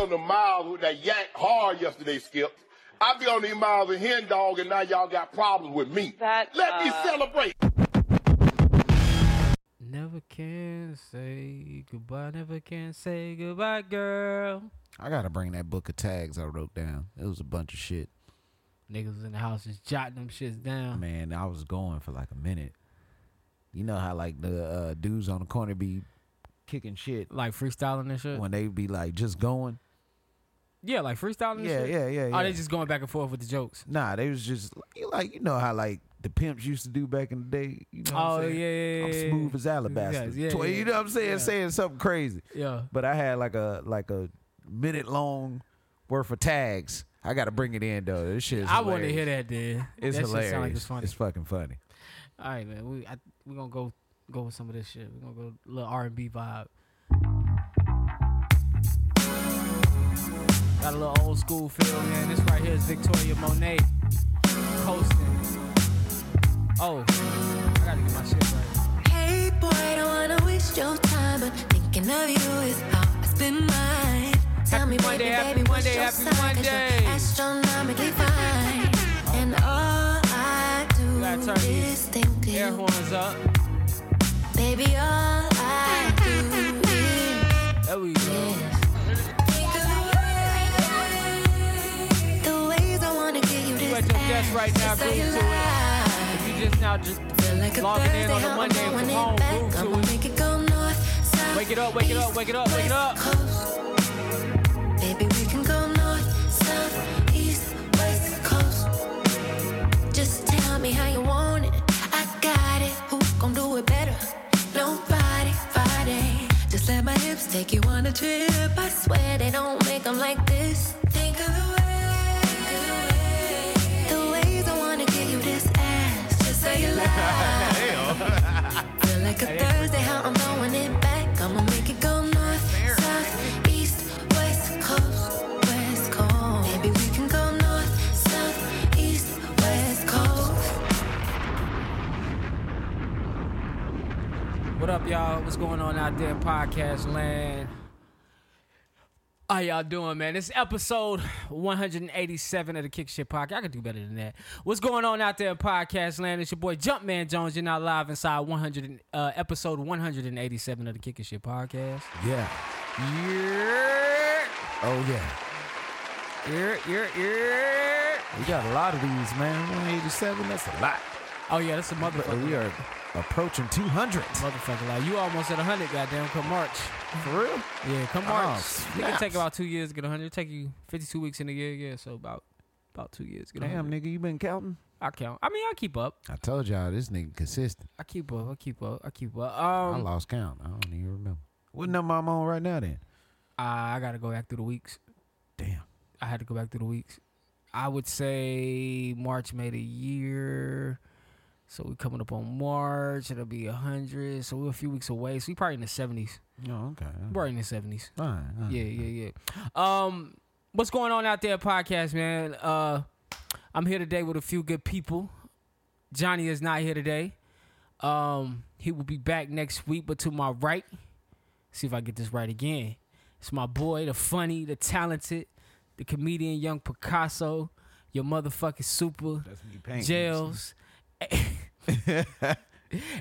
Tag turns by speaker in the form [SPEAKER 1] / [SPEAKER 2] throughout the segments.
[SPEAKER 1] on the miles with that yank hard yesterday, Skip. I be on these miles and hen dog, and now y'all got problems with me.
[SPEAKER 2] That,
[SPEAKER 1] Let me
[SPEAKER 2] uh,
[SPEAKER 1] celebrate.
[SPEAKER 3] Never can say goodbye. Never can say goodbye, girl.
[SPEAKER 4] I gotta bring that book of tags I wrote down. It was a bunch of shit.
[SPEAKER 3] Niggas in the house is jotting them shits down.
[SPEAKER 4] Man, I was going for like a minute. You know how like the uh, dudes on the corner be kicking shit
[SPEAKER 3] Like freestyling and shit.
[SPEAKER 4] when they be like just going.
[SPEAKER 3] Yeah, like freestyling.
[SPEAKER 4] Yeah,
[SPEAKER 3] and shit.
[SPEAKER 4] yeah, yeah,
[SPEAKER 3] Oh, they
[SPEAKER 4] yeah.
[SPEAKER 3] just going back and forth with the jokes.
[SPEAKER 4] Nah, they was just you like you know how like the pimps used to do back in the day. You know what
[SPEAKER 3] Oh,
[SPEAKER 4] I'm saying?
[SPEAKER 3] yeah, yeah,
[SPEAKER 4] I'm
[SPEAKER 3] yeah,
[SPEAKER 4] smooth
[SPEAKER 3] yeah.
[SPEAKER 4] as alabaster.
[SPEAKER 3] Yes, yeah,
[SPEAKER 4] Tw-
[SPEAKER 3] yeah,
[SPEAKER 4] you know what I'm saying?
[SPEAKER 3] yeah.
[SPEAKER 4] Saying something crazy.
[SPEAKER 3] Yeah.
[SPEAKER 4] But I had like a like a minute long worth of tags. I gotta bring it in though. This shit. Is
[SPEAKER 3] I want to hear
[SPEAKER 4] hilarious.
[SPEAKER 3] that, dude.
[SPEAKER 4] It's
[SPEAKER 3] that
[SPEAKER 4] hilarious.
[SPEAKER 3] Shit sound like it's funny.
[SPEAKER 4] fucking funny.
[SPEAKER 3] All right, man. We I, we gonna go go with some of this shit. We are gonna go little R and B vibe. Got a little old school feel, man. This right here is Victoria Monet coasting. Oh, I gotta get my shit right.
[SPEAKER 5] Hey boy, don't wanna waste your time, but thinking of you is how I spend mine. Tell
[SPEAKER 3] Happy
[SPEAKER 5] me,
[SPEAKER 3] Monday,
[SPEAKER 5] baby,
[SPEAKER 3] happy
[SPEAKER 5] baby, what's
[SPEAKER 3] Monday,
[SPEAKER 5] your
[SPEAKER 3] happy
[SPEAKER 5] sign? 'Cause
[SPEAKER 3] Monday.
[SPEAKER 5] you're astronomically fine, and all I do
[SPEAKER 3] Gotta turn these
[SPEAKER 5] is think of
[SPEAKER 3] Air
[SPEAKER 5] you.
[SPEAKER 3] horns up.
[SPEAKER 5] Baby, all I do is
[SPEAKER 3] There we go.
[SPEAKER 5] think of you. The ways I wanna get you
[SPEAKER 3] You
[SPEAKER 5] this
[SPEAKER 3] at your desk
[SPEAKER 5] ass,
[SPEAKER 3] right now,
[SPEAKER 5] just how
[SPEAKER 3] groove
[SPEAKER 5] you
[SPEAKER 3] to it.
[SPEAKER 5] lie.
[SPEAKER 3] If you just now just
[SPEAKER 5] Feel like a
[SPEAKER 3] logging in on
[SPEAKER 5] Thursday,
[SPEAKER 3] a
[SPEAKER 5] how I'm
[SPEAKER 3] Monday
[SPEAKER 5] throwing
[SPEAKER 3] from
[SPEAKER 5] it
[SPEAKER 3] home,
[SPEAKER 5] back.
[SPEAKER 3] groove
[SPEAKER 5] I'ma
[SPEAKER 3] to it.
[SPEAKER 5] make it go north, south,
[SPEAKER 3] Wake it up, wake it up,
[SPEAKER 5] east,
[SPEAKER 3] wake it up, wake it up.
[SPEAKER 5] west, coast. Baby, we can go north, south, east, west coast. Just tell me how you want it. I got it. Who gon' do it better? Nobody, Friday. Just let my hips take you on a trip. I swear they don't make 'em like this. Think of the way. The ways I wanna give you this ass. Just say you lie. Feel like a Thursday, how I'm throwing it back. I'ma make it go north, south, east, west coast, west coast. Maybe we can go north, south, east, west coast.
[SPEAKER 3] What up, y'all? What's going on out there, in podcast land? How y'all doing, man? This is episode 187 of the Kick Shit Podcast. I could do better than that. What's going on out there, in podcast land? It's your boy Jumpman Jones. You're not live inside 100 and- uh, episode 187 of the Kick Shit Podcast.
[SPEAKER 4] Yeah.
[SPEAKER 3] Yeah,
[SPEAKER 4] Oh yeah.
[SPEAKER 3] yeah, yeah, yeah.
[SPEAKER 4] We got a lot of these, man. 187. That's a lot.
[SPEAKER 3] Oh yeah, that's a
[SPEAKER 4] But we
[SPEAKER 3] motherfucker.
[SPEAKER 4] are approaching 200.
[SPEAKER 3] Motherfucker, like you almost at 100, goddamn. Come March.
[SPEAKER 4] For real?
[SPEAKER 3] Yeah, come
[SPEAKER 4] Oh,
[SPEAKER 3] March. it can
[SPEAKER 4] snaps.
[SPEAKER 3] take about two years to get 100. It take you 52 weeks in a year. Yeah, so about about two years. to Get 100.
[SPEAKER 4] Damn, nigga, you been counting?
[SPEAKER 3] I count. I mean, I keep up.
[SPEAKER 4] I told y'all this nigga consistent.
[SPEAKER 3] I keep up. I keep up. I keep up.
[SPEAKER 4] I
[SPEAKER 3] Um, I,
[SPEAKER 4] lost count. I don't even remember. What number I'm on right now then?
[SPEAKER 3] I gotta go back through the weeks.
[SPEAKER 4] Damn.
[SPEAKER 3] I had to go back through the weeks. I would say March made a year. So we coming up on March. It'll be 100. So we're a few weeks away. So we probably in the 70s.
[SPEAKER 4] Oh, okay.
[SPEAKER 3] Probably in the 70s.
[SPEAKER 4] All right, all right.
[SPEAKER 3] Yeah, yeah, yeah. Um, what's going on out there, podcast man? Uh, I'm here today with a few good people. Johnny is not here today. Um, he will be back next week, but to my right, see if I get this right again. It's my boy, the funny, the talented, the comedian, young Picasso, your motherfucking super,
[SPEAKER 4] That's me painting.
[SPEAKER 3] Jails,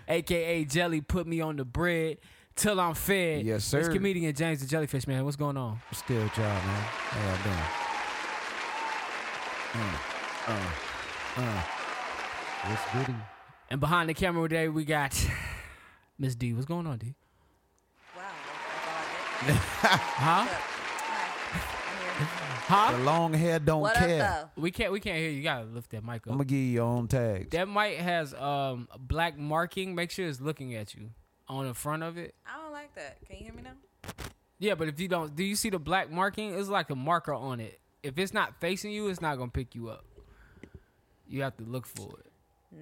[SPEAKER 3] aka Jelly, put me on the bread till I'm fed.
[SPEAKER 4] Yes,
[SPEAKER 3] It's
[SPEAKER 4] sir.
[SPEAKER 3] comedian James the Jellyfish man. What's going on?
[SPEAKER 4] Still with y'all, man. How y'all doing? Uh, uh, uh. What's goody?
[SPEAKER 3] And behind the camera today we got Miss D. What's going on, D?
[SPEAKER 6] Wow. I
[SPEAKER 3] Huh?
[SPEAKER 6] thought
[SPEAKER 3] Huh?
[SPEAKER 4] The long hair don't
[SPEAKER 6] What up,
[SPEAKER 4] care.
[SPEAKER 6] though?
[SPEAKER 3] We can't we can't hear you. You gotta lift that mic
[SPEAKER 4] I'm
[SPEAKER 3] up.
[SPEAKER 4] gonna give you your own tags.
[SPEAKER 3] That mic has um black marking. Make sure it's looking at you on the front of it.
[SPEAKER 6] I don't like that. Can you hear me now?
[SPEAKER 3] Yeah, but if you don't do you see the black marking? It's like a marker on it. If it's not facing you, it's not gonna pick you up. You have to look for it.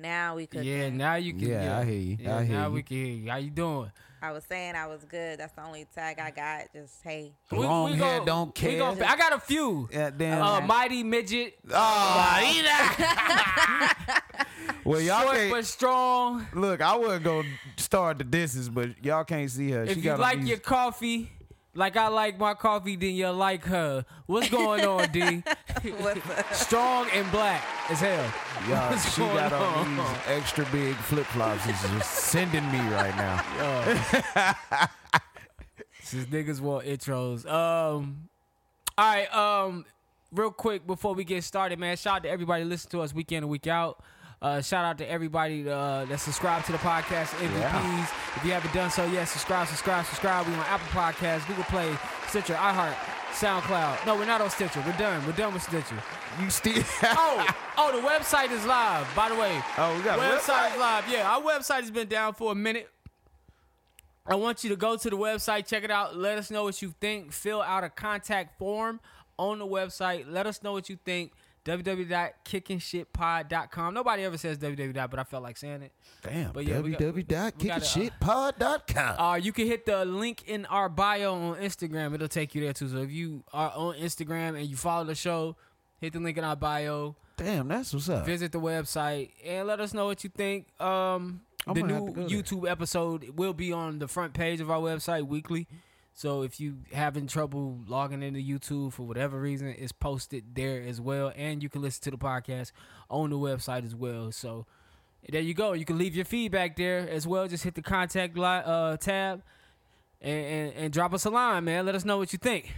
[SPEAKER 6] Now we could.
[SPEAKER 3] Yeah, now you can.
[SPEAKER 4] Yeah, I hear you.
[SPEAKER 3] Yeah,
[SPEAKER 4] I hear
[SPEAKER 3] now
[SPEAKER 4] you.
[SPEAKER 3] we can hear you. How you doing?
[SPEAKER 6] I was saying I was good. That's the only tag I got. Just hey.
[SPEAKER 4] The long hair don't
[SPEAKER 3] we
[SPEAKER 4] care.
[SPEAKER 3] gon- I got a few.
[SPEAKER 4] yeah, damn.
[SPEAKER 3] Uh, mighty midget,
[SPEAKER 4] well, y'all
[SPEAKER 3] short
[SPEAKER 4] can't,
[SPEAKER 3] but strong.
[SPEAKER 4] look. I wouldn't go start the disses, but y'all can't see her.
[SPEAKER 3] If
[SPEAKER 4] she
[SPEAKER 3] you
[SPEAKER 4] got on
[SPEAKER 3] like
[SPEAKER 4] these
[SPEAKER 3] your coffee, Like I like my coffee, then you like her. What's going on, D?
[SPEAKER 6] What's up?
[SPEAKER 3] Strong and black as hell.
[SPEAKER 4] Y'all,
[SPEAKER 3] What's
[SPEAKER 4] she got
[SPEAKER 3] going
[SPEAKER 4] on these extra big flip flops. This is just sending me right now.
[SPEAKER 3] Since niggas want intros. Um, all right. Um, real quick before we get started, man. Shout out to everybody that listen to us week in and week out. Uh, shout out to everybody uh, that subscribed to the podcast MVPs. If you haven't done so yet, subscribe, subscribe, subscribe. We on Apple Podcasts, Google Play, Stitcher, iHeart, SoundCloud. No, we're not on Stitcher. We're done. We're done with Stitcher.
[SPEAKER 4] You still?
[SPEAKER 3] Oh, oh, the website is live. By the way,
[SPEAKER 4] Oh, we got a
[SPEAKER 3] website
[SPEAKER 4] website?
[SPEAKER 3] is live. Yeah, our website has been down for a minute. I want you to go to the website, check it out. Let us know what you think. Fill out a contact form on the website. Let us know what you think. www.kickingshitpod.com. Nobody ever says www. but I felt like saying it.
[SPEAKER 4] Damn.
[SPEAKER 3] But yeah, we got- we got it,
[SPEAKER 4] www.kickingshitpod.com.
[SPEAKER 3] Uh, you can hit the link in our bio on Instagram. It'll take you there too. So if you are on Instagram and you follow the show, hit the link in our bio.
[SPEAKER 4] Damn, that's what's up.
[SPEAKER 3] visit the website and let us know what you think. Um,
[SPEAKER 4] I'm
[SPEAKER 3] the
[SPEAKER 4] gonna have
[SPEAKER 3] new
[SPEAKER 4] to go there.
[SPEAKER 3] YouTube episode will be on the front page of our website weekly. So if you having trouble logging into YouTube for whatever reason, it's posted there as well, and you can listen to the podcast on the website as well. So there you go. You can leave your feedback there as well. Just hit the contact li- uh, tab and, and and drop us a line, man. Let us know what you think.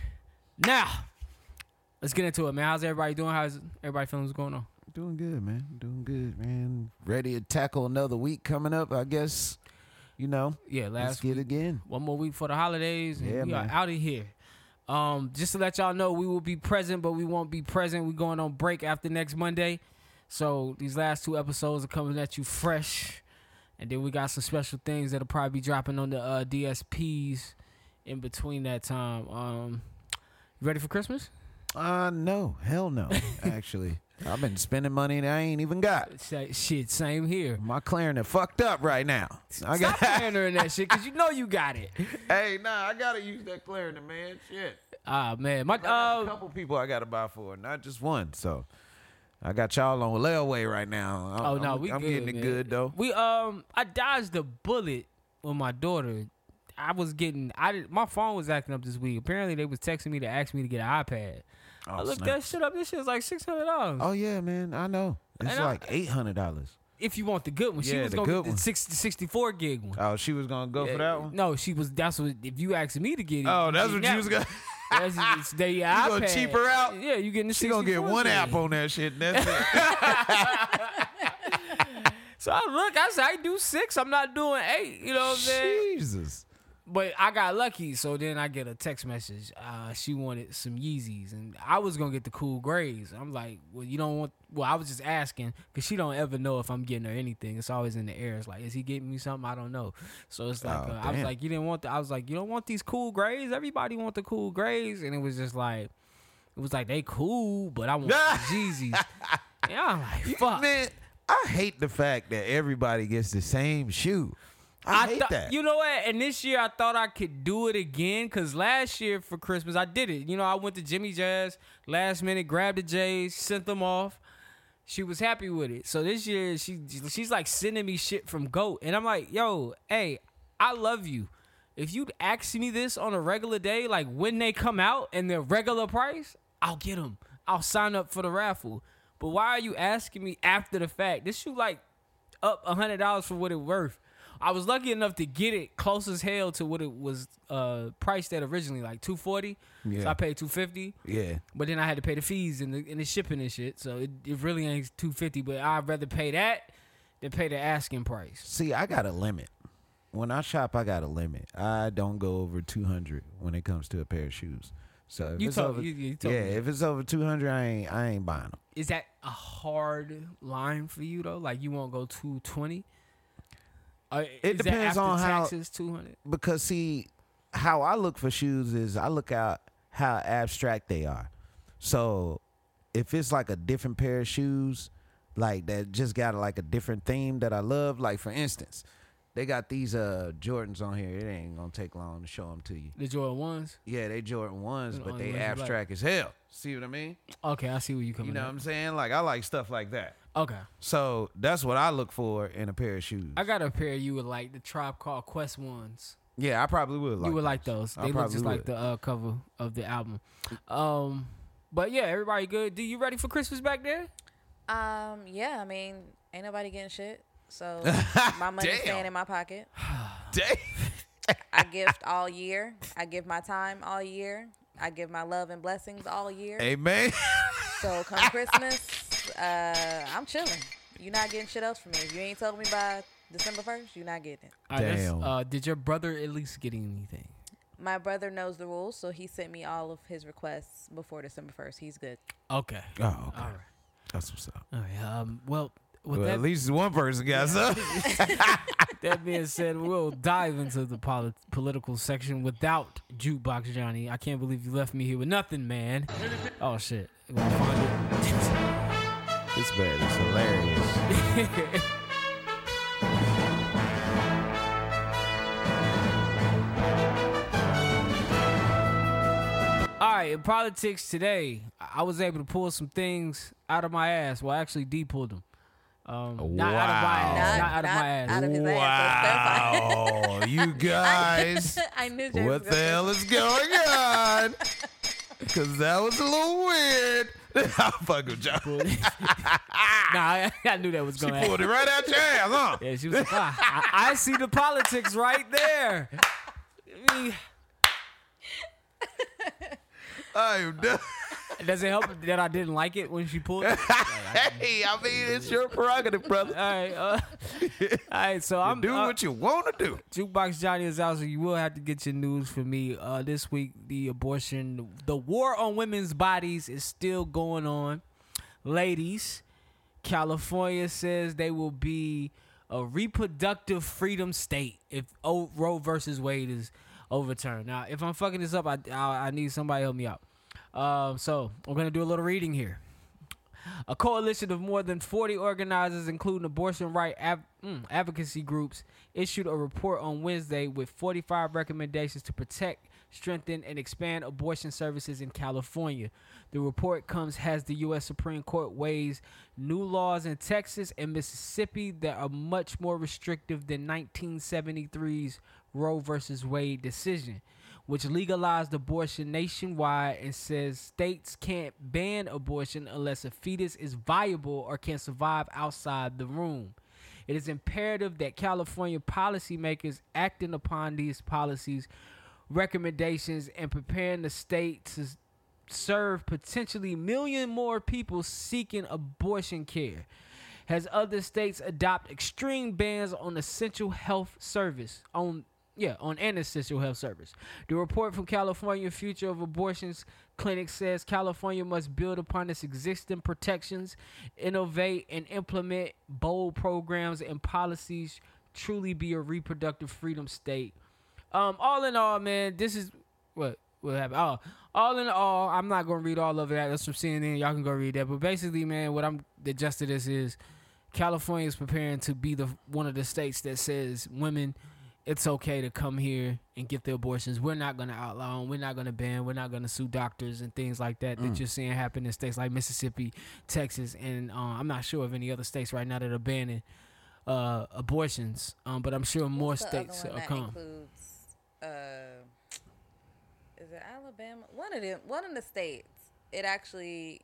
[SPEAKER 3] Now, let's get into it, man. How's everybody doing? How's everybody feeling? What's going on?
[SPEAKER 4] Doing good, man. Doing good, man. Ready to tackle another week coming up, I guess. You know,
[SPEAKER 3] Yeah,
[SPEAKER 4] let's
[SPEAKER 3] last
[SPEAKER 4] get again.
[SPEAKER 3] one more week for the holidays, and
[SPEAKER 4] Yeah,
[SPEAKER 3] we
[SPEAKER 4] man.
[SPEAKER 3] are out of here. Um, just to let y'all know, we will be present, but we won't be present. We're going on break after next Monday, so these last two episodes are coming at you fresh, and then we got some special things that'll probably be dropping on the uh, DSPs in between that time. Um, you ready for Christmas?
[SPEAKER 4] Uh, no, hell no. actually, I've been spending money that I ain't even got.
[SPEAKER 3] Say, shit, same here.
[SPEAKER 4] My clarinet fucked up right now. I
[SPEAKER 3] Stop
[SPEAKER 4] got.
[SPEAKER 3] pandering that shit, cause you know you got it.
[SPEAKER 4] hey, nah, I gotta use that clarinet, man. Shit,
[SPEAKER 3] Ah man, my
[SPEAKER 4] I got a
[SPEAKER 3] uh,
[SPEAKER 4] couple people I gotta buy for, not just one. So. I got y'all on layaway right now. I'm,
[SPEAKER 3] Oh no,
[SPEAKER 4] I'm,
[SPEAKER 3] we
[SPEAKER 4] I'm
[SPEAKER 3] good,
[SPEAKER 4] getting
[SPEAKER 3] man.
[SPEAKER 4] it good though.
[SPEAKER 3] We um, I dodged a bullet with my daughter. I was getting, I did, my phone was acting up this week. Apparently, they was texting me to ask me to get an iPad. I
[SPEAKER 4] Oh,
[SPEAKER 3] looked
[SPEAKER 4] snap.
[SPEAKER 3] that shit up. This shit's like six hundred dollars.
[SPEAKER 4] Oh yeah, man, I know. It's
[SPEAKER 3] And I-
[SPEAKER 4] like eight hundred dollars.
[SPEAKER 3] If you want the good one, she
[SPEAKER 4] Yeah,
[SPEAKER 3] was
[SPEAKER 4] the
[SPEAKER 3] gonna
[SPEAKER 4] good
[SPEAKER 3] get the
[SPEAKER 4] one.
[SPEAKER 3] six, 64 gig one.
[SPEAKER 4] Oh, she was gonna go for that one.
[SPEAKER 3] No, she was. That's what. If you asked me to get it,
[SPEAKER 4] Oh, that's what
[SPEAKER 3] now-
[SPEAKER 4] you was gonna.
[SPEAKER 3] That's it's their
[SPEAKER 4] You gonna
[SPEAKER 3] iPad.
[SPEAKER 4] cheap her out?
[SPEAKER 3] Yeah, you getting the
[SPEAKER 4] She gonna get
[SPEAKER 3] 64
[SPEAKER 4] one
[SPEAKER 3] gig.
[SPEAKER 4] app on that shit. and That's it.
[SPEAKER 3] So I look, I said I do six. I'm not doing eight. You know what I'm saying?
[SPEAKER 4] Jesus.
[SPEAKER 3] But I got lucky, so then I get a text message. Uh, she wanted some Yeezys, and I was gonna get the cool grays. I'm like, well, you don't want. Well, I was just asking because she don't ever know if I'm getting her anything. It's always in the air. It's like, is he getting me something? I don't know. So it's like,
[SPEAKER 4] Oh,
[SPEAKER 3] uh, I was
[SPEAKER 4] damn.
[SPEAKER 3] like, you didn't want. The, I was like, you don't want these cool grays. Everybody want the cool grays, and it was just like, it was like they cool, but I want the Yeezys. Yeah, I'm like, fuck.
[SPEAKER 4] Man, I hate the fact that everybody gets the same shoe. I, hate
[SPEAKER 3] thought-
[SPEAKER 4] that.
[SPEAKER 3] You know what? And this year I thought I could do it again because last year for Christmas I did it. You know, I went to Jimmy Jazz last minute, grabbed the J's, sent them off. She was happy with it. So this year she she's like sending me shit from Goat, and I'm like, yo, hey, I love you. If you'd ask me this on a regular day, like when they come out and they're regular price, I'll get them. I'll sign up for the raffle. But why are you asking me after the fact? This shoe like up a hundred dollars for what it worth. I was lucky enough to get it close as hell to what it was uh priced at originally, like two forty. So
[SPEAKER 4] Yeah.
[SPEAKER 3] I paid two fifty.
[SPEAKER 4] yeah.
[SPEAKER 3] But then I had to pay the fees and the, and the shipping and shit. So it, it really ain't two fifty. But I'd rather pay that than pay the asking price.
[SPEAKER 4] See, I got a limit. When I shop, I got a limit. I don't go over two hundred when it comes to a pair of shoes. So if
[SPEAKER 3] You
[SPEAKER 4] it's
[SPEAKER 3] told-
[SPEAKER 4] over,
[SPEAKER 3] you- you told
[SPEAKER 4] yeah,
[SPEAKER 3] me.
[SPEAKER 4] if it's over two hundred, I ain't I ain't buying them.
[SPEAKER 3] Is that a hard line for you though? Like you won't go two twenty? Uh,
[SPEAKER 4] It
[SPEAKER 3] is that
[SPEAKER 4] depends
[SPEAKER 3] after
[SPEAKER 4] on how-
[SPEAKER 3] taxes two hundred.
[SPEAKER 4] because see how I look for shoes is I look out how abstract they are. So if it's like a different pair of shoes, like that just got like a different theme that I love. Like for instance, they got these uh Jordans on here. It ain't gonna take long to show them to you.
[SPEAKER 3] The Jordan ones.
[SPEAKER 4] Yeah, they Jordan ones,
[SPEAKER 3] The
[SPEAKER 4] but
[SPEAKER 3] only
[SPEAKER 4] they
[SPEAKER 3] ones you like.
[SPEAKER 4] abstract as hell. See what I mean?
[SPEAKER 3] Okay, I see where you coming.
[SPEAKER 4] You know what
[SPEAKER 3] at.
[SPEAKER 4] I'm saying? Like I like stuff like that.
[SPEAKER 3] Okay.
[SPEAKER 4] So that's what I look for in a pair of shoes.
[SPEAKER 3] I got a pair you with like the Tribe Called Quest ones.
[SPEAKER 4] Yeah, I probably would. Like
[SPEAKER 3] you would
[SPEAKER 4] those.
[SPEAKER 3] like those.
[SPEAKER 4] I
[SPEAKER 3] They look
[SPEAKER 4] probably
[SPEAKER 3] just like
[SPEAKER 4] would.
[SPEAKER 3] the uh, cover of the album. Um, but yeah, everybody good. Do you ready for Christmas back there?
[SPEAKER 6] Um, yeah, I mean, ain't nobody getting shit. So my money's
[SPEAKER 4] Damn.
[SPEAKER 6] staying in my pocket.
[SPEAKER 4] Dang.
[SPEAKER 6] I gift all year. I give my time all year. I give my love and blessings all year.
[SPEAKER 4] Amen.
[SPEAKER 6] So come Christmas, uh, I'm chilling. You're not getting shit else from me. If you ain't told me by December 1st, you're not getting it.
[SPEAKER 3] All right, that's-
[SPEAKER 4] Damn.
[SPEAKER 3] Uh, did your brother at least get anything?
[SPEAKER 6] My brother knows the rules, so he sent me all of his requests before December 1st. He's good.
[SPEAKER 3] Okay.
[SPEAKER 4] oh, okay.
[SPEAKER 3] All right.
[SPEAKER 4] That's what's up.
[SPEAKER 3] All right. Um, well, with
[SPEAKER 4] Well,
[SPEAKER 3] that,
[SPEAKER 4] at least one person got something.
[SPEAKER 3] that being said, we'll dive into the poli- political section without Jukebox Johnny. I can't believe you left me here with nothing, man. Oh, shit. We'll find it.
[SPEAKER 4] this man is hilarious.
[SPEAKER 3] All right, in politics today, I I was able to pull some things out of my ass. Well, actually, D pulled them. Um, Not out of my
[SPEAKER 4] Wow.
[SPEAKER 3] ass. Not, out of my ass.
[SPEAKER 6] Out of his ass. So it's
[SPEAKER 4] Wow, you guys.
[SPEAKER 6] verified. I knew James
[SPEAKER 4] What
[SPEAKER 6] was
[SPEAKER 4] the hell is going on? Because that was a little weird. I'll fuck with John.
[SPEAKER 3] nah, I, I knew that was
[SPEAKER 4] She
[SPEAKER 3] going to happen.
[SPEAKER 4] pulled it right out your ass, huh?
[SPEAKER 3] Yeah, she was like, ah, I, I see the politics right there. I mean,
[SPEAKER 4] I am done.
[SPEAKER 3] does it help that I didn't like it when she pulled it? All
[SPEAKER 4] Hey, I mean, it's your prerogative, brother.
[SPEAKER 3] right. Uh, all right, so I'm
[SPEAKER 4] Do
[SPEAKER 3] uh,
[SPEAKER 4] what you want to do.
[SPEAKER 3] Jukebox Johnny is out, so you will have to get your news from me. Uh, this week, the abortion, the war on women's bodies is still going on. Ladies, California says they will be a reproductive freedom state if o- Roe versus Wade is overturned. Now, if I'm fucking this up, I, I, I need somebody to help me out. Um, so, we're going to do a little reading here. A coalition of more than 40 organizers, including abortion right av- mm, advocacy groups, issued a report on Wednesday with 45 recommendations to protect, strengthen, and expand abortion services in California. The report comes as the U.S. Supreme Court weighs new laws in Texas and Mississippi that are much more restrictive than 1973's Roe versus Wade decision which legalized abortion nationwide and says states can't ban abortion unless a fetus is viable or can survive outside the room. It is imperative that California policymakers acting upon these policies, recommendations, and preparing the state to s- serve potentially million more people seeking abortion care. As other states adopt extreme bans on essential health service on yeah, on an essential health service. The report from California Future of Abortions Clinic says California must build upon its existing protections, innovate and implement bold programs and policies, truly be a reproductive freedom state. Um, all in all, man, this is what what happened. Oh, all in all, I'm not gonna read all of that. That's from CNN. Y'all can go read that. But basically, man, what I'm the gist of this is California is preparing to be the one of the states that says women, it's okay to come here and get the abortions. We're not gonna outlaw them. We're not gonna ban. We're not gonna sue doctors and things like that that you're seeing happen in states like Mississippi, Texas, and uh, I'm not sure of any other states right now that are banning uh, abortions. Um, but I'm sure more
[SPEAKER 6] What's the other
[SPEAKER 3] states uh,
[SPEAKER 6] one
[SPEAKER 3] are
[SPEAKER 6] that
[SPEAKER 3] coming.
[SPEAKER 6] Includes, uh, is it Alabama? One of them. One of the states. It actually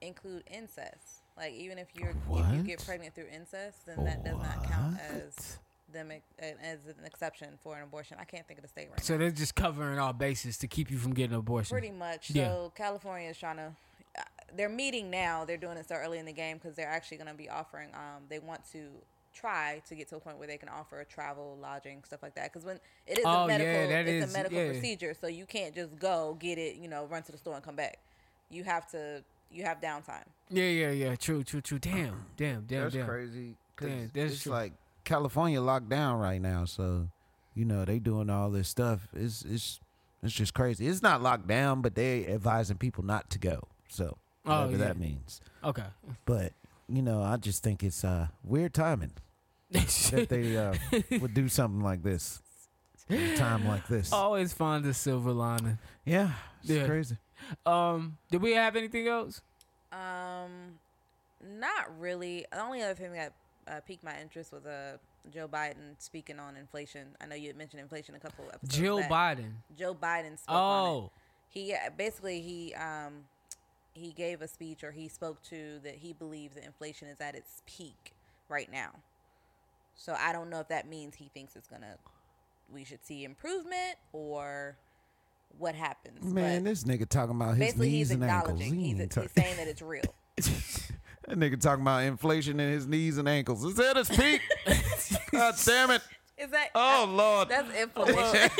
[SPEAKER 6] include incest. Like even if you're if you get
[SPEAKER 4] What?
[SPEAKER 6] pregnant through incest, then that does not count as them ex- as an exception for an abortion. I can't think of the state right
[SPEAKER 3] So
[SPEAKER 6] now.
[SPEAKER 3] they're just covering all bases to keep you from getting an abortion.
[SPEAKER 6] Pretty much.
[SPEAKER 3] Yeah.
[SPEAKER 6] So California is trying to. uh, They're meeting now. They're doing it so early in the game because they're actually going to be offering. Um, they want to try to get to a point where they can offer travel, lodging, stuff like that. Because when it is
[SPEAKER 3] Oh,
[SPEAKER 6] a
[SPEAKER 3] yeah,
[SPEAKER 6] medical,
[SPEAKER 3] that
[SPEAKER 6] it's
[SPEAKER 3] is-
[SPEAKER 6] a medical
[SPEAKER 3] yeah.
[SPEAKER 6] procedure. So you can't just go get it. You know, run to the store and come back. You have to. You have downtime.
[SPEAKER 3] Yeah, yeah, yeah. True, true, true. Damn, damn, damn,
[SPEAKER 4] That's
[SPEAKER 3] damn.
[SPEAKER 4] crazy. 'cause
[SPEAKER 3] Yeah, that's
[SPEAKER 4] it's
[SPEAKER 3] true.
[SPEAKER 4] like California locked down right now, so you know they doing all this stuff. It's it's it's just crazy. It's not locked down, but they advising people not to go. So
[SPEAKER 3] Oh,
[SPEAKER 4] whatever
[SPEAKER 3] yeah.
[SPEAKER 4] that means.
[SPEAKER 3] Okay.
[SPEAKER 4] But you know, I just think it's uh, weird timing that they uh, would do something like this, at a time like this.
[SPEAKER 6] Oh.
[SPEAKER 3] Always find the silver lining.
[SPEAKER 4] Yeah, it's
[SPEAKER 3] Yeah.
[SPEAKER 4] crazy.
[SPEAKER 3] Um, did we have anything else?
[SPEAKER 6] Um, not really. The only other thing that uh, piqued my interest was a Joe Biden speaking on inflation. I know you had mentioned inflation a couple episodes.
[SPEAKER 3] Jill
[SPEAKER 6] back.
[SPEAKER 3] Biden.
[SPEAKER 6] Joe Biden spoke on it.
[SPEAKER 3] Oh,
[SPEAKER 6] He uh, basically he um he gave a speech or he spoke to that he believes that inflation is at its peak right now. So I don't know if that means he thinks it's gonna we should see improvement or what happens.
[SPEAKER 4] Man,
[SPEAKER 6] but
[SPEAKER 4] this nigga talking about his
[SPEAKER 6] basically
[SPEAKER 4] knees
[SPEAKER 6] he's
[SPEAKER 4] and ankles.
[SPEAKER 6] acknowledging
[SPEAKER 4] He
[SPEAKER 6] he's,
[SPEAKER 4] ain't talk-
[SPEAKER 6] he's saying that it's real.
[SPEAKER 4] that nigga talking about inflation in his knees and ankles. Is that his peak? God damn it!
[SPEAKER 6] Is that
[SPEAKER 4] Oh Lord,
[SPEAKER 6] that's inflammation.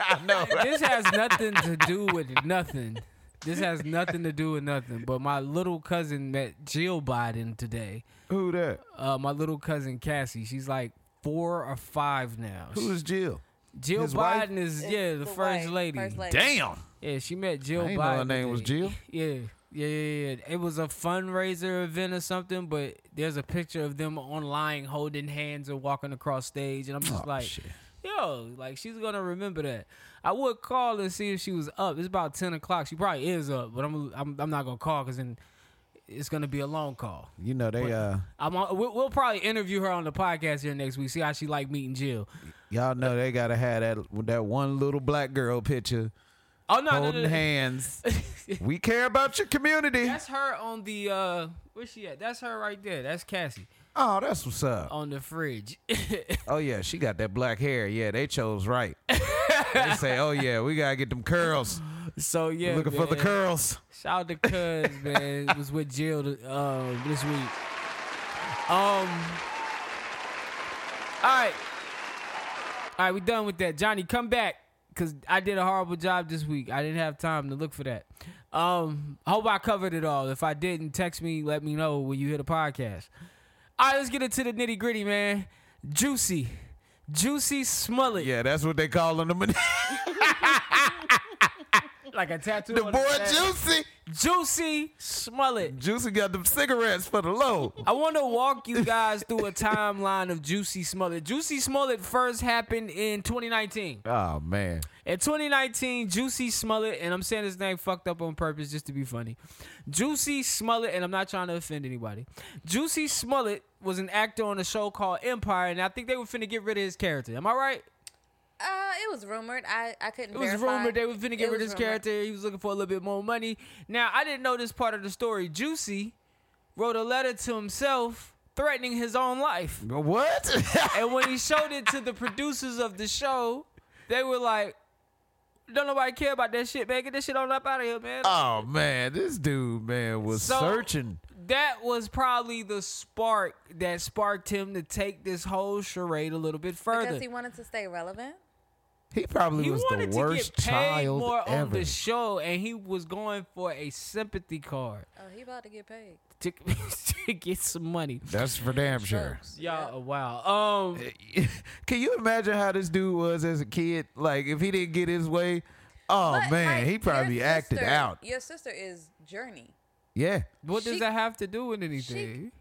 [SPEAKER 4] I know. right?
[SPEAKER 3] this has nothing to do with nothing. This has nothing to do with nothing. But my little cousin met Jill Biden today.
[SPEAKER 4] Who that?
[SPEAKER 3] Uh, my little cousin Cassie. She's like four or five now.
[SPEAKER 4] Who is Jill?
[SPEAKER 3] Jill
[SPEAKER 4] his
[SPEAKER 3] Biden
[SPEAKER 4] wife?
[SPEAKER 3] is yeah the, first,
[SPEAKER 6] wife,
[SPEAKER 3] lady.
[SPEAKER 6] first lady.
[SPEAKER 4] Damn.
[SPEAKER 3] Yeah, she met Jill
[SPEAKER 4] I didn't know
[SPEAKER 3] Biden.
[SPEAKER 4] her name was
[SPEAKER 3] today.
[SPEAKER 4] Jill.
[SPEAKER 3] Yeah. Yeah, yeah, yeah. It was a fundraiser event or something, but there's a picture of them online holding hands or walking across stage, and I'm just
[SPEAKER 4] Oh,
[SPEAKER 3] like,
[SPEAKER 4] shit.
[SPEAKER 3] yo, like she's gonna remember that. I would call and see if she was up. It's about ten o'clock. She probably is up, but I'm I'm, I'm not gonna call because then it's gonna be a long call.
[SPEAKER 4] You know they uh
[SPEAKER 3] I'm on, we'll, we'll probably interview her on the podcast here next week. See how she like meeting Jill.
[SPEAKER 4] y'all know they gotta have that that one little black girl picture
[SPEAKER 3] Oh no, no,
[SPEAKER 4] holding
[SPEAKER 3] no, no.
[SPEAKER 4] hands. we care about your community.
[SPEAKER 3] That's her on the uh where's she at? That's her right there. That's Cassie
[SPEAKER 4] oh, that's what's up.
[SPEAKER 3] on the fridge.
[SPEAKER 4] Oh yeah, she got that black hair. Yeah, they chose right. they say, oh yeah, we gotta get them curls.
[SPEAKER 3] so yeah,
[SPEAKER 4] Looking for the
[SPEAKER 3] man.
[SPEAKER 4] curls.
[SPEAKER 3] Shout out to Cuz, man. It was with Jill uh, this week. Um. All right. All right, we done with that. Johnny, come back. Cause I did a horrible job this week. I didn't have time to look for that. Um, I hope I covered it all. If I didn't, text me, let me know when you hear the podcast. All right, let's get into the nitty gritty, man. Juicy. Juicy Smollett.
[SPEAKER 4] Yeah, that's what they call them. the
[SPEAKER 3] Like a tattoo. on
[SPEAKER 4] boy
[SPEAKER 3] his back.
[SPEAKER 4] Juicy.
[SPEAKER 3] Juicy Smollett.
[SPEAKER 4] Juicy got them cigarettes for the low.
[SPEAKER 3] I want to walk you guys through a timeline of Juicy Smollett. Juicy Smollett first happened in 2019.
[SPEAKER 4] Oh man.
[SPEAKER 3] In 2019, Juicy Smollett, and I'm saying his name fucked up on purpose just to be funny. Juicy Smollett, and I'm not trying to offend anybody. Juicy Smollett was an actor on a show called Empire, and I think they were finna get rid of his character. Am I right?
[SPEAKER 6] Uh, it was rumored. I, I couldn't.
[SPEAKER 3] It was
[SPEAKER 6] verify.
[SPEAKER 3] rumored they were finna get
[SPEAKER 6] It
[SPEAKER 3] rid of
[SPEAKER 6] was
[SPEAKER 3] his
[SPEAKER 6] rumored.
[SPEAKER 3] character. He was looking for a little bit more money. Now, I didn't know this part of the story. Juicy wrote a letter to himself threatening his own life.
[SPEAKER 4] What?
[SPEAKER 3] And when he showed it to the producers of the show, they were like, "Don't nobody care about that shit, man. Get that shit on up out of here, man."
[SPEAKER 4] oh man, this dude man was
[SPEAKER 3] So-
[SPEAKER 4] searching.
[SPEAKER 3] that was probably the spark that sparked him to take this whole charade a little bit further.
[SPEAKER 6] because he wanted to stay relevant.
[SPEAKER 4] He probably
[SPEAKER 3] He
[SPEAKER 4] was the
[SPEAKER 3] wanted to
[SPEAKER 4] worst
[SPEAKER 3] get paid
[SPEAKER 4] child
[SPEAKER 3] more
[SPEAKER 4] ever.
[SPEAKER 3] on the show, and he was going for a sympathy card
[SPEAKER 6] Oh, he about to get paid.
[SPEAKER 3] to, to get some money.
[SPEAKER 4] That's for damn sure.
[SPEAKER 3] Y'all, wow. Um,
[SPEAKER 4] Can you imagine how this dude was as a kid? Like if he didn't get his way, oh
[SPEAKER 6] But,
[SPEAKER 4] man,
[SPEAKER 6] like,
[SPEAKER 4] he probably
[SPEAKER 6] your
[SPEAKER 4] acted
[SPEAKER 6] sister-
[SPEAKER 4] out.
[SPEAKER 6] Your sister is Journey.
[SPEAKER 4] Yeah,
[SPEAKER 3] what does
[SPEAKER 6] She-
[SPEAKER 3] that have to do with
[SPEAKER 6] She
[SPEAKER 3] anything?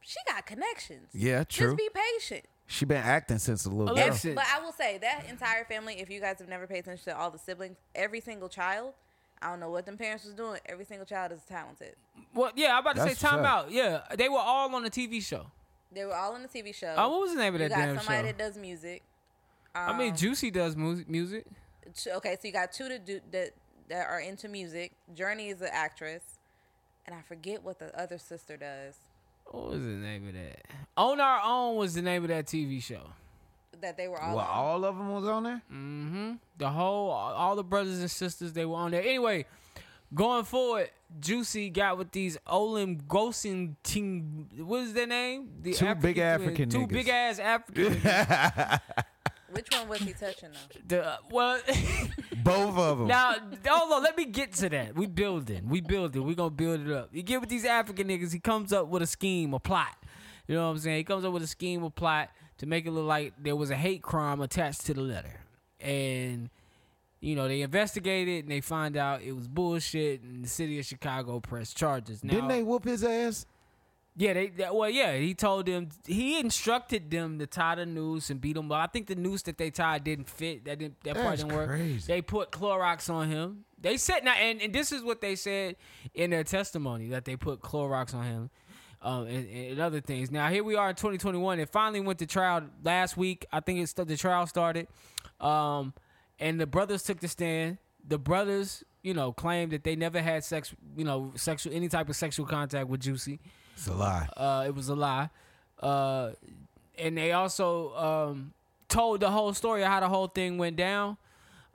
[SPEAKER 6] she got connections.
[SPEAKER 4] Yeah,
[SPEAKER 6] Just
[SPEAKER 4] true.
[SPEAKER 6] be patient.
[SPEAKER 4] she been acting since a little girl.
[SPEAKER 3] Alexa,
[SPEAKER 6] But I will say that entire family, if you guys have never paid attention to all the siblings, every single child, I don't know what them parents was doing. Every single child is talented.
[SPEAKER 3] well, yeah, I'm about to
[SPEAKER 4] That's
[SPEAKER 3] say time
[SPEAKER 4] tough.
[SPEAKER 3] out. Yeah, they were all on a TV show.
[SPEAKER 6] They were all in the TV show.
[SPEAKER 3] Oh, what was the name of
[SPEAKER 6] you
[SPEAKER 3] that
[SPEAKER 6] got
[SPEAKER 3] damn
[SPEAKER 6] somebody
[SPEAKER 3] show?
[SPEAKER 6] that does music.
[SPEAKER 3] I
[SPEAKER 4] Uh,
[SPEAKER 3] mean, Juicy does mu- music.
[SPEAKER 6] Two- Okay, so you got two to do that that are into music. Journey is an actress, and I forget what the other sister does.
[SPEAKER 3] What was the name of that? On Our Own was the name of that TV show.
[SPEAKER 6] That they were all.
[SPEAKER 4] Well,
[SPEAKER 6] on.
[SPEAKER 4] all of them was on there.
[SPEAKER 3] The whole, all the brothers and sisters, they were on there. Anyway, going forward, Juicy got with these Olin Gosin team. What is their name? The
[SPEAKER 4] Two big
[SPEAKER 3] twin-
[SPEAKER 4] African
[SPEAKER 3] Two
[SPEAKER 4] niggas.
[SPEAKER 3] big ass African.
[SPEAKER 6] Which one was he touching though?
[SPEAKER 3] the, well,
[SPEAKER 4] Mm-hmm. Both of them.
[SPEAKER 3] now, hold on. Let me get to that. We building. We building. We gonna build it up. You get with these African niggas. He comes up with a scheme, a plot. You know what I'm saying? He comes up with a scheme, a plot to make it look like there was a hate crime attached to the letter, and you know they investigate it and they find out it was bullshit. And the city of Chicago pressed charges. Now,
[SPEAKER 4] Didn't they whoop his ass?
[SPEAKER 3] yeah, they that- well, yeah, he told them he instructed them to tie the noose and beat him. But I think the noose that they tied didn't fit. That didn't that part
[SPEAKER 4] That's
[SPEAKER 3] didn't work.
[SPEAKER 4] crazy.
[SPEAKER 3] They put Clorox on him. They said now, and, and this is what they said in their testimony that they put Clorox on him. um, and, and other things. Now here we are in 2021. It finally went to trial last week. I think it's the trial started, um, and the brothers took the stand. The brothers, you know, claimed that they never had sex, you know, sexual any type of sexual contact with Juicy.
[SPEAKER 4] It's a lie.
[SPEAKER 3] Uh, it was a lie. Uh, and they also um, told the whole story of how the whole thing went down.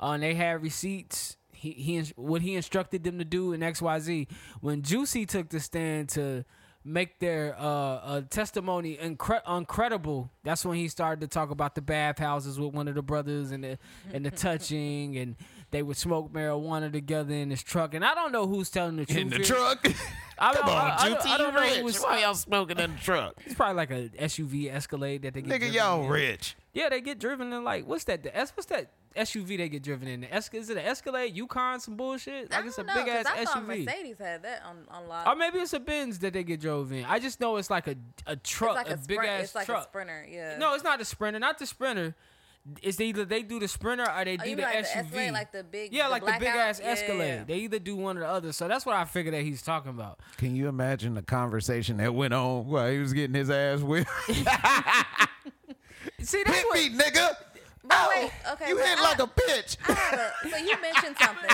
[SPEAKER 3] Uh, and they had receipts. He, he ins- what he instructed them to do in XYZ. When Juicy took the stand to make their uh, uh, testimony incre- uncredible, that's when he started to talk about the bathhouses with one of the brothers and the and the touching and they would smoke marijuana together in his truck. And I don't know who's telling the truth.
[SPEAKER 2] in the
[SPEAKER 3] here.
[SPEAKER 2] truck.
[SPEAKER 3] I don't,
[SPEAKER 2] Come
[SPEAKER 3] I,
[SPEAKER 2] on,
[SPEAKER 3] I,
[SPEAKER 2] Juicy,
[SPEAKER 3] I don't
[SPEAKER 2] you
[SPEAKER 3] know
[SPEAKER 2] rich.
[SPEAKER 3] who was
[SPEAKER 2] Why y'all smoking in the truck?
[SPEAKER 3] it's probably like a SUV Escalade that they get.
[SPEAKER 2] Nigga,
[SPEAKER 3] driven
[SPEAKER 2] y'all
[SPEAKER 3] in.
[SPEAKER 2] rich.
[SPEAKER 3] Yeah, they get driven in like what's that? The S, what's that SUV they get driven in? The Es- is it an Escalade, Yukon, some bullshit?
[SPEAKER 6] I
[SPEAKER 3] Like
[SPEAKER 6] don't
[SPEAKER 3] it's a
[SPEAKER 6] know,
[SPEAKER 3] big
[SPEAKER 6] 'cause
[SPEAKER 3] ass
[SPEAKER 6] I thought
[SPEAKER 3] SUV.
[SPEAKER 6] Mercedes had that on on lot.
[SPEAKER 3] Or maybe it's a Benz that they get drove in. I just know it's like a a
[SPEAKER 6] it's
[SPEAKER 3] truck,
[SPEAKER 6] like
[SPEAKER 3] a,
[SPEAKER 6] a,
[SPEAKER 3] big
[SPEAKER 6] sprint.
[SPEAKER 3] ass
[SPEAKER 6] It's like a
[SPEAKER 3] truck.
[SPEAKER 6] sprinter. Yeah.
[SPEAKER 3] no, it's not the Sprinter. Not the Sprinter. It's either they do the Sprinter or they
[SPEAKER 6] Oh,
[SPEAKER 3] do
[SPEAKER 6] you
[SPEAKER 3] the
[SPEAKER 6] mean like the
[SPEAKER 3] SUV.
[SPEAKER 6] Escalade, like the big-
[SPEAKER 3] yeah,
[SPEAKER 6] the
[SPEAKER 3] like the
[SPEAKER 6] blackout?
[SPEAKER 3] big ass
[SPEAKER 6] Yeah, yeah,
[SPEAKER 3] Escalade.
[SPEAKER 6] yeah.
[SPEAKER 3] They either do one or the other. So that's what I figured that he's talking about.
[SPEAKER 2] Can you imagine the conversation that went on while he was getting his ass whipped?
[SPEAKER 3] See, that's
[SPEAKER 2] Hit
[SPEAKER 3] what
[SPEAKER 2] me, nigga.
[SPEAKER 6] But wait, okay.
[SPEAKER 2] You
[SPEAKER 6] but
[SPEAKER 2] hit
[SPEAKER 6] I-
[SPEAKER 2] like a bitch.
[SPEAKER 6] I have a- so you mentioned something.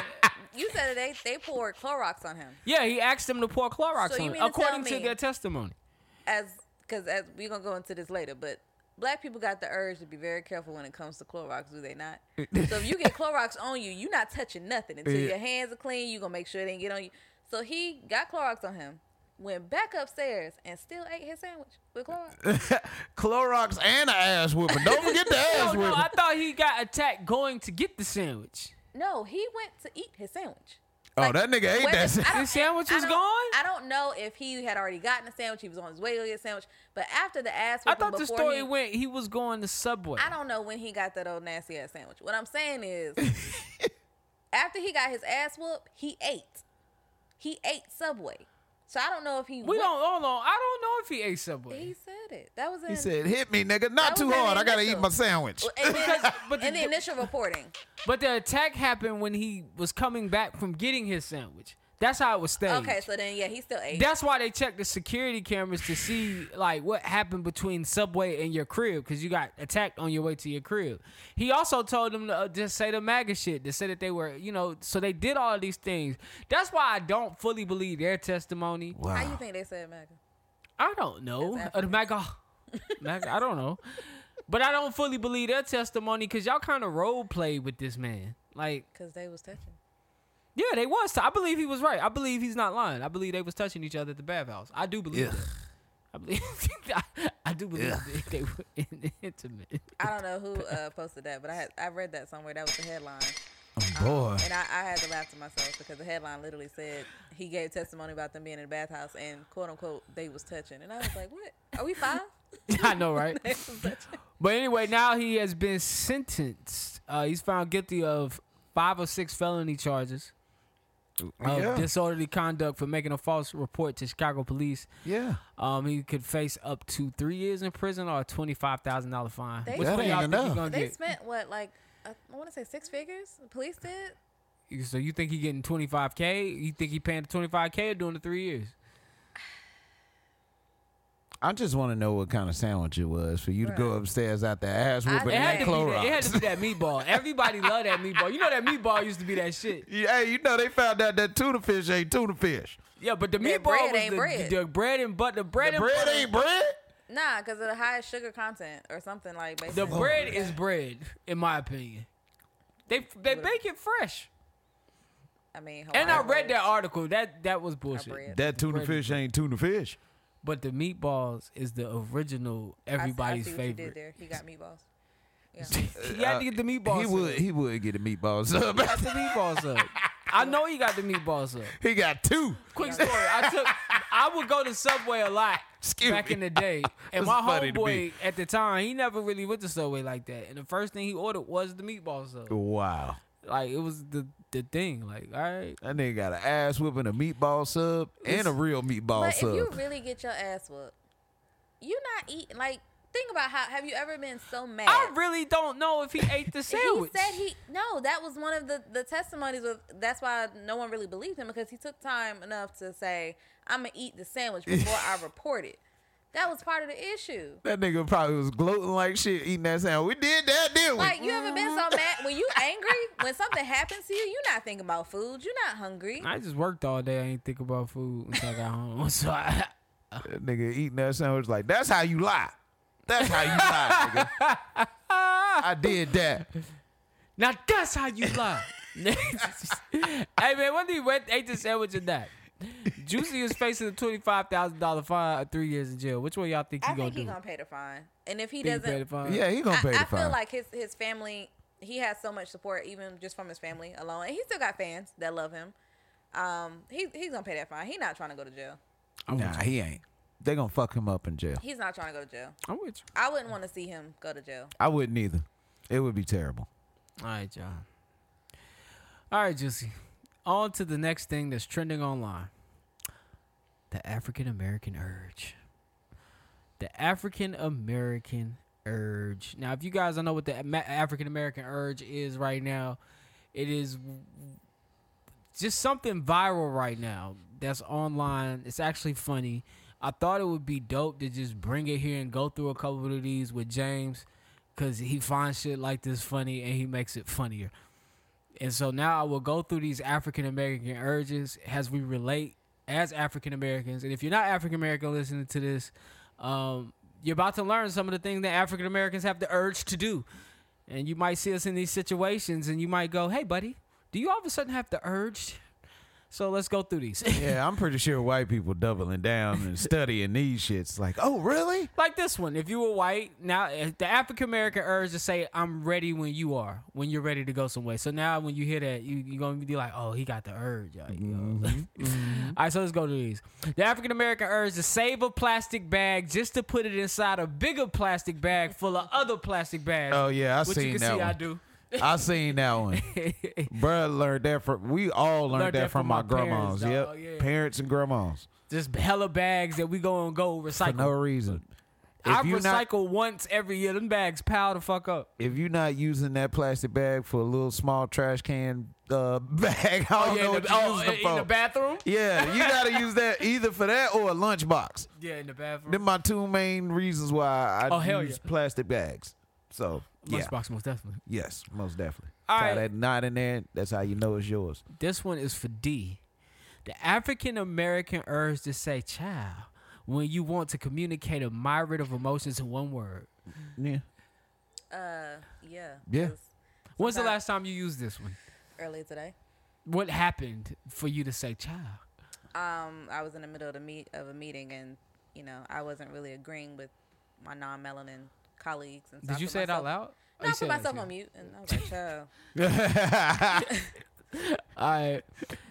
[SPEAKER 6] You said that they they poured Clorox on him
[SPEAKER 3] Yeah, he asked them to pour Clorox
[SPEAKER 6] So you
[SPEAKER 3] on
[SPEAKER 6] mean
[SPEAKER 3] it,
[SPEAKER 6] to
[SPEAKER 3] according
[SPEAKER 6] tell
[SPEAKER 3] to
[SPEAKER 6] me-
[SPEAKER 3] their testimony.
[SPEAKER 6] as because as we're gonna go into this later, but black people got the urge to be very careful when it comes to Clorox, do they not? so if you get Clorox on you, you're not touching nothing until
[SPEAKER 2] Yeah.
[SPEAKER 6] your hands are clean. You gonna make sure it didn't get on you. So he got Clorox on him, went back upstairs and still ate his sandwich with Clorox.
[SPEAKER 2] Clorox and an ass whooping. Don't forget the
[SPEAKER 3] No,
[SPEAKER 2] ass
[SPEAKER 3] Oh, no,
[SPEAKER 2] whooping.
[SPEAKER 3] I thought he got attacked going to get the sandwich.
[SPEAKER 6] no, he went to eat his sandwich.
[SPEAKER 2] Oh, that nigga ate
[SPEAKER 6] Whether-
[SPEAKER 2] that. shit.
[SPEAKER 6] I don't-
[SPEAKER 3] His sandwich
[SPEAKER 6] I
[SPEAKER 3] was
[SPEAKER 6] don't-
[SPEAKER 3] gone?
[SPEAKER 6] I don't know if he had already gotten a sandwich. He was on his way to get a sandwich. But after the ass
[SPEAKER 3] I
[SPEAKER 6] whooping,
[SPEAKER 3] thought the
[SPEAKER 6] before
[SPEAKER 3] story
[SPEAKER 6] he-
[SPEAKER 3] went he was going to Subway.
[SPEAKER 6] I don't know when he got that old nasty ass sandwich. What I'm saying is, after he got his ass whooped, he ate. He ate Subway. So I don't know if he.
[SPEAKER 3] We
[SPEAKER 6] went-
[SPEAKER 3] don't hold on. I don't know if he ate Subway.
[SPEAKER 6] He said it. That was in.
[SPEAKER 2] He said, "Hit me, nigga.
[SPEAKER 6] That
[SPEAKER 2] Not too
[SPEAKER 6] was an
[SPEAKER 2] hard. I gotta eat
[SPEAKER 6] initial.
[SPEAKER 2] my sandwich."
[SPEAKER 6] And then,
[SPEAKER 3] but the-
[SPEAKER 6] in the initial reporting,
[SPEAKER 3] But the attack happened when he was coming back from getting his sandwich. That's how it was staged.
[SPEAKER 6] okay, so then yeah, he still ate.
[SPEAKER 3] That's why they check the security cameras to see like what happened between subway and your crib because you got attacked on your way to your crib. He also told them to uh, just say the MAGA shit to say that they were you know so they did all these things. That's why I don't fully believe their testimony.
[SPEAKER 6] How you think they said, Mac?
[SPEAKER 3] I don't know
[SPEAKER 6] That's
[SPEAKER 3] Uh, MAGA, MAGA. I don't know, but I don't fully believe their testimony because y'all kind of role played with this man. Like
[SPEAKER 6] Because they was touching.
[SPEAKER 3] yeah, they was. I believe he was right. I believe he's not lying. I believe they was touching each other at the bathhouse. I do believe that. I believe. I, I do believe that they were in- intimate.
[SPEAKER 6] I don't know who uh, posted that, but I had I read that somewhere. That was the headline.
[SPEAKER 2] Boy,
[SPEAKER 3] Uh.
[SPEAKER 6] And I, I had to laugh to myself because the headline literally said he gave testimony about them being in the bathhouse and quote unquote they was touching. And I was like, What? Are we five?
[SPEAKER 3] I know, right?
[SPEAKER 6] They was touching.
[SPEAKER 3] But anyway, now he has been sentenced. Uh, he's found guilty of five or six felony charges
[SPEAKER 6] Oh,
[SPEAKER 3] of
[SPEAKER 2] yeah,
[SPEAKER 3] disorderly conduct for making a false report to Chicago police.
[SPEAKER 2] yeah.
[SPEAKER 3] Um, he could face up to three years in prison or a twenty five thousand dollar fine.
[SPEAKER 6] They-
[SPEAKER 3] Which
[SPEAKER 6] That
[SPEAKER 3] one y'all
[SPEAKER 2] ain't
[SPEAKER 3] think he
[SPEAKER 2] enough.
[SPEAKER 3] gonna
[SPEAKER 6] they
[SPEAKER 3] get?
[SPEAKER 6] spent what, like uh, I wanna say six figures? The police did?
[SPEAKER 3] So you think he getting twenty five k? You think he paying the twenty five k or doing the three years?
[SPEAKER 2] I just want to know what kind of sandwich it was for you to go upstairs out there ass whooping
[SPEAKER 6] It
[SPEAKER 3] It had,
[SPEAKER 2] and
[SPEAKER 6] had
[SPEAKER 3] to
[SPEAKER 2] eat
[SPEAKER 3] be that, it had
[SPEAKER 2] Clorox.
[SPEAKER 3] to be that meatball. Everybody loved that meatball. You know that meatball used to be that shit.
[SPEAKER 2] Yeah, Hey, you know they found out that tuna fish ain't tuna fish.
[SPEAKER 3] Yeah, but the
[SPEAKER 6] That
[SPEAKER 3] meatball
[SPEAKER 6] bread
[SPEAKER 3] was
[SPEAKER 6] ain't
[SPEAKER 3] the,
[SPEAKER 6] bread.
[SPEAKER 3] the bread and butter. The bread and
[SPEAKER 2] Bread
[SPEAKER 3] butter.
[SPEAKER 2] ain't bread.
[SPEAKER 6] Nah, because of the high sugar content or something like
[SPEAKER 3] the
[SPEAKER 2] Oh,
[SPEAKER 6] basically.
[SPEAKER 3] bread is bread, in my opinion. They they bake it fresh.
[SPEAKER 6] I mean
[SPEAKER 3] And I
[SPEAKER 6] Hawaiian
[SPEAKER 3] read that
[SPEAKER 6] rolls
[SPEAKER 3] article. That that was bullshit.
[SPEAKER 6] are bread.
[SPEAKER 2] That tuna
[SPEAKER 3] Bread is
[SPEAKER 2] fish ain't tuna fish.
[SPEAKER 3] But the meatballs is the original
[SPEAKER 6] I see- I
[SPEAKER 3] everybody's
[SPEAKER 6] see what you did
[SPEAKER 3] favorite.
[SPEAKER 6] there. He got meatballs.
[SPEAKER 3] He had to get the meatballs.
[SPEAKER 2] Uh, He would.
[SPEAKER 3] up.
[SPEAKER 2] He would get a meatballs up.
[SPEAKER 3] got the meatballs up. I know he got the meatballs up.
[SPEAKER 2] he got two.
[SPEAKER 3] Quick story. I took. I would go to Subway a lot
[SPEAKER 2] Excuse
[SPEAKER 3] back
[SPEAKER 2] me.
[SPEAKER 3] in the day, and
[SPEAKER 2] This
[SPEAKER 3] my
[SPEAKER 2] is funny to
[SPEAKER 3] homeboy
[SPEAKER 2] me.
[SPEAKER 3] at the time he never really went to Subway like that. And the first thing he ordered was the meatballs. Sub.
[SPEAKER 2] Wow.
[SPEAKER 3] Like it was the the thing. Like all right,
[SPEAKER 2] That nigga got an ass whipping, a meatball sub, and a real meatball
[SPEAKER 3] Oh,
[SPEAKER 6] But if
[SPEAKER 2] sub.
[SPEAKER 6] you really get your ass whooped, you not eating like Think about how have you ever been so mad?
[SPEAKER 3] I really don't know if he ate the
[SPEAKER 6] he
[SPEAKER 3] sandwich.
[SPEAKER 6] said he no. That was one of the the testimonies. With that's why no one really believed him because he took time enough to say, "I'm gonna eat the sandwich before I report it." That was part of the issue.
[SPEAKER 4] That nigga probably was gloating like shit eating that sandwich. We did that, didn't we?
[SPEAKER 6] Like you ever been so mad when you angry when something happens to you? You're not thinking about food. You're not hungry.
[SPEAKER 3] I just worked all day. I ain't think about food until I got home. So I,
[SPEAKER 4] that nigga eating that sandwich like that's how you lie. That's how you lie, nigga. I did that.
[SPEAKER 3] now that's how you lie. hey man, when he went ate the sandwich and that. Juicy is facing a twenty five thousand dollar fine, or three years in jail. Which one y'all think he
[SPEAKER 6] I
[SPEAKER 3] gonna
[SPEAKER 6] think
[SPEAKER 3] do?
[SPEAKER 6] he's gonna pay the fine. And if he
[SPEAKER 3] Think he
[SPEAKER 6] doesn't,
[SPEAKER 3] pay the fine?
[SPEAKER 4] Yeah, he gonna
[SPEAKER 6] I,
[SPEAKER 4] pay the
[SPEAKER 6] I
[SPEAKER 4] fine.
[SPEAKER 6] feel like his his family. He has so much support, even just from his family alone, and he still got fans that love him. Um, he he's gonna pay that fine. He's not trying to go to jail.
[SPEAKER 3] I'm with
[SPEAKER 4] nah, he ain't. They gonna fuck him up in jail.
[SPEAKER 6] He's not trying to go to jail.
[SPEAKER 3] you. I'm with you.
[SPEAKER 6] I wouldn't want to see him go to jail.
[SPEAKER 4] I wouldn't either. It would be terrible.
[SPEAKER 3] All right, y'all. All right, Juicy. On to the next thing that's trending online the African American urge. The African American urge. Now, if you guys don't know what the African American urge is right now, it is just something viral right now that's online. It's actually funny. I thought it would be dope to just bring it here and go through a couple of these with James because he finds shit like this funny and he makes it funnier. And so now I will go through these African American urges as we relate as African Americans. And if you're not African American listening to this, um, you're about to learn some of the things that African Americans have the urge to do. And you might see us in these situations and you might go, hey, buddy, do you all of a sudden have the urge? So let's go through these.
[SPEAKER 4] Yeah, I'm pretty sure white people doubling down and studying these shits. Like, oh really?
[SPEAKER 3] like this one. If you were white, now eh, the African American urge to say "I'm ready" when you are, when you're ready to go somewhere. So now, when you hear that, you you gonna be like, "Oh, he got the urge." Like, yo.
[SPEAKER 4] Mm-hmm.
[SPEAKER 3] All right, so let's go to these. The African American urge to save a plastic bag just to put it inside a bigger plastic bag full of other plastic bags.
[SPEAKER 4] Oh yeah, I
[SPEAKER 3] which
[SPEAKER 4] seen
[SPEAKER 3] you can
[SPEAKER 4] that
[SPEAKER 3] see
[SPEAKER 4] one.
[SPEAKER 3] I do.
[SPEAKER 4] I seen that one. Bruh learned that from we all learned, that, from, my,
[SPEAKER 3] parents,
[SPEAKER 4] grandmas.
[SPEAKER 3] dog,
[SPEAKER 4] yep.
[SPEAKER 3] yeah.
[SPEAKER 4] Parents and grandmas.
[SPEAKER 3] Just hella bags that we go and go
[SPEAKER 4] For
[SPEAKER 3] recycle.
[SPEAKER 4] no reason.
[SPEAKER 3] I
[SPEAKER 4] you not-
[SPEAKER 3] recycle once every year. Them bags pile the fuck up.
[SPEAKER 4] if you're not using that plastic bag for a little small trash can uh, bag, I don't
[SPEAKER 3] yeah,
[SPEAKER 4] know
[SPEAKER 3] in
[SPEAKER 4] what
[SPEAKER 3] the,
[SPEAKER 4] you
[SPEAKER 3] oh,
[SPEAKER 4] use
[SPEAKER 3] in
[SPEAKER 4] it for. E
[SPEAKER 3] the bathroom.
[SPEAKER 4] yeah, you gotta use that either for that or a lunchbox.
[SPEAKER 3] Yeah, in the bathroom.
[SPEAKER 4] Them my two main reasons why I
[SPEAKER 3] Oh, hell
[SPEAKER 4] use
[SPEAKER 3] yeah.
[SPEAKER 4] plastic bags. So yeah,
[SPEAKER 3] Lunchbox most definitely.
[SPEAKER 4] yes, most definitely.
[SPEAKER 3] All
[SPEAKER 4] Tie
[SPEAKER 3] right.
[SPEAKER 4] that knot in there. That's how you know it's yours.
[SPEAKER 3] This one is for D. The African American urge to say child when you want to communicate a myriad of emotions in one word.
[SPEAKER 4] Yeah,
[SPEAKER 6] Uh, yeah.
[SPEAKER 4] Yeah.
[SPEAKER 6] 'cause
[SPEAKER 3] When's the
[SPEAKER 6] Sometimes-
[SPEAKER 3] last time you used this one?
[SPEAKER 6] Earlier today,
[SPEAKER 3] What happened for you to say child?
[SPEAKER 6] um, I was in the middle of the meet of a meeting, and you know, I wasn't really agreeing with my non-melanin colleagues. And so I
[SPEAKER 3] Did you
[SPEAKER 6] put
[SPEAKER 3] say it out
[SPEAKER 6] myself-
[SPEAKER 3] loud?
[SPEAKER 6] No, I put myself on mute, and I was like, "Child,
[SPEAKER 3] All right.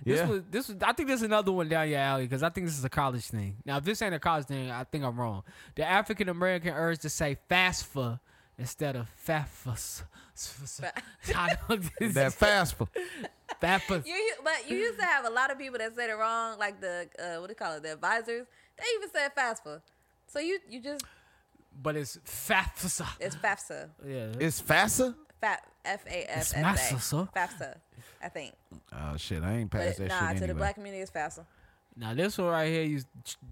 [SPEAKER 3] This
[SPEAKER 4] Yeah.
[SPEAKER 3] was this was I think this is another one down your alley because I think this is a college thing. Now if this ain't a college thing, I think I'm wrong. The African American urge to say FAFSA instead of FAFSA.
[SPEAKER 4] that FAFSA.
[SPEAKER 3] FAFSA.
[SPEAKER 6] you." u- But you used to have a lot of people that said it wrong, like the uh, what do you call it, the advisors. They even said FAFSA. So you you just
[SPEAKER 3] but it's FAFSA.
[SPEAKER 6] it's FAFSA,
[SPEAKER 3] Yeah.
[SPEAKER 4] It's FAFSA.
[SPEAKER 6] Fa- F A F
[SPEAKER 3] It's
[SPEAKER 6] S
[SPEAKER 3] FAFSA.
[SPEAKER 6] A, FAFSA, I think.
[SPEAKER 4] Oh shit, I ain't
[SPEAKER 6] But
[SPEAKER 4] passed that
[SPEAKER 6] nah, to
[SPEAKER 4] shit
[SPEAKER 6] the
[SPEAKER 4] anyway.
[SPEAKER 6] black community, it's FAFSA.
[SPEAKER 3] Now this one right here is,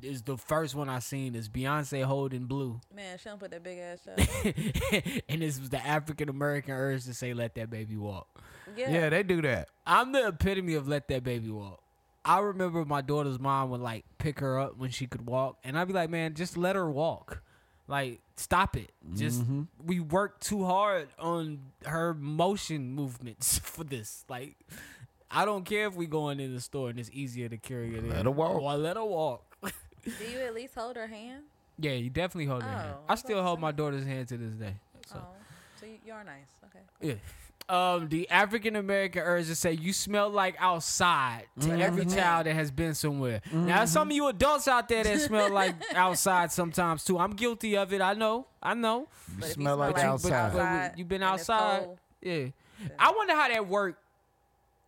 [SPEAKER 3] is the first one I seen is Beyonce holding blue,
[SPEAKER 6] Man, she don't put that big ass shit.
[SPEAKER 3] and this was the African American urge to say "Let that baby walk."
[SPEAKER 4] yeah, they do that.
[SPEAKER 3] I'm the epitome of "Let that baby walk." I remember my daughter's mom would like pick her up when she could walk, and I'd be like, "Man, just let her walk. Like, stop it. Just
[SPEAKER 4] Mm-hmm.
[SPEAKER 3] we worked too hard on her motion movements for this. Like, I don't care if we going in the store and it's easier to carry it in.
[SPEAKER 4] Let her walk.
[SPEAKER 3] Or let her walk."
[SPEAKER 6] Do you at least hold her hand?
[SPEAKER 3] Yeah, you definitely hold her hand.
[SPEAKER 6] Oh,
[SPEAKER 3] I
[SPEAKER 6] I
[SPEAKER 3] still
[SPEAKER 6] thought
[SPEAKER 3] hold my daughter's hand to this day. So
[SPEAKER 6] Oh, so you, you are nice. Okay.
[SPEAKER 3] yeah. Um, the African American urge to say you smell like outside to every child that has been somewhere. Now, there's some of you adults out there that smell like outside sometimes too. I'm guilty of it. I know. I know.
[SPEAKER 6] But if you
[SPEAKER 4] smell like
[SPEAKER 3] But you- but-
[SPEAKER 4] outside.
[SPEAKER 3] but you've been
[SPEAKER 6] and it's
[SPEAKER 3] outside.
[SPEAKER 6] cold,
[SPEAKER 3] Yeah. I wonder how that worked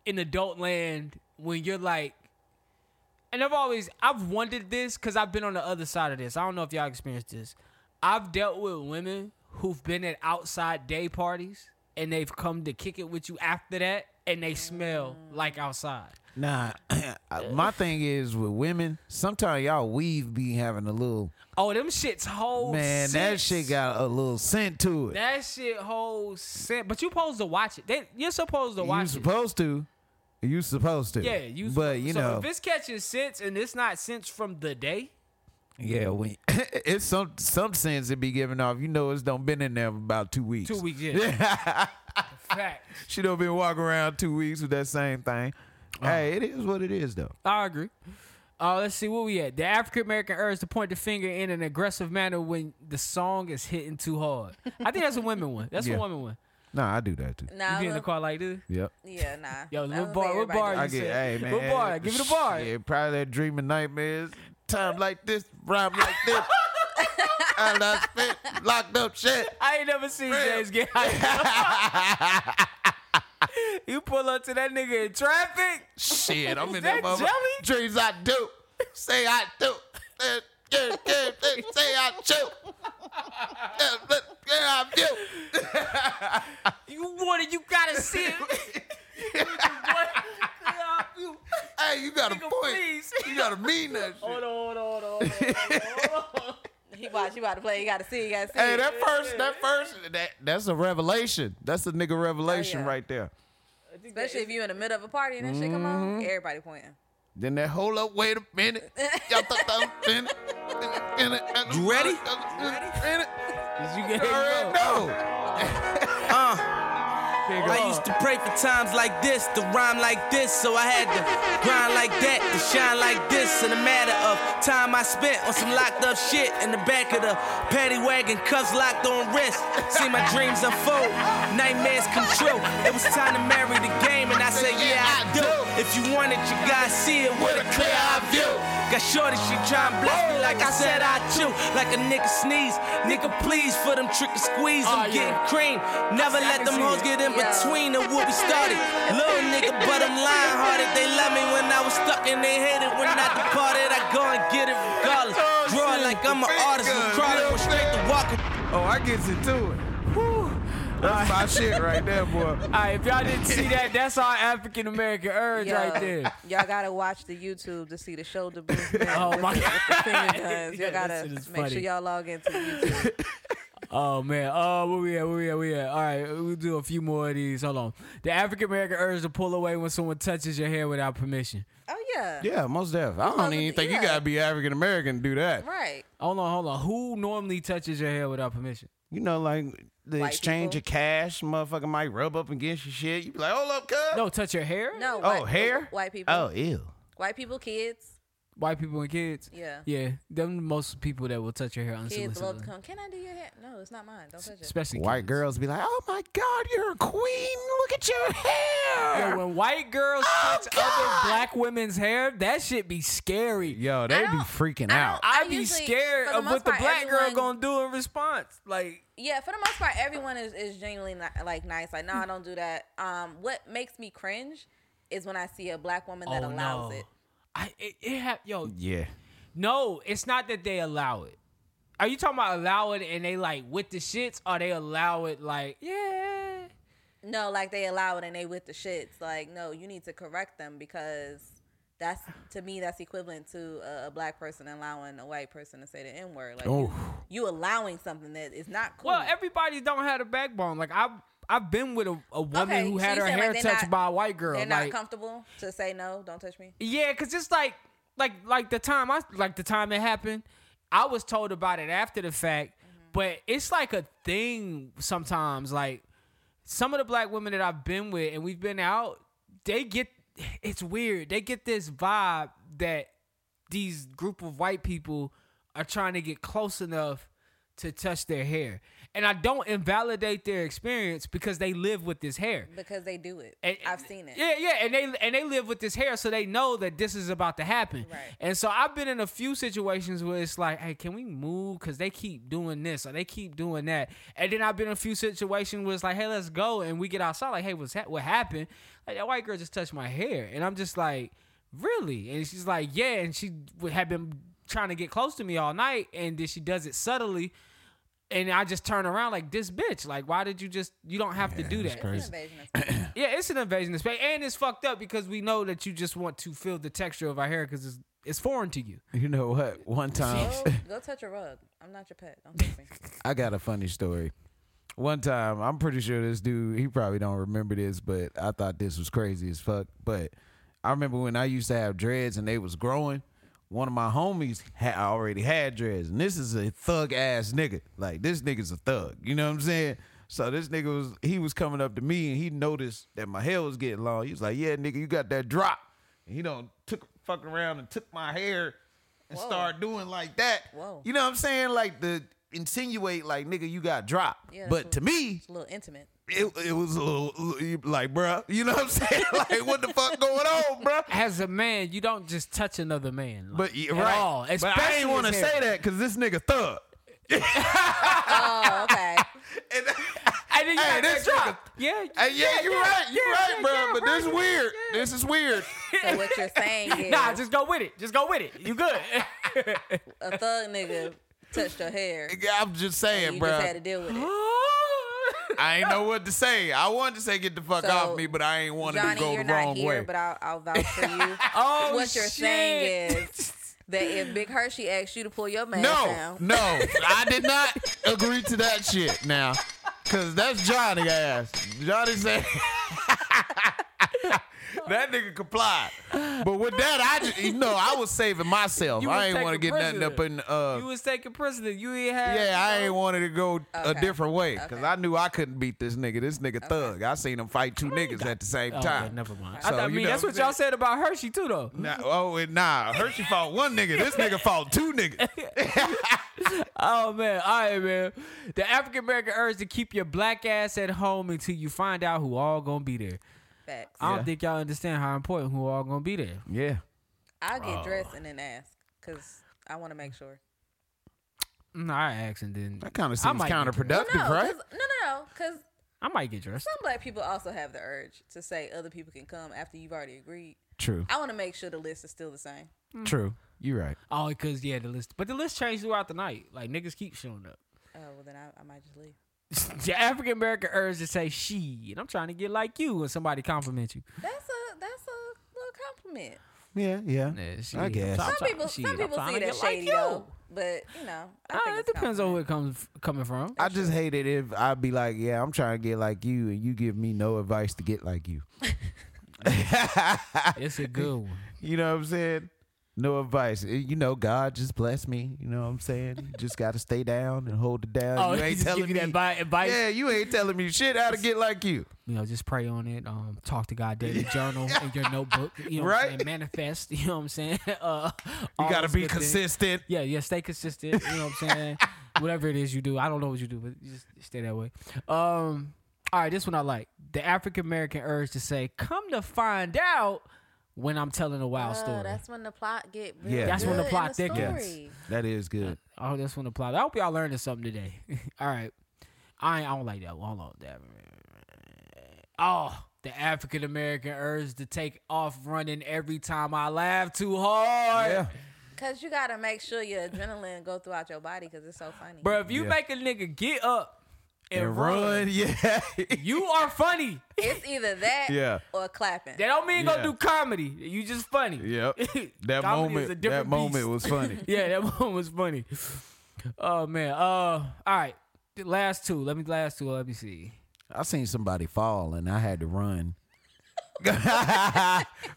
[SPEAKER 3] in adult land when you're like, and I've always I've wondered this because I've been on the other side of this. I don't know if y'all experienced this. I've dealt with women who've been at outside day parties and they've come to kick it with you after that and they smell like outside.
[SPEAKER 4] Nah, my thing is with women. Sometimes y'all weave be having a little
[SPEAKER 3] Oh, them shits whole
[SPEAKER 4] man. That shit got a little scent to it.
[SPEAKER 3] that shit whole scent. But you supposed to watch it. They, you're supposed to
[SPEAKER 4] you
[SPEAKER 3] watch it.
[SPEAKER 4] supposed to. You supposed to.
[SPEAKER 3] Yeah, you.
[SPEAKER 4] But you
[SPEAKER 3] so
[SPEAKER 4] know,
[SPEAKER 3] if it's catching scents and it's not scents from the day,
[SPEAKER 4] yeah, when it's some some scents it be giving off. You know, it's don't been in there for about two weeks.
[SPEAKER 3] two weeks yeah. Fact.
[SPEAKER 4] She don't been walking around two weeks with that same thing.
[SPEAKER 3] Uh-huh.
[SPEAKER 4] Hey, it is what it is though.
[SPEAKER 3] I agree. Uh, let's see where we at. The African American urge to point the finger in an aggressive manner when the song is hitting too hard. I think that's a women one. That's
[SPEAKER 4] Yeah.
[SPEAKER 3] a women one.
[SPEAKER 4] Nah, I do that too.
[SPEAKER 6] Nah,
[SPEAKER 3] you be in the
[SPEAKER 6] look-
[SPEAKER 3] car like this.
[SPEAKER 4] Yep.
[SPEAKER 6] Yeah, nah.
[SPEAKER 3] Yo,
[SPEAKER 6] I don't
[SPEAKER 3] what bar-
[SPEAKER 6] think
[SPEAKER 3] what
[SPEAKER 6] everybody does
[SPEAKER 3] bar you
[SPEAKER 4] I
[SPEAKER 6] that.
[SPEAKER 4] get,
[SPEAKER 3] said-
[SPEAKER 4] hey man.
[SPEAKER 3] What bar? Give me the bar.
[SPEAKER 4] Shit, probably that dreaming nightmares. Time like this, rhyme like this. I done spent locked up shit.
[SPEAKER 3] I ain't never seen James get high. you pull up to that nigga in traffic.
[SPEAKER 4] Shit, I'm
[SPEAKER 3] that
[SPEAKER 4] in that mother-
[SPEAKER 3] jelly?
[SPEAKER 4] Dreams I do, say I do. Eh, yeah, yeah, yeah, Say I chew. Yeah, yeah, I do.
[SPEAKER 3] You want it? You gotta see it. you,
[SPEAKER 4] Hey, you got a
[SPEAKER 3] Nigga,
[SPEAKER 4] point.
[SPEAKER 3] please. Oh,
[SPEAKER 4] You gotta mean that shit.
[SPEAKER 3] hold on, hold on, hold on. Hold on.
[SPEAKER 6] He watch, you about to play. You got to see. You got to see.
[SPEAKER 4] Hey, that first, that first, that that's a revelation. That's a nigga revelation
[SPEAKER 6] yeah.
[SPEAKER 4] right there.
[SPEAKER 6] Especially if you in the middle of a party and that shit come
[SPEAKER 4] Mm-hmm.
[SPEAKER 6] on, everybody pointing.
[SPEAKER 4] Then that hold up, wait a minute. Y'all thought that was in it.
[SPEAKER 7] You ready?
[SPEAKER 3] Did you get
[SPEAKER 4] You already know.
[SPEAKER 7] I used to pray for times like this, to rhyme like this, so I had to grind like that, to shine like this. In a matter of time, I spent on some locked up shit in the back of the paddy wagon, cuffs locked on wrist. See my dreams unfold, nightmares come true. It was time to marry the game, and I said, Yeah, I do. If you want it, you gotta see it with a clear eye view. Got shorty, she tryna bless me like I said I do. Like a nigga sneeze, nigga please for them trick and squeeze.
[SPEAKER 3] Oh,
[SPEAKER 7] I'm
[SPEAKER 3] yeah.
[SPEAKER 7] getting cream. Never let them
[SPEAKER 3] see
[SPEAKER 7] hoes
[SPEAKER 3] it.
[SPEAKER 7] get in
[SPEAKER 6] Yeah.
[SPEAKER 7] between of what we started. Little nigga, but I'm lying hearted. They love me when I was stuck and they hated when I departed. I go and get it regardless. Draw it like I'm an artist. I'm crawling from straight to walking.
[SPEAKER 4] Oh, I gets into it. That's my shit right there, boy.
[SPEAKER 3] All right, if y'all didn't see that, that's our African American urge
[SPEAKER 6] Yo,
[SPEAKER 3] right there.
[SPEAKER 6] Y'all gotta watch the YouTube to see the shoulder movement.
[SPEAKER 3] Oh, my God.
[SPEAKER 6] Y'all
[SPEAKER 3] Yeah, that
[SPEAKER 6] gotta
[SPEAKER 3] shit
[SPEAKER 6] make
[SPEAKER 3] is funny.
[SPEAKER 6] sure y'all log into YouTube.
[SPEAKER 3] Oh man. Oh, where we at? Where we at? Where we at? All right, we'll do a few more of these. Hold on. The African American urge to pull away when someone touches your hair without permission.
[SPEAKER 6] Oh yeah.
[SPEAKER 4] Yeah, most definitely. I don't
[SPEAKER 6] supposed to
[SPEAKER 4] even
[SPEAKER 6] do-
[SPEAKER 4] think you
[SPEAKER 6] yeah.
[SPEAKER 4] gotta be African American to do that.
[SPEAKER 6] Right.
[SPEAKER 3] Hold on, hold on. Who normally touches your hair without permission?
[SPEAKER 4] You know, like the
[SPEAKER 6] White
[SPEAKER 4] exchange
[SPEAKER 6] people.
[SPEAKER 4] of cash, motherfucker might rub up against your shit. You be like, hold up, cuz.
[SPEAKER 3] No, touch your hair.
[SPEAKER 6] No.
[SPEAKER 4] Oh,
[SPEAKER 6] white,
[SPEAKER 4] hair?
[SPEAKER 6] White people.
[SPEAKER 4] Oh, ew.
[SPEAKER 6] White people, kids.
[SPEAKER 3] White people and kids.
[SPEAKER 6] Yeah.
[SPEAKER 3] Yeah, them the most people that will touch your hair
[SPEAKER 6] Kids love to
[SPEAKER 3] unsolicited.
[SPEAKER 6] come. Can I do your hair? No, it's not mine. Don't touch it.
[SPEAKER 3] Especially
[SPEAKER 4] White
[SPEAKER 3] kids.
[SPEAKER 4] girls be like, oh my God, you're a queen. Look at your hair.
[SPEAKER 3] Yeah, when white girls
[SPEAKER 4] Oh,
[SPEAKER 3] touch
[SPEAKER 4] God.
[SPEAKER 3] other black women's hair, that should be scary.
[SPEAKER 4] Yo, they be
[SPEAKER 6] don't-
[SPEAKER 4] freaking
[SPEAKER 6] I
[SPEAKER 4] out.
[SPEAKER 6] don't-
[SPEAKER 3] I'd
[SPEAKER 6] I
[SPEAKER 3] be
[SPEAKER 6] usually-
[SPEAKER 3] scared
[SPEAKER 6] for the
[SPEAKER 3] of
[SPEAKER 6] most
[SPEAKER 3] what the
[SPEAKER 6] part,
[SPEAKER 3] black girl
[SPEAKER 6] everyone-
[SPEAKER 3] gonna do in response. Like,
[SPEAKER 6] Yeah, for the most part, everyone is, is genuinely ni- like nice. Like, no, I don't do that. Um, what makes me cringe is when I see a black woman that
[SPEAKER 3] oh
[SPEAKER 6] allows
[SPEAKER 3] no.
[SPEAKER 6] it.
[SPEAKER 3] I it, it ha- yo
[SPEAKER 4] Yeah.
[SPEAKER 3] no, it's not that they allow it. Are you talking about allow it and they like with the shits? Or they allow it like yeah?
[SPEAKER 6] No, like they allow it and they with the shits. Like, no, you need to correct them because that's to me that's equivalent to a, a black person allowing a white person to say the n word. Like, you, you allowing something that is not cool.
[SPEAKER 3] Well, everybody don't have a backbone. Like I. I've been with a, a woman
[SPEAKER 6] Okay,
[SPEAKER 3] who
[SPEAKER 6] so
[SPEAKER 3] had
[SPEAKER 6] you
[SPEAKER 3] her
[SPEAKER 6] saying,
[SPEAKER 3] hair
[SPEAKER 6] like, they're
[SPEAKER 3] touched
[SPEAKER 6] not-
[SPEAKER 3] by a white girl.
[SPEAKER 6] They're
[SPEAKER 3] like,
[SPEAKER 6] not comfortable to say no. Don't touch me.
[SPEAKER 3] Yeah, cause it's like, like, like the time I like the time it happened, I was told about it after the fact, but it's like a thing sometimes. Like some of the black women that I've been with and we've been out, they get it's weird. They get this vibe that these group of white people are trying to get close enough to touch their hair, and I don't invalidate their experience because they live with this hair.
[SPEAKER 6] Because they do it.
[SPEAKER 3] And-
[SPEAKER 6] I've seen it.
[SPEAKER 3] Yeah, yeah, and they and they live with this hair, so they know that this is about to happen.
[SPEAKER 6] Right.
[SPEAKER 3] And so I've been in a few situations where it's like, hey, can we move? Because they keep doing this or they keep doing that. And then I've been in a few situations where it's like, hey, let's go, and we get outside. Like, hey, what's ha- what happened? Like that white girl just touched my hair, and I'm just like, really? And she's like, yeah, and she w- had been trying to get close to me all night, and then she does it subtly. and I just turn around like this bitch. Like, why did you just? You don't have to do that.
[SPEAKER 6] It's an invasion of space.
[SPEAKER 3] Yeah, it's an invasion of space, and it's fucked up because we know that you just want to feel the texture of our hair because it's it's foreign to you.
[SPEAKER 4] You know what? One time,
[SPEAKER 6] go, go touch a rug. I'm not your pet. Don't touch me.
[SPEAKER 4] I got a funny story. One time, I'm pretty sure this dude, he probably don't remember this, but I thought this was crazy as fuck. But I remember when I used to have dreads and they was growing, one of my homies had already had dreads. And this is a thug ass nigga. Like this nigga's a thug. You know what I'm saying? So this nigga was he was coming up to me and he noticed that my hair was getting long. He was like, Yeah, nigga, you got that drop. And he done took fucking around and took my hair and
[SPEAKER 6] Whoa.
[SPEAKER 4] started doing like that.
[SPEAKER 6] Whoa.
[SPEAKER 4] You know what I'm saying? Like the insinuate like nigga you got dropped
[SPEAKER 6] Yeah,
[SPEAKER 4] but
[SPEAKER 6] that's
[SPEAKER 4] to
[SPEAKER 6] what-
[SPEAKER 4] me
[SPEAKER 6] It's a little intimate.
[SPEAKER 4] it, it was a little like bruh you know what i'm saying like what the fuck going on bruh
[SPEAKER 3] As a man, you don't just touch another man, like,
[SPEAKER 4] but yeah,
[SPEAKER 3] at
[SPEAKER 4] right
[SPEAKER 3] all.
[SPEAKER 4] but i
[SPEAKER 3] especially
[SPEAKER 4] ain't want to
[SPEAKER 3] his hair.
[SPEAKER 4] say that because this nigga thug
[SPEAKER 6] Oh, okay.
[SPEAKER 4] and,
[SPEAKER 3] And then you
[SPEAKER 4] Hey,
[SPEAKER 3] got that
[SPEAKER 4] this
[SPEAKER 3] drop.
[SPEAKER 4] nigga-
[SPEAKER 3] Yeah,
[SPEAKER 4] and yeah, you're right you're
[SPEAKER 3] yeah,
[SPEAKER 4] right
[SPEAKER 3] yeah,
[SPEAKER 4] bruh
[SPEAKER 3] yeah,
[SPEAKER 4] but this
[SPEAKER 3] right.
[SPEAKER 4] weird this is weird
[SPEAKER 6] So what you're saying is
[SPEAKER 3] Nah, just go with it. Just go with it. You good?
[SPEAKER 6] a thug nigga touched your hair.
[SPEAKER 4] i'm just saying
[SPEAKER 6] You just had to
[SPEAKER 4] bruh
[SPEAKER 6] deal with it.
[SPEAKER 4] i ain't know what to say i wanted to say get the fuck
[SPEAKER 6] So,
[SPEAKER 4] off me but i ain't want to
[SPEAKER 6] Johnny,
[SPEAKER 4] go
[SPEAKER 6] you're
[SPEAKER 4] the
[SPEAKER 6] not
[SPEAKER 4] wrong
[SPEAKER 6] here,
[SPEAKER 4] way
[SPEAKER 6] but I'll, I'll vouch for you.
[SPEAKER 3] Oh,
[SPEAKER 6] what you're
[SPEAKER 3] shit.
[SPEAKER 6] saying is that if Big Hershey asks you to pull your man
[SPEAKER 4] No,
[SPEAKER 6] down,
[SPEAKER 4] no, I did not agree to that shit now. Cause that's Johnny ass. Johnny said that nigga complied. But with that, I just, you know I was saving myself.
[SPEAKER 3] You was
[SPEAKER 4] I ain't want to
[SPEAKER 3] taken
[SPEAKER 4] get nothing up in
[SPEAKER 3] prisoner.
[SPEAKER 4] uh
[SPEAKER 3] you was taken prisoner. You ain't had.
[SPEAKER 4] yeah, I ain't wanted to go a
[SPEAKER 6] Okay.
[SPEAKER 4] different way because
[SPEAKER 6] Okay.
[SPEAKER 4] I knew I couldn't beat this nigga. This nigga thug. I seen him fight two niggas at the same
[SPEAKER 3] Oh,
[SPEAKER 4] time.
[SPEAKER 3] okay, never mind.
[SPEAKER 4] So,
[SPEAKER 3] I, thought- I
[SPEAKER 4] you
[SPEAKER 3] mean,
[SPEAKER 4] know
[SPEAKER 3] that's
[SPEAKER 4] what
[SPEAKER 3] what
[SPEAKER 4] I'm
[SPEAKER 3] y'all said about Hershey too, though.
[SPEAKER 4] Nah, oh, and nah. Hershey fought one nigga. This nigga fought two niggas.
[SPEAKER 3] Oh man, all right, man. The African American urge to keep your black ass at home until you find out who all gonna be there.
[SPEAKER 6] facts.
[SPEAKER 3] I
[SPEAKER 4] Yeah.
[SPEAKER 3] don't think y'all understand how important who all gonna be there.
[SPEAKER 4] Yeah.
[SPEAKER 6] I'll
[SPEAKER 4] Oh.
[SPEAKER 6] get dressed and then ask because I want to make sure.
[SPEAKER 3] Mm, I asked and then
[SPEAKER 4] That kind of
[SPEAKER 3] I
[SPEAKER 4] seems
[SPEAKER 3] might get
[SPEAKER 6] Well,
[SPEAKER 4] counterproductive,
[SPEAKER 6] no, 'cause-
[SPEAKER 4] right?
[SPEAKER 6] no, no, no, because
[SPEAKER 3] I might get dressed.
[SPEAKER 6] some black people also have the urge to say other people can come after you've already agreed.
[SPEAKER 4] True.
[SPEAKER 6] I want to make sure the list is still the same.
[SPEAKER 4] True. You're right.
[SPEAKER 3] Mm. Oh, cause yeah, the list, but the list changed throughout the night. Like niggas keep showing up.
[SPEAKER 6] Oh well, then I, I might just leave.
[SPEAKER 3] the African American urge to say she, and I'm trying to get like you, and somebody compliment you.
[SPEAKER 6] That's a that's a little compliment.
[SPEAKER 4] Yeah, yeah. I guess.
[SPEAKER 3] I'm
[SPEAKER 6] Some
[SPEAKER 3] trying-
[SPEAKER 6] people
[SPEAKER 3] she,
[SPEAKER 6] some
[SPEAKER 3] I'm
[SPEAKER 6] people see
[SPEAKER 3] trying to
[SPEAKER 6] that
[SPEAKER 3] get like
[SPEAKER 6] shady
[SPEAKER 3] you.
[SPEAKER 6] though, but you know, I
[SPEAKER 3] Uh,
[SPEAKER 6] think
[SPEAKER 3] it
[SPEAKER 6] it's a
[SPEAKER 3] depends on where
[SPEAKER 6] compliment.
[SPEAKER 3] it comes coming from.
[SPEAKER 4] I just hate it if I'd be like, yeah, I'm trying to get like you, and you give me no advice to get like you.
[SPEAKER 3] It's a good one.
[SPEAKER 4] You know what I'm saying? No advice. Eh, You know, God just bless me. You know what I'm saying? You just got to stay down and hold it down.
[SPEAKER 3] Oh,
[SPEAKER 4] you
[SPEAKER 3] he
[SPEAKER 4] ain't
[SPEAKER 3] just
[SPEAKER 4] telling
[SPEAKER 3] give you
[SPEAKER 4] me
[SPEAKER 3] that advi- advice?
[SPEAKER 4] Yeah, you ain't telling me shit how to get like you.
[SPEAKER 3] you know, just pray on it. Um, talk to God daily, journal in your notebook. You know, what I'm
[SPEAKER 4] Right.
[SPEAKER 3] saying? manifest. You know what I'm saying? Uh,
[SPEAKER 4] You
[SPEAKER 3] all
[SPEAKER 4] got to
[SPEAKER 3] those
[SPEAKER 4] be
[SPEAKER 3] good things.
[SPEAKER 4] consistent.
[SPEAKER 3] Yeah, yeah. Stay consistent. You know what I'm saying? Whatever it is you do, I don't know what you do, but just stay that way. Um, all right, this one I like. The African American urge to say, "Come to find out," when I'm telling a wild
[SPEAKER 6] Oh,
[SPEAKER 3] story.
[SPEAKER 6] that's when the plot get real
[SPEAKER 4] Yeah. That's
[SPEAKER 3] when the
[SPEAKER 6] good in
[SPEAKER 3] plot thickens.
[SPEAKER 6] story.
[SPEAKER 4] That is good.
[SPEAKER 3] Oh, that's when the plot. I hope y'all learned something today. All right, I I don't like that. one. Hold on, that. Oh, the African American urge to take off running every time I laugh too hard.
[SPEAKER 4] Yeah.
[SPEAKER 6] Cause you gotta make sure your adrenaline go throughout your body because it's so funny.
[SPEAKER 3] bro. If you
[SPEAKER 4] Yeah.
[SPEAKER 3] make a nigga get up and,
[SPEAKER 4] And
[SPEAKER 3] run,
[SPEAKER 4] run. Yeah.
[SPEAKER 3] you are funny.
[SPEAKER 6] It's either that
[SPEAKER 4] Yeah.
[SPEAKER 6] or clapping.
[SPEAKER 3] That don't mean
[SPEAKER 4] Yeah.
[SPEAKER 3] go do comedy. You just funny.
[SPEAKER 4] yep. That
[SPEAKER 3] Comedy is a
[SPEAKER 4] moment. That
[SPEAKER 3] different
[SPEAKER 4] moment
[SPEAKER 3] beast.
[SPEAKER 4] was funny.
[SPEAKER 3] yeah, that one was funny. Oh man. Uh, all right. The last two. Let me last two. Let me see.
[SPEAKER 4] I seen somebody fall and I had to run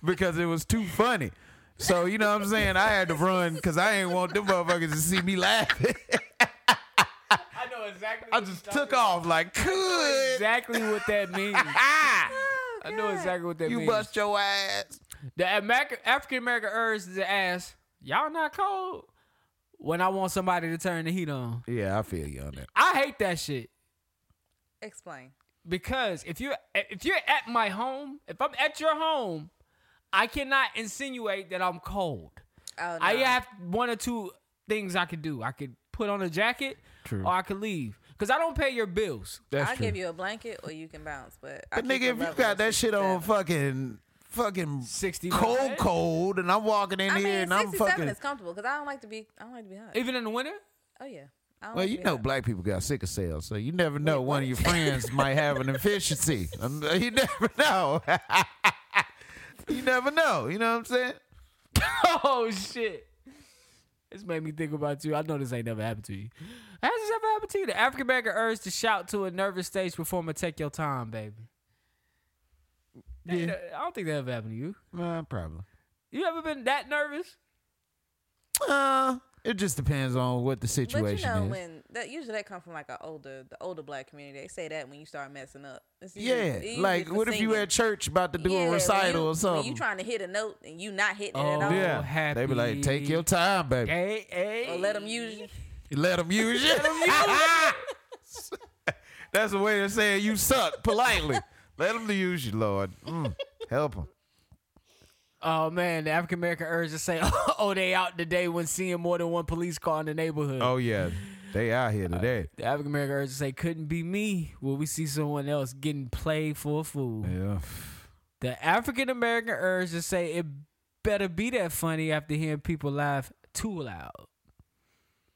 [SPEAKER 4] because it was too funny. So you know what I'm saying? I had to run because I ain't want them motherfuckers to see me laughing.
[SPEAKER 3] I know exactly.
[SPEAKER 4] I just took off like could
[SPEAKER 3] exactly what that means. Ah, I know exactly what that
[SPEAKER 4] you
[SPEAKER 3] means.
[SPEAKER 4] bust your ass.
[SPEAKER 3] The African American urge to ask, y'all not cold? When I want somebody to turn the heat on.
[SPEAKER 4] Yeah, I feel you on that.
[SPEAKER 3] I hate that shit.
[SPEAKER 6] Explain.
[SPEAKER 3] Because if you're if you're at my home, if I'm at your home, I cannot insinuate that I'm cold.
[SPEAKER 6] Oh, no.
[SPEAKER 3] I have one or two things I could do. I could put on a jacket
[SPEAKER 4] True.
[SPEAKER 3] or I could leave. Because I don't pay your bills.
[SPEAKER 4] That's
[SPEAKER 6] I'll give you a blanket or you can bounce. But, I
[SPEAKER 4] but
[SPEAKER 6] keep
[SPEAKER 4] nigga,
[SPEAKER 6] a
[SPEAKER 4] if you
[SPEAKER 6] level
[SPEAKER 4] got
[SPEAKER 6] of
[SPEAKER 4] that shit on
[SPEAKER 6] 67.
[SPEAKER 4] fucking fucking
[SPEAKER 3] 61.
[SPEAKER 4] cold, cold, and I'm walking in
[SPEAKER 6] I
[SPEAKER 4] here
[SPEAKER 6] mean,
[SPEAKER 4] and I'm
[SPEAKER 6] sixty-seven
[SPEAKER 4] fucking
[SPEAKER 6] is comfortable because I don't like to be. I don't like to be hot.
[SPEAKER 3] Even in the winter?
[SPEAKER 6] oh yeah. I don't
[SPEAKER 4] Well,
[SPEAKER 6] think
[SPEAKER 4] you
[SPEAKER 6] we
[SPEAKER 4] know,
[SPEAKER 6] have-
[SPEAKER 4] black people got sickle cell, so you never know. One of your friends might have an efficiency. Um, you never know. you never know. You know what I'm saying?
[SPEAKER 3] oh shit. This made me think about you. I know this ain't never happened to you. Has this ever happened to you? The African American urge to shout to a nervous stage performer, take your time, baby. Yeah. I don't think that ever happened to you.
[SPEAKER 4] Uh, probably.
[SPEAKER 3] You ever been that nervous?
[SPEAKER 4] Uh, it just depends on what the
[SPEAKER 6] But
[SPEAKER 4] situation
[SPEAKER 6] you know
[SPEAKER 4] is.
[SPEAKER 6] when that usually that come from like an older the older black community. They say that when you start messing up. It's usually-
[SPEAKER 4] yeah,
[SPEAKER 6] it's usually
[SPEAKER 4] like
[SPEAKER 6] for
[SPEAKER 4] what if you
[SPEAKER 6] singing.
[SPEAKER 4] at church about to do
[SPEAKER 6] Yeah,
[SPEAKER 4] a
[SPEAKER 6] when
[SPEAKER 4] recital
[SPEAKER 6] you-
[SPEAKER 4] or
[SPEAKER 6] When
[SPEAKER 4] something?
[SPEAKER 6] you trying to hit a note and you not hitting it
[SPEAKER 3] Oh,
[SPEAKER 6] at all.
[SPEAKER 4] yeah,
[SPEAKER 3] happy.
[SPEAKER 4] they be like, take your time, baby.
[SPEAKER 3] Hey, hey.
[SPEAKER 6] Or let them use you.
[SPEAKER 4] Let them use you. That's a way of saying you suck politely. Let them use you, Lord. Mm, help them.
[SPEAKER 3] Oh man, the African American urge to say, "Oh, they out today" when seeing more than one police car in the neighborhood.
[SPEAKER 4] Oh yeah, they out here today.
[SPEAKER 3] The African American urge to say, "Couldn't be me." Will we see someone else getting played for a fool?
[SPEAKER 4] Yeah.
[SPEAKER 3] The African American urge to say, "It better be that funny" after hearing people laugh too loud.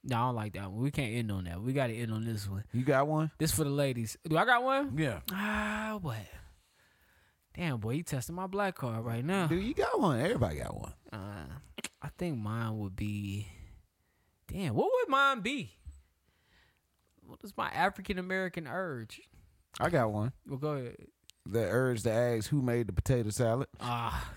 [SPEAKER 3] No, I don't like that one. We can't end on that. We got to end on this one.
[SPEAKER 4] You got one?
[SPEAKER 3] This for the ladies. Do I got one?
[SPEAKER 4] Yeah.
[SPEAKER 3] Ah, what? Damn, boy, you testing my black card right now.
[SPEAKER 4] Dude, you got one. Everybody got one.
[SPEAKER 3] I think mine would be. Damn, what would mine be? What is my African American urge?
[SPEAKER 4] I got one.
[SPEAKER 3] Well, go ahead.
[SPEAKER 4] The urge to ask who made the potato salad.
[SPEAKER 3] Ah,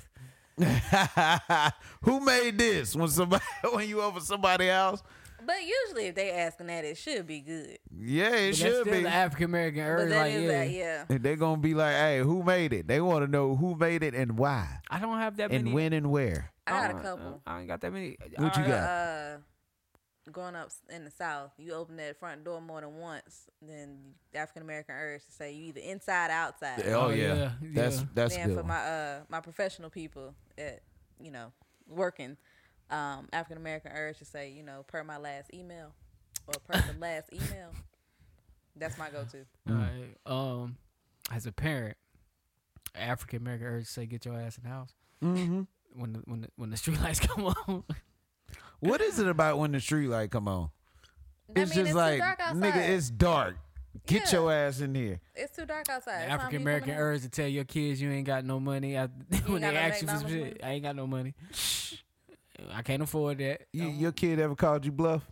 [SPEAKER 4] who made this? When somebody when you over somebody else?
[SPEAKER 6] But usually if they asking that, it should be good.
[SPEAKER 4] Yeah, it
[SPEAKER 3] but that's
[SPEAKER 4] should
[SPEAKER 3] still
[SPEAKER 4] be.
[SPEAKER 3] the African American
[SPEAKER 6] But
[SPEAKER 3] urge.
[SPEAKER 6] that
[SPEAKER 3] Like,
[SPEAKER 6] is
[SPEAKER 3] yeah.
[SPEAKER 6] that, yeah.
[SPEAKER 4] They're gonna be like, hey, who made it? They wanna know who made it and why.
[SPEAKER 3] I don't have that
[SPEAKER 4] And
[SPEAKER 3] many.
[SPEAKER 4] when and where.
[SPEAKER 6] I got a
[SPEAKER 3] Uh,
[SPEAKER 6] couple.
[SPEAKER 3] I ain't got that many.
[SPEAKER 4] What you
[SPEAKER 3] Alright,
[SPEAKER 4] got?
[SPEAKER 6] Uh, growing up in the South, you open that front door more than once, then African American urge to say you either inside or outside.
[SPEAKER 4] Oh,
[SPEAKER 3] Oh,
[SPEAKER 4] yeah.
[SPEAKER 3] yeah,
[SPEAKER 4] That's
[SPEAKER 3] yeah.
[SPEAKER 4] that's
[SPEAKER 6] then
[SPEAKER 4] good.
[SPEAKER 6] for
[SPEAKER 4] one.
[SPEAKER 6] my uh my professional people at you know working um african american urge to say you know per my last email or per the last email that's my go-to
[SPEAKER 3] alright. Um, as a parent, African American urge to say, "Get your ass in the house." Mm-hmm. When the, when the, when the street lights come on,
[SPEAKER 4] What is it about when the street light come on?
[SPEAKER 6] I
[SPEAKER 4] It's
[SPEAKER 6] mean,
[SPEAKER 4] just
[SPEAKER 6] it's
[SPEAKER 4] like
[SPEAKER 6] too dark outside.
[SPEAKER 4] nigga, it's dark. Get
[SPEAKER 6] Yeah.
[SPEAKER 4] your ass in here.
[SPEAKER 6] it's too dark outside It's time for you
[SPEAKER 3] African
[SPEAKER 6] to
[SPEAKER 3] American
[SPEAKER 6] come in.
[SPEAKER 3] urge to tell your kids you ain't got no money after, when
[SPEAKER 6] got
[SPEAKER 3] they
[SPEAKER 6] no
[SPEAKER 3] ask you for some
[SPEAKER 6] McDonald's
[SPEAKER 3] shit. I ain't got no money. I can't afford that.
[SPEAKER 4] You, your kid ever called you bluff?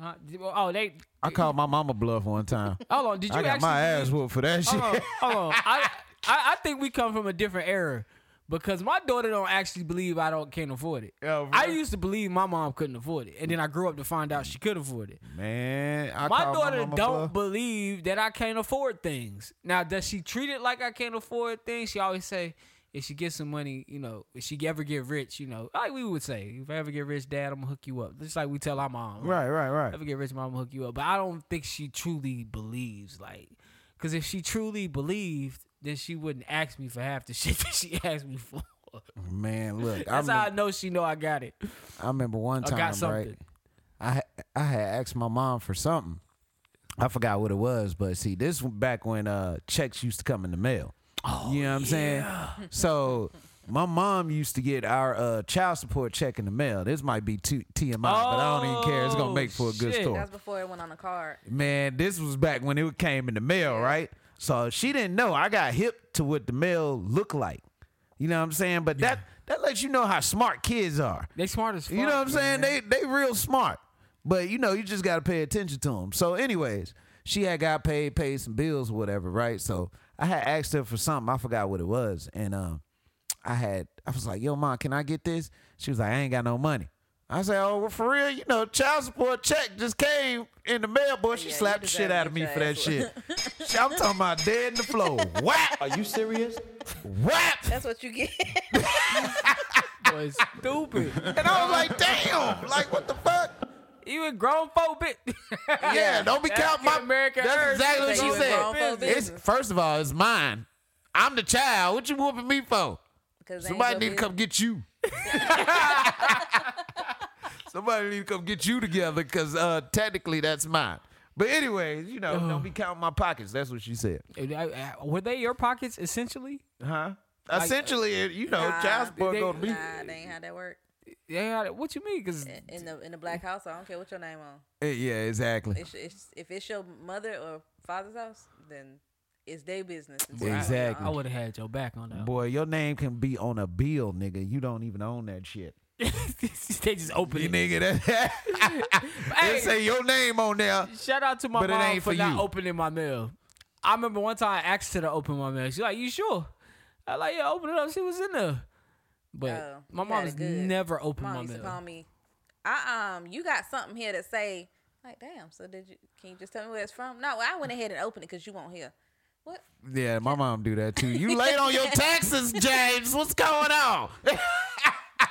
[SPEAKER 3] Huh? Oh, they.
[SPEAKER 4] I called my mama bluff one time.
[SPEAKER 3] Hold on. Did you
[SPEAKER 4] I got
[SPEAKER 3] actually?
[SPEAKER 4] my ass whooped for that shit.
[SPEAKER 3] Hold on. Hold on. I, I I think we come from a different era because my daughter don't actually believe I don't can't afford it.
[SPEAKER 4] Yeah,
[SPEAKER 3] I
[SPEAKER 4] bro.
[SPEAKER 3] used to believe my mom couldn't afford it, and then I grew up to find out she could afford it.
[SPEAKER 4] Man, I
[SPEAKER 3] My
[SPEAKER 4] called
[SPEAKER 3] daughter
[SPEAKER 4] mama
[SPEAKER 3] don't
[SPEAKER 4] bluff.
[SPEAKER 3] believe that I can't afford things. Now, does she treat it like I can't afford things? She always say, if she gets some money, you know, if she ever get rich, you know, like we would say, if I ever get rich, Dad, I'm gonna hook you up. Just like we tell our mom, like,
[SPEAKER 4] Right, right,
[SPEAKER 3] If I
[SPEAKER 4] right.
[SPEAKER 3] ever get rich, Mom, I'm gonna hook you up. But I don't think she truly believes, like, because if she truly believed, then she wouldn't ask me for half the shit that she asked me for.
[SPEAKER 4] Man, look, I
[SPEAKER 3] That's how I
[SPEAKER 4] remember,
[SPEAKER 3] know she know I got it.
[SPEAKER 4] I remember one
[SPEAKER 3] I
[SPEAKER 4] time,
[SPEAKER 3] Oh, got something.
[SPEAKER 4] right? I ha- I had asked my mom for something. I forgot what it was, but see, this was back when uh checks used to come in the mail. Oh, you know what I'm saying? So my mom used to get our uh, child support check in the mail. This might be too TMI, but I don't even care. It's gonna
[SPEAKER 3] Oh,
[SPEAKER 4] make for a good
[SPEAKER 3] shit.
[SPEAKER 4] story.
[SPEAKER 6] that's before it went on the card
[SPEAKER 4] Man, this was back when it came in the mail, right? So she didn't know. I got hip to what the mail looked like. You know what I'm saying? But that that lets you know how smart kids are.
[SPEAKER 3] They smart as fuck.
[SPEAKER 4] You know what I'm saying?
[SPEAKER 3] man.
[SPEAKER 4] They they real smart, but you know you just got to pay attention to them. So, anyways, she had got paid, paid some bills, or whatever, right? So I had asked her for something. I forgot what it was, and um, I had I was like, "Yo, mom, can I get this?" She was like, "I ain't got no money." I said, "Oh, well, for real, you know, child support check just came in the mail, boy. She
[SPEAKER 6] Yeah, you
[SPEAKER 4] slapped the shit
[SPEAKER 6] deserve
[SPEAKER 4] out of
[SPEAKER 6] to
[SPEAKER 4] me
[SPEAKER 6] get
[SPEAKER 4] for
[SPEAKER 6] your
[SPEAKER 4] that shit. I'm talking about dead in the floor. Whap! Are you serious? Whap!
[SPEAKER 6] that's what you get
[SPEAKER 3] Boy, stupid.
[SPEAKER 4] And I was like, "Damn! Like, what the fuck?"
[SPEAKER 3] Even grown folk bit.
[SPEAKER 4] Yeah, don't be counting my.
[SPEAKER 3] African American
[SPEAKER 4] that's
[SPEAKER 3] urge.
[SPEAKER 4] exactly what
[SPEAKER 6] They
[SPEAKER 4] she
[SPEAKER 6] was wrong
[SPEAKER 4] said.
[SPEAKER 6] for
[SPEAKER 4] It's
[SPEAKER 6] business.
[SPEAKER 4] first of all, it's mine. I'm the child. What you whooping me for?
[SPEAKER 6] 'Cause they ain't
[SPEAKER 4] Somebody
[SPEAKER 6] your
[SPEAKER 4] need to come
[SPEAKER 6] business.
[SPEAKER 4] get you. Somebody need to come get you together because uh, technically that's mine. But anyways, you know, don't be counting my pockets. That's what she said.
[SPEAKER 3] Were they your pockets essentially?
[SPEAKER 4] Huh? Essentially, you know, child support
[SPEAKER 3] they-
[SPEAKER 4] go to me.
[SPEAKER 6] nah they ain't how that work
[SPEAKER 3] Yeah, what you mean? Because
[SPEAKER 6] in the in the black house. I don't care what your name on.
[SPEAKER 4] Eh, Yeah, exactly.
[SPEAKER 6] It's, it's, if it's your mother or father's house, then it's their business. It's
[SPEAKER 4] Well,
[SPEAKER 6] not
[SPEAKER 4] exactly.
[SPEAKER 6] your
[SPEAKER 3] I
[SPEAKER 6] own.
[SPEAKER 3] would have had your back on that.
[SPEAKER 4] Boy, your name can be on a bill, nigga. You don't even own that shit.
[SPEAKER 3] they just open
[SPEAKER 4] You
[SPEAKER 3] it.
[SPEAKER 4] nigga, that
[SPEAKER 3] Hey.
[SPEAKER 4] it say your name on there.
[SPEAKER 3] Shout out to my
[SPEAKER 4] But it
[SPEAKER 3] mom
[SPEAKER 4] ain't
[SPEAKER 3] for,
[SPEAKER 4] for
[SPEAKER 3] not
[SPEAKER 4] you.
[SPEAKER 3] opening my mail. I remember one time I asked her to open my mail. She's like, "You sure?" I like, "Yeah, open it up. See what's in there." But
[SPEAKER 6] Oh,
[SPEAKER 3] my
[SPEAKER 6] you got
[SPEAKER 3] mom's
[SPEAKER 6] it good.
[SPEAKER 3] never opened
[SPEAKER 6] Mom
[SPEAKER 3] my
[SPEAKER 6] used to call
[SPEAKER 3] mail.
[SPEAKER 6] me. I um, you got something here that say like, damn. So did you? Can you just tell me where it's from? No, I went ahead and opened it because you won't hear. What?
[SPEAKER 4] Yeah, my mom do that too. You late on your taxes, James. What's going on?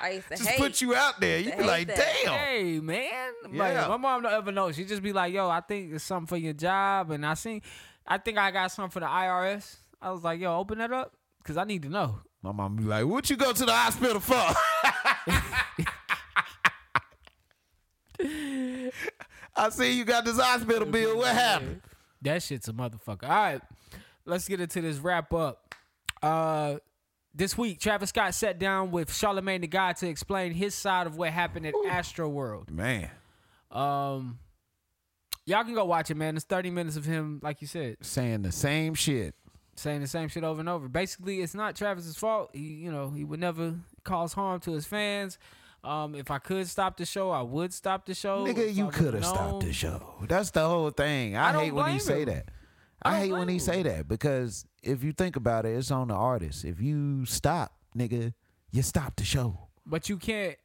[SPEAKER 6] I used to
[SPEAKER 4] Just
[SPEAKER 6] hate.
[SPEAKER 4] put you out there. You
[SPEAKER 6] I
[SPEAKER 4] be
[SPEAKER 6] hate
[SPEAKER 4] like,
[SPEAKER 6] that.
[SPEAKER 4] damn.
[SPEAKER 3] Hey man, Like,
[SPEAKER 4] Yeah.
[SPEAKER 3] my mom don't ever know. She just be like, "Yo, I think it's something for your job," and I seen, I think I got something for the IRS. I was like, "Yo, open that up," because I need to know.
[SPEAKER 4] My mom be like, what you go to the hospital for? I see you got this hospital bill. What happened?
[SPEAKER 3] That shit's a motherfucker. All right, let's get into this wrap up. Uh, this week, Travis Scott sat down with Charlemagne the God to explain his side of what happened at Astro World.
[SPEAKER 4] Man,
[SPEAKER 3] Um, y'all can go watch it, man. It's thirty minutes of him, like you said,
[SPEAKER 4] saying the same shit.
[SPEAKER 3] saying the same shit over and over. Basically, it's not Travis's fault. He, you know, he would never cause harm to his fans. Um, if I could stop the show, I would stop the show.
[SPEAKER 4] Nigga,
[SPEAKER 3] If
[SPEAKER 4] you
[SPEAKER 3] I
[SPEAKER 4] could have
[SPEAKER 3] would've
[SPEAKER 4] stopped
[SPEAKER 3] known-
[SPEAKER 4] the show. That's the whole thing. I,
[SPEAKER 3] I don't
[SPEAKER 4] hate when he
[SPEAKER 3] blame
[SPEAKER 4] say
[SPEAKER 3] him.
[SPEAKER 4] that.
[SPEAKER 3] I
[SPEAKER 4] I,
[SPEAKER 3] don't
[SPEAKER 4] hate when
[SPEAKER 3] blame
[SPEAKER 4] he say
[SPEAKER 3] him.
[SPEAKER 4] that because if you think about it, it's on the artist. If you stop, nigga, you stop the show.
[SPEAKER 3] But you can't.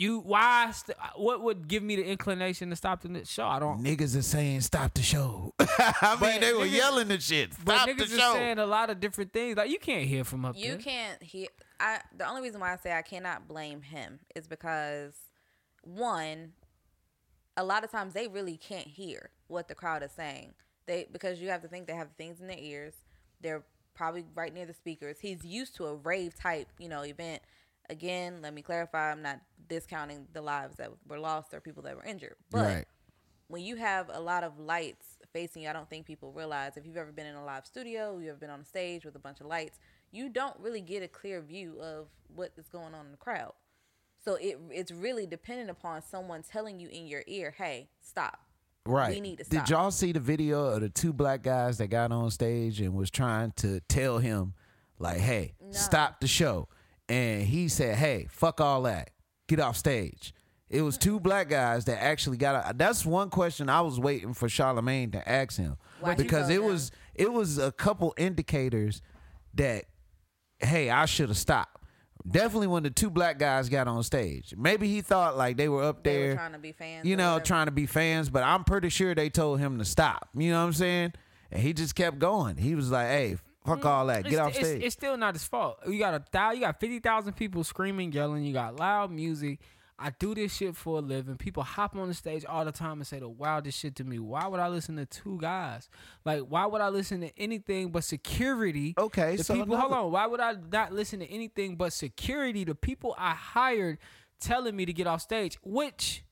[SPEAKER 3] You why? St- what would give me the inclination to stop the show? I don't.
[SPEAKER 4] Niggas are saying stop the show. I mean, they were
[SPEAKER 3] Oh. niggas-
[SPEAKER 4] yelling the shit.
[SPEAKER 3] But
[SPEAKER 4] Stop
[SPEAKER 3] niggas
[SPEAKER 4] the
[SPEAKER 3] is
[SPEAKER 4] show.
[SPEAKER 3] saying a lot of different things. Like you can't hear from up
[SPEAKER 6] You
[SPEAKER 3] there.
[SPEAKER 6] can't hear. I the only reason why I say I cannot blame him is because one, a lot of times they really can't hear what the crowd is saying. They because you have to think they have things in their ears. They're probably right near the speakers. He's used to a rave type, you know, event. Again, let me clarify. I'm not discounting the lives that were lost or people that were injured, but
[SPEAKER 4] Right.
[SPEAKER 6] when you have a lot of lights facing you, I don't think people realize if you've ever been in a live studio, you've ever been on a stage with a bunch of lights, you don't really get a clear view of what is going on in the crowd. So it it's really dependent upon someone telling you in your ear, "Hey, stop."
[SPEAKER 4] Right.
[SPEAKER 6] We need to
[SPEAKER 4] Did
[SPEAKER 6] stop.
[SPEAKER 4] y'all see the video of the two black guys that got on stage and was trying to tell him, like, hey, stop the show? And he said, hey, fuck all that. Get off stage. It was two black guys that actually got. That's one question I was waiting for Charlemagne to ask him
[SPEAKER 6] Why'd you
[SPEAKER 4] because
[SPEAKER 6] go
[SPEAKER 4] it
[SPEAKER 6] there?
[SPEAKER 4] was it was a couple indicators that hey, I should have stopped. Definitely when the two black guys got on stage. Maybe he thought like they were up
[SPEAKER 6] They were
[SPEAKER 4] there
[SPEAKER 6] trying to be fans
[SPEAKER 4] You
[SPEAKER 6] or
[SPEAKER 4] know,
[SPEAKER 6] whatever.
[SPEAKER 4] trying to be fans, but I'm pretty sure they told him to stop. You know what I'm saying? And he just kept going. He was like, "Hey, fuck all that. Get
[SPEAKER 3] Mm. It's-
[SPEAKER 4] off
[SPEAKER 3] it's,
[SPEAKER 4] stage."
[SPEAKER 3] it's still not his fault. You got a thou. You got fifty thousand people screaming, yelling. You got loud music. I do this shit for a living. People hop on the stage all the time and say the wildest shit to me. Why would I listen to two guys? Like, why would I listen to anything but security?
[SPEAKER 4] Okay,
[SPEAKER 3] the
[SPEAKER 4] so
[SPEAKER 3] people. Hold
[SPEAKER 4] another-
[SPEAKER 3] on. Why would I not listen to anything but security? The people I hired telling me to get off stage, which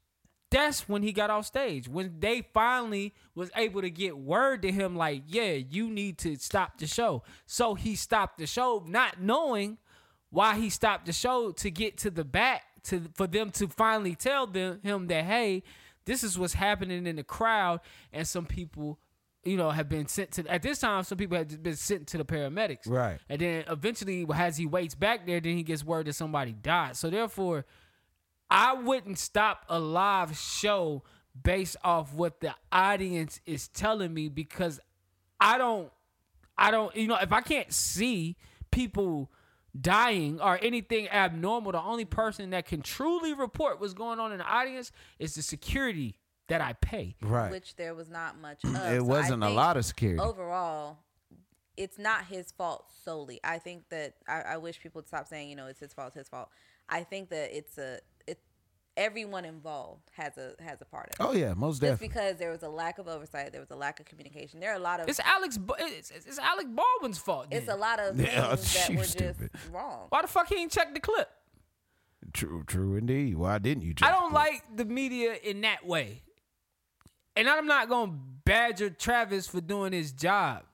[SPEAKER 3] that's when he got off stage when they finally was able to get word to him like yeah you need to stop the show so he stopped the show not knowing why he stopped the show to get to the back to for them to finally tell them him that hey this is what's happening in the crowd and some people you know have been sent to at this time some people had been sent to the paramedics
[SPEAKER 4] Right.
[SPEAKER 3] and then eventually as he waits back there then he gets word that somebody died so therefore I wouldn't stop a live show based off what the audience is telling me because I don't I don't you know if I can't see people dying or anything abnormal the only person that can truly report what's going on in the audience is the security that I pay.
[SPEAKER 4] right.
[SPEAKER 6] Which there was not much
[SPEAKER 3] uh,
[SPEAKER 6] of. So I
[SPEAKER 4] it wasn't a
[SPEAKER 6] think
[SPEAKER 4] lot of security.
[SPEAKER 6] Overall, it's not his fault solely. I think that I, I wish people would stop saying, you know, it's his fault, it's his fault. I think that it's a it everyone involved has a has a part of it.
[SPEAKER 4] oh yeah, most
[SPEAKER 6] Just
[SPEAKER 4] definitely.
[SPEAKER 6] because there was a lack of oversight, there was a lack of communication. There are a lot of
[SPEAKER 3] It's Alex Ba- it's, it's it's Alec Baldwin's fault.
[SPEAKER 6] it's a
[SPEAKER 3] then.
[SPEAKER 6] lot of
[SPEAKER 4] Yeah,
[SPEAKER 6] things that
[SPEAKER 4] you
[SPEAKER 6] were
[SPEAKER 4] stupid.
[SPEAKER 6] just wrong.
[SPEAKER 3] Why the fuck he ain't check the clip?
[SPEAKER 4] True, true indeed. Why didn't you?
[SPEAKER 3] I
[SPEAKER 4] just-
[SPEAKER 3] don't like the media in that way. And I'm not going to badger Travis for doing his job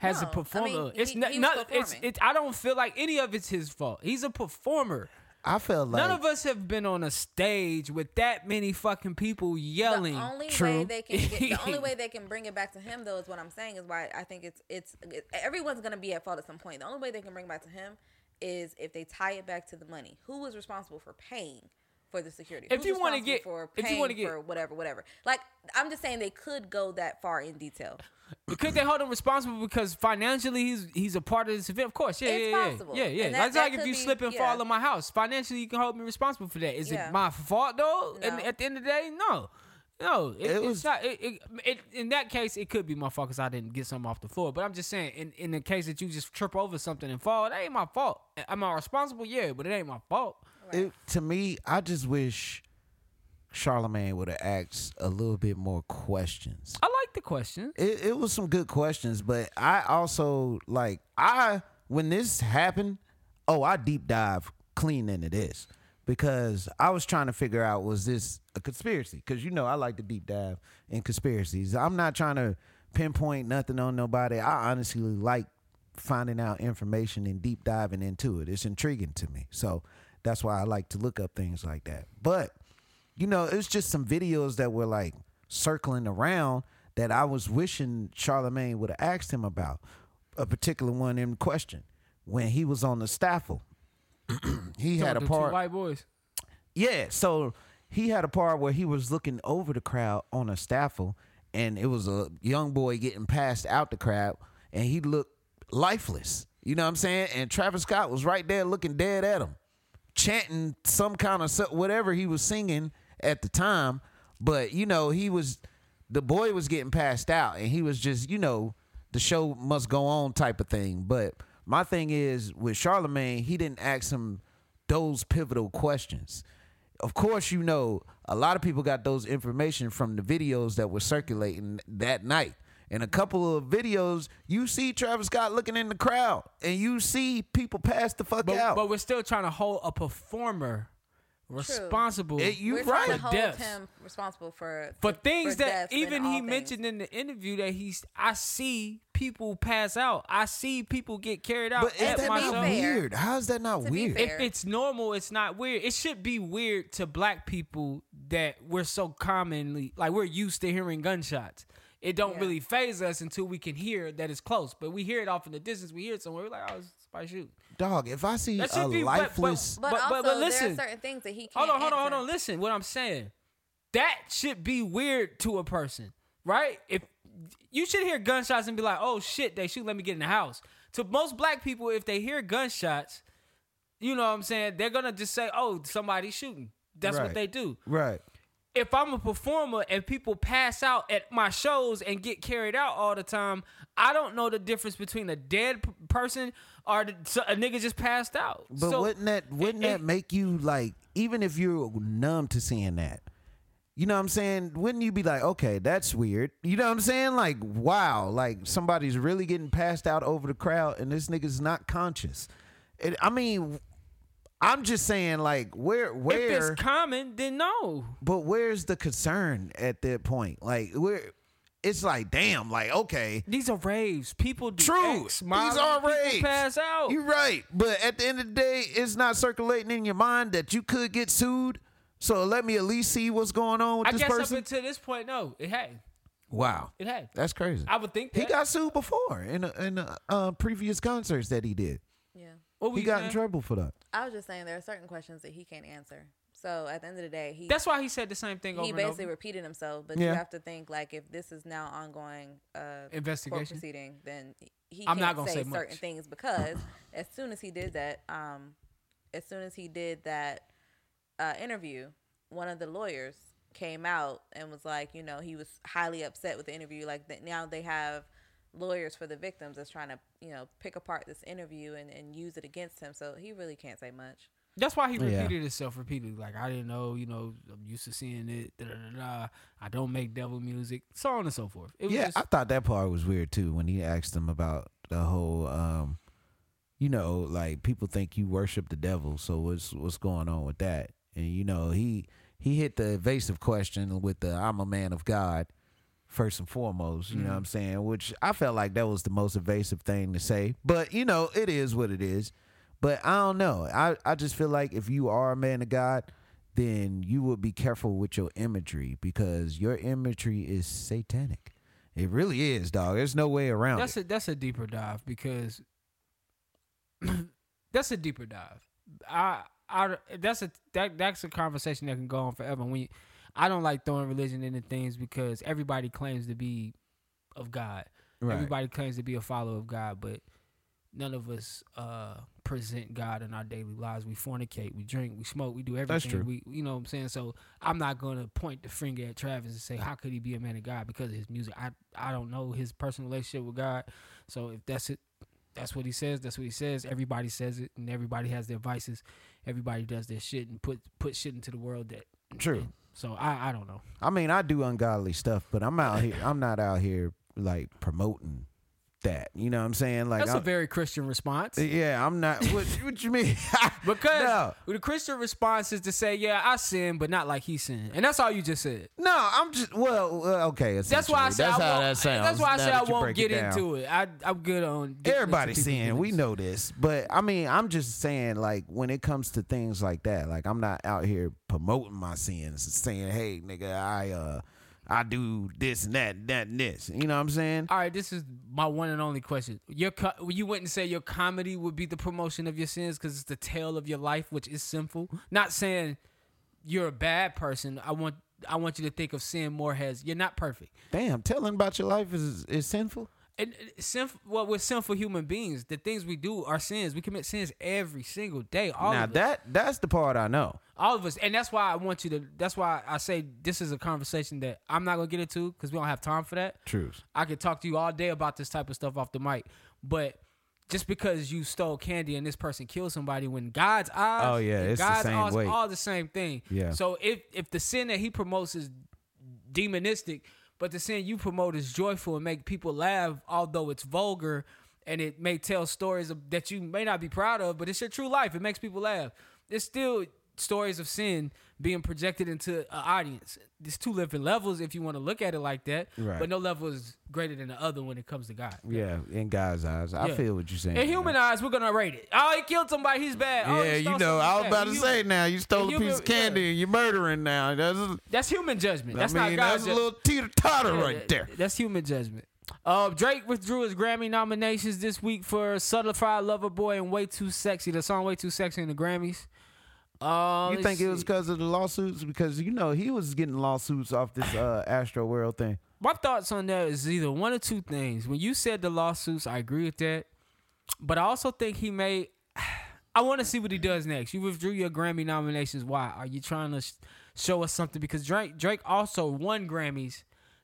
[SPEAKER 3] as a
[SPEAKER 6] No, I
[SPEAKER 3] performer.
[SPEAKER 6] mean,
[SPEAKER 3] it's
[SPEAKER 6] he-
[SPEAKER 3] not,
[SPEAKER 6] he was
[SPEAKER 3] not it's
[SPEAKER 6] performing.
[SPEAKER 3] it, I don't feel like any of it's his fault. He's a performer.
[SPEAKER 4] I felt like
[SPEAKER 3] None of us have been on a stage with that many fucking people yelling.
[SPEAKER 6] The only way
[SPEAKER 4] True.
[SPEAKER 6] they can get, the only way they can bring it back to him though is what I'm saying is why I think it's it's it- everyone's gonna be at fault at some point. The only way they can bring it back to him is if they tie it back to the money. Who was responsible for paying for the security?
[SPEAKER 3] If
[SPEAKER 6] Who's
[SPEAKER 3] you wanna
[SPEAKER 6] responsible
[SPEAKER 3] get-
[SPEAKER 6] for
[SPEAKER 3] if you
[SPEAKER 6] paying
[SPEAKER 3] wanna get-
[SPEAKER 6] for whatever, whatever. Like I'm just saying they could go that far in detail.
[SPEAKER 3] Could they hold him responsible because financially he's he's a part of this event? Of course, yeah,
[SPEAKER 6] It's
[SPEAKER 3] yeah, yeah,
[SPEAKER 6] possible.
[SPEAKER 3] yeah, yeah.
[SPEAKER 6] And that-
[SPEAKER 3] That's
[SPEAKER 6] that
[SPEAKER 3] like if
[SPEAKER 6] could
[SPEAKER 3] you
[SPEAKER 6] be-
[SPEAKER 3] slip and
[SPEAKER 6] yeah.
[SPEAKER 3] fall in my house. Financially, you can hold me responsible for that. Is
[SPEAKER 6] Yeah.
[SPEAKER 3] it my fault though? And
[SPEAKER 6] No.
[SPEAKER 3] at the end of the day, no, no. It,
[SPEAKER 4] It
[SPEAKER 3] it's
[SPEAKER 4] was-
[SPEAKER 3] not. It, it, it, in that case, it could be my fault because I didn't get something off the floor. But I'm just saying, in, in the case that you just trip over something and fall, that ain't my fault. Am I responsible? Yeah, but it ain't my fault.
[SPEAKER 4] it, to me, I just wish Charlemagne would have asked a little bit more questions.
[SPEAKER 3] I like the question.
[SPEAKER 4] It, it was some good questions, but I also like I when this happened, oh, I deep dive clean into this because I was trying to figure out was this a conspiracy? Because you know I like to deep dive in conspiracies. I'm not trying to pinpoint nothing on nobody. I honestly like finding out information and deep diving into it. It's intriguing to me. So that's why I like to look up things like that. But you know, it's just some videos that were like circling around that I was wishing Charlemagne would have asked him about. A particular one in question when he was on the staffel. he had a
[SPEAKER 3] The two
[SPEAKER 4] part.
[SPEAKER 3] white boys.
[SPEAKER 4] Yeah, so he had a part where he was looking over the crowd on a staffel, and it was a young boy getting passed out the crowd, and he looked lifeless. You know what I'm saying? And Travis Scott was right there looking dead at him, chanting some kind of so- whatever he was singing at the time. But you know, he was the boy was getting passed out, and he was just you know the show must go on type of thing. But my thing is with Charlemagne, he didn't ask him those pivotal questions. Of course, you know a lot of people got those information from the videos that were circulating that night. In a couple of videos, you see Travis Scott looking in the crowd, and you see people pass the fuck
[SPEAKER 3] But,
[SPEAKER 4] out.
[SPEAKER 3] but we're still trying to hold a performer responsible.
[SPEAKER 4] It- you
[SPEAKER 6] We're
[SPEAKER 4] right.
[SPEAKER 6] trying to hold
[SPEAKER 3] Deaths.
[SPEAKER 6] him responsible for
[SPEAKER 3] for things that
[SPEAKER 6] deaths and
[SPEAKER 3] even
[SPEAKER 6] all
[SPEAKER 3] he
[SPEAKER 6] things.
[SPEAKER 3] mentioned in the interview that he's I see people pass out. I see people get carried out.
[SPEAKER 4] but is
[SPEAKER 3] at
[SPEAKER 4] that
[SPEAKER 3] my
[SPEAKER 6] be
[SPEAKER 3] show.
[SPEAKER 4] not
[SPEAKER 6] fair-
[SPEAKER 4] weird? How is that not
[SPEAKER 6] To be
[SPEAKER 4] weird?
[SPEAKER 6] fair-
[SPEAKER 3] If it's normal, it's not weird. It should be weird to black people that we're so commonly like we're used to hearing gunshots. It don't
[SPEAKER 6] Yeah.
[SPEAKER 3] really phase us until we can hear that it's close. But we hear it off in the distance. We hear it somewhere. We're like, oh, it's somebody shoot.
[SPEAKER 4] Dog, if I see
[SPEAKER 3] That
[SPEAKER 4] a
[SPEAKER 3] should be- but- but-
[SPEAKER 4] lifeless,
[SPEAKER 6] But,
[SPEAKER 3] But-
[SPEAKER 6] also,
[SPEAKER 3] but- but listen.
[SPEAKER 6] there are certain things that he can't.
[SPEAKER 3] Hold on, hold on, hold
[SPEAKER 6] answer.
[SPEAKER 3] on. Listen, what I'm saying. That should be weird to a person, right? If you should hear gunshots and be like, "Oh shit, they shoot. Let me get in the house." To most black people, if they hear gunshots, you know what I'm saying, they're gonna just say, "Oh, somebody's shooting." That's what
[SPEAKER 4] Right.
[SPEAKER 3] they do.
[SPEAKER 4] right?
[SPEAKER 3] If I'm a performer and people pass out at my shows and get carried out all the time, I don't know the difference between a dead p- person or the, so- a nigga just passed out.
[SPEAKER 4] But
[SPEAKER 3] So-
[SPEAKER 4] wouldn't that wouldn't
[SPEAKER 3] it-
[SPEAKER 4] that make you like even if you're numb to seeing that? You know what I'm saying? Wouldn't you be like, okay, that's weird? You know what I'm saying? Like, wow, like somebody's really getting passed out over the crowd and this nigga's not conscious. It, I mean, I'm just saying, like, where
[SPEAKER 3] if
[SPEAKER 4] where
[SPEAKER 3] it's common, then no.
[SPEAKER 4] but where's the concern at that point? Like where it's like, damn, like, okay.
[SPEAKER 3] These are raves. People do
[SPEAKER 4] True.
[SPEAKER 3] X,
[SPEAKER 4] These
[SPEAKER 3] Molly.
[SPEAKER 4] are
[SPEAKER 3] People
[SPEAKER 4] raves.
[SPEAKER 3] Pass out.
[SPEAKER 4] You're right. But at the end of the day, it's not circulating in your mind that you could get sued. So let me at least see what's going on with
[SPEAKER 3] I
[SPEAKER 4] this
[SPEAKER 3] guess
[SPEAKER 4] person.
[SPEAKER 3] up until this point, no, it had,
[SPEAKER 4] wow.
[SPEAKER 3] it had.
[SPEAKER 4] That's crazy.
[SPEAKER 3] I would think that.
[SPEAKER 4] he got sued before in a, in a, uh, previous concerts that he did.
[SPEAKER 6] Yeah.
[SPEAKER 3] What were
[SPEAKER 4] He
[SPEAKER 3] you
[SPEAKER 4] got
[SPEAKER 3] saying?
[SPEAKER 4] in trouble for that.
[SPEAKER 6] I was just saying there are certain questions that he can't answer. So at the end of the day, he
[SPEAKER 3] That's why he said the same thing over
[SPEAKER 6] he
[SPEAKER 3] and
[SPEAKER 6] basically
[SPEAKER 3] over.
[SPEAKER 6] repeated himself. But you
[SPEAKER 4] Yeah.
[SPEAKER 6] have to think like if this is now ongoing uh, court
[SPEAKER 3] Investigation.
[SPEAKER 6] proceeding, then he
[SPEAKER 3] I'm
[SPEAKER 6] can't
[SPEAKER 3] not gonna
[SPEAKER 6] say,
[SPEAKER 3] say
[SPEAKER 6] certain
[SPEAKER 3] much.
[SPEAKER 6] things because as soon as he did that, um, as soon as he did that uh, interview, one of the lawyers came out and was like, you know, he was highly upset with the interview. Like that now they have lawyers for the victims that's trying to you know pick apart this interview and, and use it against him. So he really can't say much.
[SPEAKER 3] That's why he
[SPEAKER 4] Yeah.
[SPEAKER 3] repeated himself repeatedly. Like I didn't know, you know, I'm used to seeing it. Da, da, da, da. I don't make devil music, so on and so forth. It was
[SPEAKER 4] Yeah,
[SPEAKER 3] just,
[SPEAKER 4] I thought that part was weird too when he asked him about the whole, um, you know, like people think you worship the devil. So what's what's going on with that? And you know, he he hit the evasive question with the "I'm a man of God" first and foremost. You know
[SPEAKER 3] Mm.
[SPEAKER 4] what I'm saying? Which I felt like that was the most evasive thing to say. But you know, it is what it is. But I don't know. I, I just feel like if you are a man of God, then you will be careful with your imagery because your imagery is satanic. It really is, dog. There's no way around
[SPEAKER 3] That's
[SPEAKER 4] it.
[SPEAKER 3] a that's a deeper dive because that's a deeper dive. I I that's a that that's a conversation that can go on forever. When you, I don't like throwing religion into things because everybody claims to be of God.
[SPEAKER 4] Right.
[SPEAKER 3] Everybody claims to be a follower of God, but none of us uh, present God in our daily lives. We fornicate, we drink, we smoke, we do everything.
[SPEAKER 4] true.
[SPEAKER 3] We you know what I'm saying? So I'm not gonna point the finger at Travis and say, How could he be a man of God because of his music? I I don't know his personal relationship with God. So if that's it that's what he says, that's what he says. Everybody says it and everybody has their vices. Everybody does their shit and put put shit into the world that
[SPEAKER 4] True.
[SPEAKER 3] so I, I don't know.
[SPEAKER 4] I mean, I do ungodly stuff, but I'm out here. I'm not out here like promoting that. You know what I'm saying? Like,
[SPEAKER 3] That's a
[SPEAKER 4] I'm-
[SPEAKER 3] very Christian response.
[SPEAKER 4] yeah, I'm not. What, what you mean? no,
[SPEAKER 3] Because the Christian response is to say, "Yeah, I sin, but not like he sinned," and that's all you just said.
[SPEAKER 4] no, I'm just. Well, well, okay.
[SPEAKER 3] That's why I say
[SPEAKER 4] essentially. that's
[SPEAKER 3] I
[SPEAKER 4] how
[SPEAKER 3] won't,
[SPEAKER 4] that sounds.
[SPEAKER 3] That's why I
[SPEAKER 4] now
[SPEAKER 3] say I
[SPEAKER 4] that you
[SPEAKER 3] won't
[SPEAKER 4] break
[SPEAKER 3] get
[SPEAKER 4] it down.
[SPEAKER 3] into it. I I'm good on getting into
[SPEAKER 4] Everybody's
[SPEAKER 3] people's
[SPEAKER 4] seeing. We
[SPEAKER 3] feelings.
[SPEAKER 4] know this, but I mean, I'm just saying, like, when it comes to things like that, like, I'm not out here promoting my sins, and saying, "Hey, nigga, I uh, I do this and that, that and this." You know what I'm saying?
[SPEAKER 3] All right, this is my one and only question. Your co- you wouldn't say your comedy would be the promotion of your sins because it's the tale of your life, which is sinful. Not saying you're a bad person. I want I want you to think of sin more as you're not perfect.
[SPEAKER 4] Damn, telling about your life is is sinful.
[SPEAKER 3] and uh, sinf- well, we're sinful human beings. The things we do are sins. We commit sins every single day. All
[SPEAKER 4] now
[SPEAKER 3] of us.
[SPEAKER 4] that that's the part I know.
[SPEAKER 3] all of us, and that's why I want you to. That's why I say this is a conversation that I'm not gonna get into because we don't have time for that.
[SPEAKER 4] Truth.
[SPEAKER 3] I could talk to you all day about this type of stuff off the mic, but just because you stole candy and this person killed somebody, when God's eyes,
[SPEAKER 4] Oh, yeah,
[SPEAKER 3] and
[SPEAKER 4] it's the
[SPEAKER 3] God's
[SPEAKER 4] same
[SPEAKER 3] eyes,
[SPEAKER 4] weight.
[SPEAKER 3] all the same thing.
[SPEAKER 4] Yeah.
[SPEAKER 3] So if if the sin that he promotes is demonistic, but the sin you promote is joyful and make people laugh, although it's vulgar and it may tell stories of, that you may not be proud of, but it's your true life. It makes people laugh. It's still stories of sin being projected into an audience. There's two different levels if you want to look at it like that,
[SPEAKER 4] Right.
[SPEAKER 3] but no level is greater than the other when it comes to God.
[SPEAKER 4] Yeah, in God's eyes, I
[SPEAKER 3] Yeah.
[SPEAKER 4] feel what you're saying.
[SPEAKER 3] In human eyes, we're gonna rate it. Oh, he killed somebody. He's bad. Oh, he
[SPEAKER 4] yeah,
[SPEAKER 3] stole
[SPEAKER 4] you know,
[SPEAKER 3] something,
[SPEAKER 4] I
[SPEAKER 3] he's
[SPEAKER 4] was
[SPEAKER 3] bad.
[SPEAKER 4] about to
[SPEAKER 3] He
[SPEAKER 4] say
[SPEAKER 3] human.
[SPEAKER 4] now you stole
[SPEAKER 3] In
[SPEAKER 4] a piece
[SPEAKER 3] human-
[SPEAKER 4] of candy
[SPEAKER 3] yeah.
[SPEAKER 4] and you're murdering now. That's,
[SPEAKER 3] That's human judgment. That's
[SPEAKER 4] I mean,
[SPEAKER 3] not God's
[SPEAKER 4] that's a little teeter totter right there.
[SPEAKER 3] That's human judgment. Uh, Drake withdrew his Grammy nominations this week for Subtlified Lover Boy and Way Too Sexy. The song Way Too Sexy in the Grammys. Uh,
[SPEAKER 4] You
[SPEAKER 3] let's
[SPEAKER 4] think it was
[SPEAKER 3] see.
[SPEAKER 4] because of the lawsuits? Because you know he was getting lawsuits off this uh, Astro World thing.
[SPEAKER 3] My thoughts on that is either one or two things. When you said the lawsuits, I agree with that. But I also think he may. I want to see what he does next. You withdrew your Grammy nominations. Why? Are you trying to sh- show us something? Because Drake, Drake also won Grammys,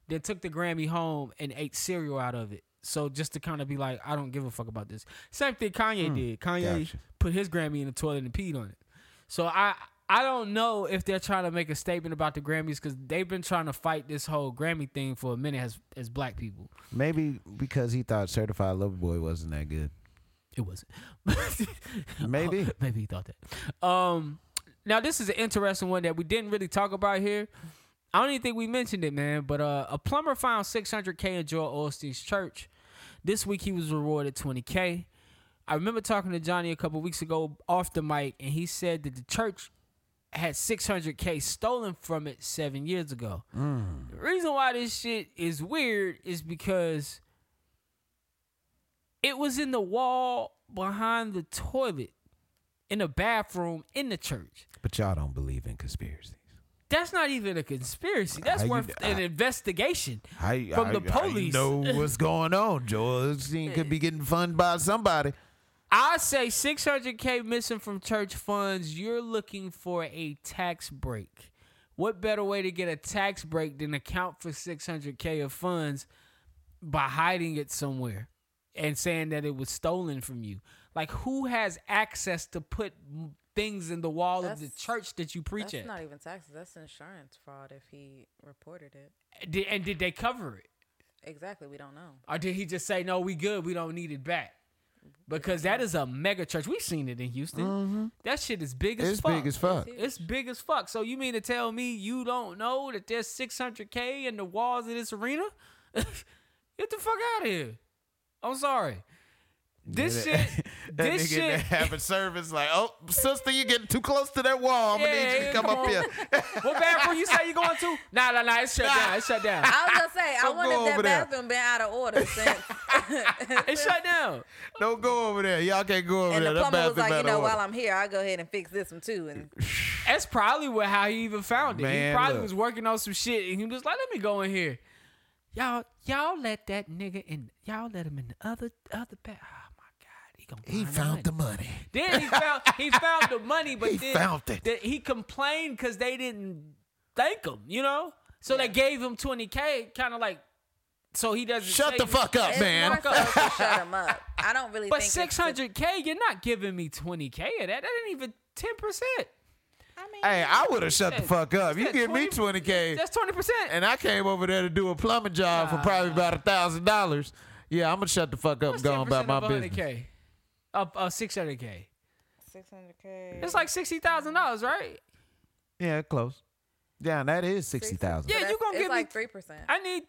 [SPEAKER 3] then took the Grammy home and ate cereal out of it. So just to kind of be like, I don't give a fuck about this. Same thing Kanye did. Kanye
[SPEAKER 4] gotcha.
[SPEAKER 3] put his Grammy in the toilet and peed on it. So I I don't know if they're trying to make a statement about the Grammys because they've been trying to fight this whole Grammy thing for a minute as as black people.
[SPEAKER 4] Maybe because he thought Certified Lover Boy wasn't that good.
[SPEAKER 3] It wasn't. Oh,
[SPEAKER 4] Maybe.
[SPEAKER 3] Maybe he thought that. Um, now this is an interesting one that we didn't really talk about here. I don't even think we mentioned it, man. But uh, a plumber found 600k in Joel Osteen's church. This week he was rewarded 20k. I remember talking to Johnny a couple weeks ago off the mic, and he said that the church had 600k stolen from it seven years ago. The reason why this shit is weird is because it was in the wall behind the toilet in a bathroom in the church.
[SPEAKER 4] But y'all don't believe in conspiracies.
[SPEAKER 3] That's not even a conspiracy. That's
[SPEAKER 4] How you-
[SPEAKER 3] worth an
[SPEAKER 4] I-
[SPEAKER 3] investigation
[SPEAKER 4] I,
[SPEAKER 3] from
[SPEAKER 4] I-
[SPEAKER 3] the police.
[SPEAKER 4] I know what's going on, Joel. This thing could be getting funded by somebody.
[SPEAKER 3] I say 600k missing from church funds. You're looking for a tax break. What better way to get a tax break than account for 600k of funds by hiding it somewhere and saying that it was stolen from you? Like, who has access to put m- things in the wall of the
[SPEAKER 6] That's-
[SPEAKER 3] church that you preach
[SPEAKER 6] That's
[SPEAKER 3] at?
[SPEAKER 6] not even taxes. That's insurance fraud. If he reported it,
[SPEAKER 3] Did, and did they cover it?
[SPEAKER 6] exactly. We don't know.
[SPEAKER 3] Or did he just say, no, we good, we don't need it back? Because that is a mega church. We've seen it in Houston. That shit is big as
[SPEAKER 4] Mm-hmm. It's
[SPEAKER 3] fuck.
[SPEAKER 4] big as fuck.
[SPEAKER 3] It's big as fuck. So you mean to tell me you don't know that there's 600k in the walls of this arena? Get the fuck out of here. I'm sorry. This
[SPEAKER 4] That-
[SPEAKER 3] shit,
[SPEAKER 4] that
[SPEAKER 3] this
[SPEAKER 4] nigga
[SPEAKER 3] shit,
[SPEAKER 4] that have a service like, oh, sister, you getting too close to that wall. I'm gonna
[SPEAKER 3] Yeah,
[SPEAKER 4] need you
[SPEAKER 3] yeah,
[SPEAKER 4] to come
[SPEAKER 3] come
[SPEAKER 4] up
[SPEAKER 3] on.
[SPEAKER 4] here.
[SPEAKER 3] What bathroom you say you going to? Nah, nah, nah. It's shut down. It's shut down.
[SPEAKER 6] I was gonna say, I
[SPEAKER 4] Don't
[SPEAKER 6] wonder
[SPEAKER 4] go
[SPEAKER 6] if that
[SPEAKER 4] over there.
[SPEAKER 6] bathroom been out of order since.
[SPEAKER 3] It's shut down.
[SPEAKER 4] Don't go over there. Y'all can't go over
[SPEAKER 6] and
[SPEAKER 4] there.
[SPEAKER 6] the
[SPEAKER 4] That
[SPEAKER 6] plumber was
[SPEAKER 4] bathroom
[SPEAKER 6] like, you
[SPEAKER 4] out
[SPEAKER 6] know,
[SPEAKER 4] of
[SPEAKER 6] while
[SPEAKER 4] order.
[SPEAKER 6] I'm here, I'll go ahead and fix this one too. And
[SPEAKER 3] That's probably what how he even found it. he
[SPEAKER 4] Man,
[SPEAKER 3] probably
[SPEAKER 4] look.
[SPEAKER 3] was working on some shit, and he was like, "Let me go in here." Y'all, y'all let that nigga in. Y'all let him in the other other bath. Oh my god, he gonna.
[SPEAKER 2] He
[SPEAKER 3] find
[SPEAKER 2] found the
[SPEAKER 3] money.
[SPEAKER 2] money.
[SPEAKER 3] Then he found he found the money, but
[SPEAKER 4] He
[SPEAKER 3] then
[SPEAKER 4] found it.
[SPEAKER 3] that he complained because they didn't thank him. You know, so they gave him twenty k, kind of like. So he doesn't
[SPEAKER 4] Shut
[SPEAKER 3] say
[SPEAKER 4] the
[SPEAKER 3] he-
[SPEAKER 4] fuck up,
[SPEAKER 6] it's
[SPEAKER 4] Oh, man.
[SPEAKER 6] more so to shut him up. I don't really.
[SPEAKER 3] But
[SPEAKER 6] think it's
[SPEAKER 3] six
[SPEAKER 6] to-
[SPEAKER 3] hundred k, you're not giving me twenty k of that. That ain't even ten percent.
[SPEAKER 6] I mean,
[SPEAKER 4] Hey, I would have shut the
[SPEAKER 3] Shit.
[SPEAKER 4] fuck up. You
[SPEAKER 3] Shit,
[SPEAKER 4] give
[SPEAKER 3] 20
[SPEAKER 4] me twenty k,
[SPEAKER 3] That's twenty percent.
[SPEAKER 4] and I came over there to do a plumbing job for probably about a thousand dollars. Yeah, I'm gonna shut the fuck up and go on about my business.
[SPEAKER 3] K, up uh, six hundred k.
[SPEAKER 6] six hundred k.
[SPEAKER 3] It's like sixty thousand dollars, right?
[SPEAKER 4] Yeah, close.
[SPEAKER 2] Damn, that is sixty thousand.
[SPEAKER 3] Yeah, you gonna
[SPEAKER 6] it's
[SPEAKER 3] give
[SPEAKER 6] like
[SPEAKER 3] me-
[SPEAKER 6] three percent.
[SPEAKER 3] I need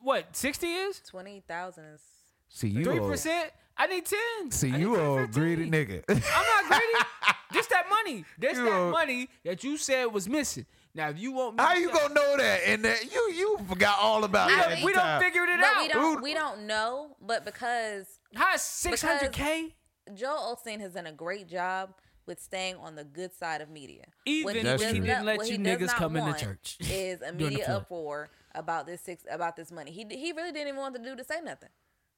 [SPEAKER 3] what sixty is
[SPEAKER 6] Twenty thousand is.
[SPEAKER 2] See you.
[SPEAKER 3] three
[SPEAKER 2] old-
[SPEAKER 3] percent. I need ten.
[SPEAKER 2] See
[SPEAKER 3] I
[SPEAKER 2] you
[SPEAKER 3] need
[SPEAKER 2] old
[SPEAKER 3] 15.
[SPEAKER 2] greedy nigga.
[SPEAKER 3] I'm not greedy. Just that money. That's
[SPEAKER 4] You
[SPEAKER 3] that
[SPEAKER 4] old-
[SPEAKER 3] money that you said was missing. Now if you want, me
[SPEAKER 4] How
[SPEAKER 3] to
[SPEAKER 4] you
[SPEAKER 3] tell-
[SPEAKER 4] gonna know that? And that you you forgot all about
[SPEAKER 6] We
[SPEAKER 4] that.
[SPEAKER 6] don't-
[SPEAKER 4] at the
[SPEAKER 3] We don't
[SPEAKER 4] time.
[SPEAKER 3] figure it
[SPEAKER 6] But we
[SPEAKER 3] out.
[SPEAKER 6] don't. We don't know. But because
[SPEAKER 3] How is six hundred k?
[SPEAKER 6] Joel Osteen has done a great job with staying on the good side of media.
[SPEAKER 3] Even
[SPEAKER 6] What
[SPEAKER 3] when
[SPEAKER 6] does
[SPEAKER 3] he
[SPEAKER 6] not-
[SPEAKER 3] didn't let
[SPEAKER 6] what
[SPEAKER 3] you
[SPEAKER 6] he does
[SPEAKER 3] niggas
[SPEAKER 6] not
[SPEAKER 3] come into
[SPEAKER 6] want
[SPEAKER 3] church
[SPEAKER 6] is
[SPEAKER 3] during the
[SPEAKER 6] immediate
[SPEAKER 3] flood.
[SPEAKER 6] uproar about this six about this money. He he really didn't even want the dude to say nothing,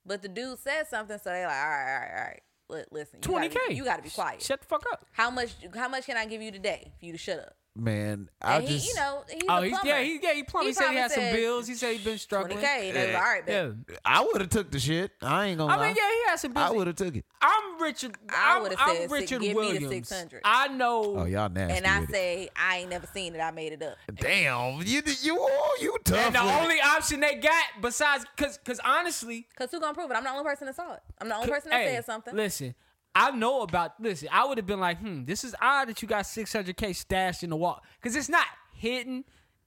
[SPEAKER 6] but the dude said something, so they like, all right, all right, all right. Li- Listen, you gotta
[SPEAKER 3] Twenty
[SPEAKER 6] be-
[SPEAKER 3] k.
[SPEAKER 6] You got to be quiet.
[SPEAKER 3] Shut the fuck up.
[SPEAKER 6] how much? How much can I give you today for you to shut up?
[SPEAKER 2] Man, I
[SPEAKER 6] And he,
[SPEAKER 2] just
[SPEAKER 6] you know, he's
[SPEAKER 3] oh,
[SPEAKER 6] a
[SPEAKER 3] he's,
[SPEAKER 6] plumber.
[SPEAKER 3] yeah, he yeah he plumbed. He, said he
[SPEAKER 6] probably
[SPEAKER 3] had some
[SPEAKER 6] said
[SPEAKER 3] bills. He said he been struggling.
[SPEAKER 6] 20K. They was, all right, babe.
[SPEAKER 3] Yeah.
[SPEAKER 4] I would have took the shit. I ain't gonna
[SPEAKER 3] I
[SPEAKER 4] lie.
[SPEAKER 3] mean, yeah, he had some bills.
[SPEAKER 4] I would have took it.
[SPEAKER 3] I'm Richard.
[SPEAKER 6] I
[SPEAKER 3] I'm,
[SPEAKER 6] would've
[SPEAKER 3] I'm
[SPEAKER 6] said,
[SPEAKER 3] Richard
[SPEAKER 6] "Give me the
[SPEAKER 3] Williams.
[SPEAKER 6] 600.
[SPEAKER 3] I know.
[SPEAKER 2] Oh y'all nasty.
[SPEAKER 6] And I
[SPEAKER 2] with it.
[SPEAKER 6] say, I ain't never seen it. I made it up.
[SPEAKER 4] Damn, you you oh, you tough.
[SPEAKER 3] And the
[SPEAKER 4] with it.
[SPEAKER 3] only option they got besides, cause, cause honestly,
[SPEAKER 6] Cause who gonna prove it? I'm the only person that saw it. I'm the only person that
[SPEAKER 3] hey,
[SPEAKER 6] said something.
[SPEAKER 3] Listen, I know about. Listen, I would have been like, hmm, this is odd that you got 600k stashed in the wall, cause it's not hidden,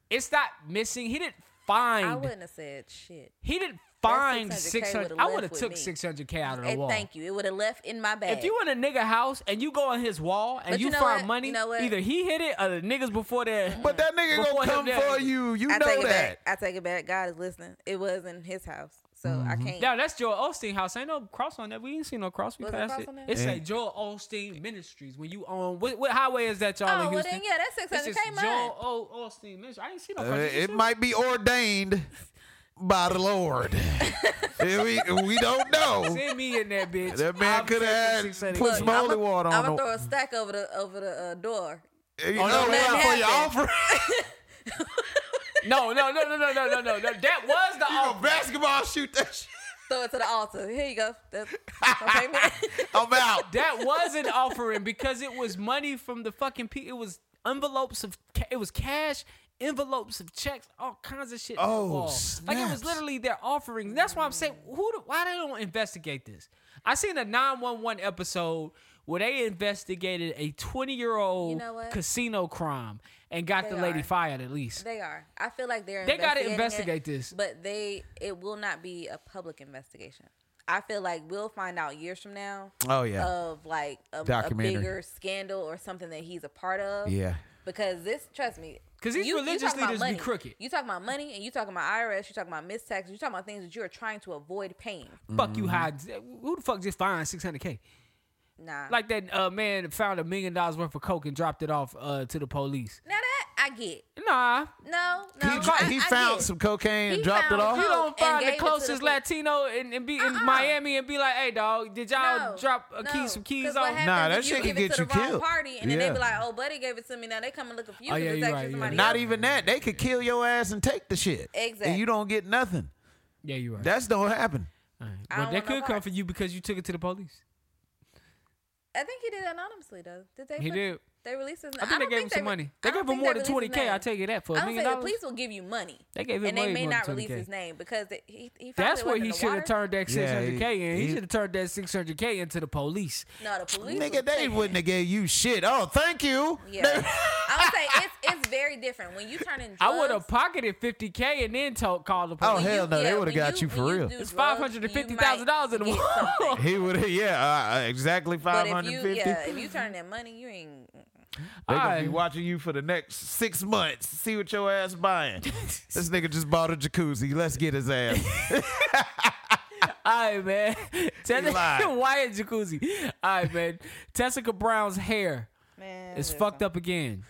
[SPEAKER 3] it's not missing. He didn't
[SPEAKER 6] I
[SPEAKER 3] find.
[SPEAKER 6] wouldn't have said shit.
[SPEAKER 3] He didn't find
[SPEAKER 6] 600K
[SPEAKER 3] 600.
[SPEAKER 6] would've
[SPEAKER 3] I
[SPEAKER 6] left
[SPEAKER 3] would have
[SPEAKER 6] with
[SPEAKER 3] took
[SPEAKER 6] me.
[SPEAKER 3] 600k out of the
[SPEAKER 6] And
[SPEAKER 3] wall.
[SPEAKER 6] thank you. It would have left in my bag.
[SPEAKER 3] If you in a nigga house and you go on his wall and
[SPEAKER 6] But
[SPEAKER 3] you,
[SPEAKER 6] you know
[SPEAKER 3] find
[SPEAKER 6] what?
[SPEAKER 3] money,
[SPEAKER 6] You know what?
[SPEAKER 3] either he hit it or the niggas before that.
[SPEAKER 4] But that nigga
[SPEAKER 3] Before
[SPEAKER 4] gonna
[SPEAKER 3] him
[SPEAKER 4] come
[SPEAKER 3] there.
[SPEAKER 4] for you. You
[SPEAKER 6] I
[SPEAKER 4] know
[SPEAKER 6] take it
[SPEAKER 4] that.
[SPEAKER 6] back. I take it back. God is listening. It was in his house, so I can't.
[SPEAKER 3] Yeah, that's Joel Osteen house. Ain't no cross on that. We ain't seen no cross. We
[SPEAKER 6] Was it
[SPEAKER 3] passed
[SPEAKER 6] cross
[SPEAKER 3] it.
[SPEAKER 6] on that?
[SPEAKER 3] It's like Joel Osteen Ministries. When you on what, what highway is that y'all in
[SPEAKER 6] oh well,
[SPEAKER 3] Houston?
[SPEAKER 6] then yeah, that's six
[SPEAKER 3] It's
[SPEAKER 6] hundred
[SPEAKER 3] just
[SPEAKER 6] k mine.
[SPEAKER 3] Joel o- Osteen Ministries. I ain't
[SPEAKER 6] Oh,
[SPEAKER 3] seen no
[SPEAKER 4] Uh,
[SPEAKER 3] cross. You
[SPEAKER 4] it
[SPEAKER 3] sure?
[SPEAKER 4] might be ordained by the Lord. we, we don't know.
[SPEAKER 3] send me in that bitch.
[SPEAKER 4] That man
[SPEAKER 3] I'm
[SPEAKER 4] coulda
[SPEAKER 3] taking
[SPEAKER 4] had
[SPEAKER 3] 600K.
[SPEAKER 4] put some holy
[SPEAKER 6] I'ma-
[SPEAKER 4] water
[SPEAKER 6] I'ma
[SPEAKER 4] on the-
[SPEAKER 6] throw a stack over the over the uh, door.
[SPEAKER 4] You
[SPEAKER 3] Oh,
[SPEAKER 4] know
[SPEAKER 3] no,
[SPEAKER 4] what?
[SPEAKER 6] that
[SPEAKER 4] For your
[SPEAKER 6] happened.
[SPEAKER 4] offering,
[SPEAKER 3] No, no, no, no, no, no, no, no. no. That was the
[SPEAKER 4] you gonna
[SPEAKER 3] offer.
[SPEAKER 4] basketball shoot that shit.
[SPEAKER 6] Throw it to the altar. Here you go. That's, don't pay me.
[SPEAKER 4] I'm out.
[SPEAKER 3] That was an offering because it was money from the fucking people. It was envelopes of ca- it was cash, envelopes of checks, all kinds of shit. on the
[SPEAKER 4] Oh,
[SPEAKER 3] wall. like it was
[SPEAKER 4] snaps.
[SPEAKER 3] literally their offerings. That's why I'm saying, who? The, why they don't investigate this? I seen a 911 episode where they investigated a 20 year old
[SPEAKER 6] You know what?
[SPEAKER 3] casino crime and got
[SPEAKER 6] They
[SPEAKER 3] the lady
[SPEAKER 6] are.
[SPEAKER 3] fired at least.
[SPEAKER 6] They are. I feel like they're.
[SPEAKER 3] They gotta
[SPEAKER 6] investigating
[SPEAKER 3] investigate this.
[SPEAKER 6] but they it will not be a public investigation. I feel like we'll find out years from now.
[SPEAKER 4] Oh, yeah.
[SPEAKER 6] of like a, a
[SPEAKER 4] Documentary.
[SPEAKER 6] bigger scandal or something that he's a part of.
[SPEAKER 4] Yeah.
[SPEAKER 6] because this, trust me,
[SPEAKER 3] 'Cause these
[SPEAKER 6] you- you
[SPEAKER 3] religious
[SPEAKER 6] talking about
[SPEAKER 3] leaders be
[SPEAKER 6] money.
[SPEAKER 3] crooked.
[SPEAKER 6] You talking about money, and you talking about IRS. You talking about missed taxes. You talking about things that you are trying to avoid paying.
[SPEAKER 3] Fuck
[SPEAKER 4] Mm-hmm.
[SPEAKER 3] you, hide. Who the fuck just fined 600k?
[SPEAKER 6] Nah,
[SPEAKER 3] Like that uh, man found a million dollars worth of coke and dropped it off uh, to the police.
[SPEAKER 6] now that I get.
[SPEAKER 3] Nah,
[SPEAKER 6] No, no,
[SPEAKER 4] He,
[SPEAKER 6] I,
[SPEAKER 4] he
[SPEAKER 6] I
[SPEAKER 4] found
[SPEAKER 6] get.
[SPEAKER 4] some cocaine
[SPEAKER 6] He
[SPEAKER 4] and dropped it
[SPEAKER 6] found
[SPEAKER 4] off.
[SPEAKER 3] you
[SPEAKER 6] coke.
[SPEAKER 3] don't
[SPEAKER 6] Oh, and
[SPEAKER 3] find
[SPEAKER 6] gave
[SPEAKER 3] the
[SPEAKER 6] it to the
[SPEAKER 3] closest
[SPEAKER 6] pol-
[SPEAKER 3] Latino and, and be in
[SPEAKER 6] Uh-uh.
[SPEAKER 3] Miami and be like, hey, dog, did y'all
[SPEAKER 6] No,
[SPEAKER 3] drop a
[SPEAKER 6] no,
[SPEAKER 3] key, some keys
[SPEAKER 6] 'cause what
[SPEAKER 3] on?
[SPEAKER 6] happens
[SPEAKER 4] Nah, that
[SPEAKER 6] if
[SPEAKER 4] shit
[SPEAKER 6] give
[SPEAKER 4] could
[SPEAKER 6] it to
[SPEAKER 4] get
[SPEAKER 6] the
[SPEAKER 4] you
[SPEAKER 6] wrong
[SPEAKER 4] killed.
[SPEAKER 6] Party, and then
[SPEAKER 4] Yeah.
[SPEAKER 6] they be like, "Oh, buddy gave it to me." Now they come and look for you.
[SPEAKER 3] Oh,
[SPEAKER 6] 'cause
[SPEAKER 3] yeah,
[SPEAKER 6] it's
[SPEAKER 3] you're
[SPEAKER 6] actually
[SPEAKER 3] right, yeah.
[SPEAKER 6] somebody
[SPEAKER 4] Not
[SPEAKER 6] else.
[SPEAKER 4] even that. They could kill your ass and take the shit. And
[SPEAKER 6] Exactly.
[SPEAKER 4] you don't get nothing.
[SPEAKER 3] Yeah, you're right.
[SPEAKER 4] That's don't happen.
[SPEAKER 3] All right.
[SPEAKER 6] I
[SPEAKER 3] Well,
[SPEAKER 6] don't
[SPEAKER 3] that
[SPEAKER 6] want no
[SPEAKER 3] could come
[SPEAKER 6] part.
[SPEAKER 3] for you because you took it to the police.
[SPEAKER 6] I think he did it anonymously though. Did they?
[SPEAKER 3] He
[SPEAKER 6] put-
[SPEAKER 3] did.
[SPEAKER 6] They released his.
[SPEAKER 3] I think
[SPEAKER 6] don't
[SPEAKER 3] they gave him some
[SPEAKER 6] re-
[SPEAKER 3] money.
[SPEAKER 6] I
[SPEAKER 3] They
[SPEAKER 6] don't
[SPEAKER 3] gave him
[SPEAKER 6] think
[SPEAKER 3] more
[SPEAKER 6] they
[SPEAKER 3] than
[SPEAKER 6] released his
[SPEAKER 3] 20K. I'll
[SPEAKER 6] name.
[SPEAKER 3] take you that for a
[SPEAKER 6] I don't
[SPEAKER 3] million
[SPEAKER 6] say the
[SPEAKER 3] dollars.
[SPEAKER 6] police will give you money.
[SPEAKER 3] They gave him
[SPEAKER 6] and they
[SPEAKER 3] way
[SPEAKER 6] may
[SPEAKER 3] more than
[SPEAKER 6] not release
[SPEAKER 3] 20K.
[SPEAKER 6] his name because it, he, he found
[SPEAKER 3] That's
[SPEAKER 6] it
[SPEAKER 3] where
[SPEAKER 6] wasn't
[SPEAKER 3] he
[SPEAKER 6] the
[SPEAKER 3] should
[SPEAKER 6] water.
[SPEAKER 3] have turned that
[SPEAKER 4] Yeah,
[SPEAKER 3] 600K in. He,
[SPEAKER 4] he-
[SPEAKER 3] should have turned that 600K into the police.
[SPEAKER 6] No, the police.
[SPEAKER 4] Nigga, they wouldn't have gave you shit. Oh, thank you.
[SPEAKER 6] Yeah. I would say it's it's very different when you turn in. Drugs,
[SPEAKER 3] I would have pocketed 50K and then told, called the
[SPEAKER 4] Oh,
[SPEAKER 3] police.
[SPEAKER 4] hell no, they
[SPEAKER 6] yeah,
[SPEAKER 4] would've
[SPEAKER 6] when
[SPEAKER 4] got you for
[SPEAKER 6] when
[SPEAKER 4] real.
[SPEAKER 6] do
[SPEAKER 3] It's
[SPEAKER 6] drugs,
[SPEAKER 3] $550,000 in the
[SPEAKER 6] you might
[SPEAKER 3] world.
[SPEAKER 6] get something.
[SPEAKER 4] He would, yeah, uh, exactly
[SPEAKER 6] But
[SPEAKER 4] five
[SPEAKER 6] if
[SPEAKER 4] hundred
[SPEAKER 6] you,
[SPEAKER 4] fifty.
[SPEAKER 6] yeah, if you turn in money, you ain't.
[SPEAKER 4] They gonna
[SPEAKER 3] Alright.
[SPEAKER 4] be watching you for the next six months. See what your ass buying. this nigga just bought a jacuzzi. Let's get his ass.
[SPEAKER 3] All right, man. Tessica,
[SPEAKER 4] lied.
[SPEAKER 3] why is jacuzzi? All right, man. Tessica Brown's hair
[SPEAKER 6] Man,
[SPEAKER 3] is fucked up again.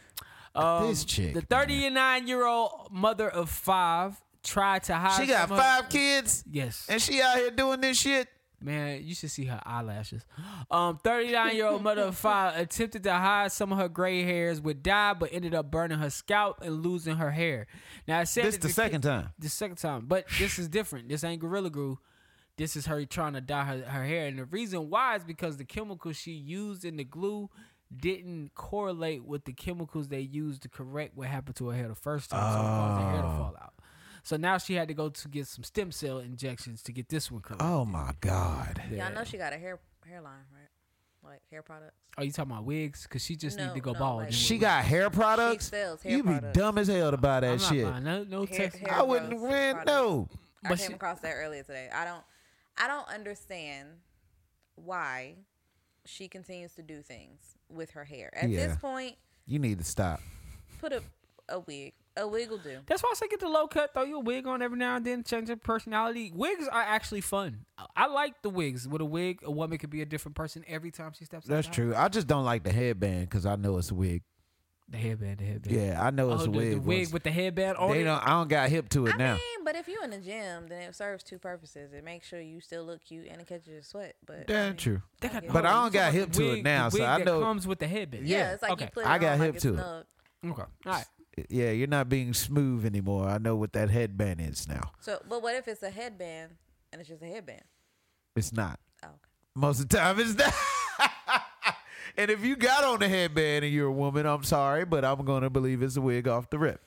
[SPEAKER 3] Um,
[SPEAKER 4] This chick,
[SPEAKER 3] the 39 year old mother of five, tried to hide.
[SPEAKER 4] she got
[SPEAKER 3] some of-
[SPEAKER 4] five kids,
[SPEAKER 3] Yes,
[SPEAKER 4] and she out here doing this shit.
[SPEAKER 3] man. You should see her eyelashes. Um, 39 year old mother of five attempted to hide some of her gray hairs with dye, but ended up burning her scalp and losing her hair. Now, it said
[SPEAKER 4] This
[SPEAKER 3] that
[SPEAKER 4] the
[SPEAKER 3] kid-
[SPEAKER 4] second time.
[SPEAKER 3] the second time. But this is different. This ain't Gorilla Glue. This is her trying to dye her, her hair. And the reason why is because the chemicals she used in the glue didn't correlate with the chemicals they used to correct what happened to her hair the first time. So it caused her hair
[SPEAKER 4] Oh.
[SPEAKER 3] to fall out. So now she had to go to get some stem cell injections to get this one correct.
[SPEAKER 4] Oh my god.
[SPEAKER 6] Y'all know she got a hair hairline, right? Like hair products.
[SPEAKER 3] Are you talking about wigs? Because she just
[SPEAKER 6] No,
[SPEAKER 3] need to go
[SPEAKER 6] no,
[SPEAKER 3] bald.
[SPEAKER 6] like-
[SPEAKER 3] and
[SPEAKER 4] She
[SPEAKER 3] wig.
[SPEAKER 4] got hair products.
[SPEAKER 6] sells hair
[SPEAKER 4] you be
[SPEAKER 6] products.
[SPEAKER 4] dumb as hell to buy that
[SPEAKER 3] I'm not
[SPEAKER 4] shit.
[SPEAKER 3] buying no, no
[SPEAKER 6] Hair-
[SPEAKER 3] text.
[SPEAKER 6] hair
[SPEAKER 4] I wouldn't
[SPEAKER 6] growth
[SPEAKER 4] win.
[SPEAKER 6] products.
[SPEAKER 4] No.
[SPEAKER 6] I
[SPEAKER 3] But
[SPEAKER 6] came
[SPEAKER 3] she-
[SPEAKER 6] across that earlier today. I don't I don't understand why she continues to do things with her hair. At
[SPEAKER 4] Yeah.
[SPEAKER 6] this point,
[SPEAKER 4] You need to stop.
[SPEAKER 6] put a a wig. A wig will do.
[SPEAKER 3] That's why I say get the low cut, throw you a wig on every now and then, change your personality. Wigs are actually fun. I- I like the wigs. With a wig, a woman could be a different person every time she steps out
[SPEAKER 4] That's
[SPEAKER 3] the house.
[SPEAKER 4] true. I just don't like the headband because I know it's a wig.
[SPEAKER 3] The headband, the headband.
[SPEAKER 4] Yeah, I know
[SPEAKER 3] Oh,
[SPEAKER 4] it's
[SPEAKER 3] the,
[SPEAKER 4] a wig.
[SPEAKER 3] the wig
[SPEAKER 4] once-
[SPEAKER 3] with the headband on
[SPEAKER 4] they
[SPEAKER 3] it.
[SPEAKER 4] don't. I don't got hip to it
[SPEAKER 6] I
[SPEAKER 4] now.
[SPEAKER 6] mean, but if you in the gym, then it serves two purposes. It makes sure you still look cute and it catches your sweat. But I
[SPEAKER 4] Damn
[SPEAKER 6] mean,
[SPEAKER 4] true.
[SPEAKER 3] They got-
[SPEAKER 4] But I
[SPEAKER 3] you
[SPEAKER 4] don't got
[SPEAKER 3] talking
[SPEAKER 4] hip
[SPEAKER 3] about
[SPEAKER 4] to
[SPEAKER 3] the
[SPEAKER 4] it
[SPEAKER 3] wig-
[SPEAKER 4] now,
[SPEAKER 3] the
[SPEAKER 4] so
[SPEAKER 3] wig
[SPEAKER 4] I
[SPEAKER 3] that
[SPEAKER 4] know-
[SPEAKER 3] comes with the headband.
[SPEAKER 6] Yeah, it's like
[SPEAKER 3] okay.
[SPEAKER 6] you put it
[SPEAKER 4] I got
[SPEAKER 6] on like
[SPEAKER 4] hip
[SPEAKER 6] it's
[SPEAKER 4] to it.
[SPEAKER 6] snug.
[SPEAKER 3] Okay. All right.
[SPEAKER 4] Yeah, you're not being smooth anymore. I know what that headband is now.
[SPEAKER 6] So but what if it's a headband and it's just a headband?
[SPEAKER 4] It's not.
[SPEAKER 6] Oh,
[SPEAKER 4] Most of the time, it's not. and if you got on the headband and you're a woman, I'm sorry, but I'm gonna believe it's a wig off the rip.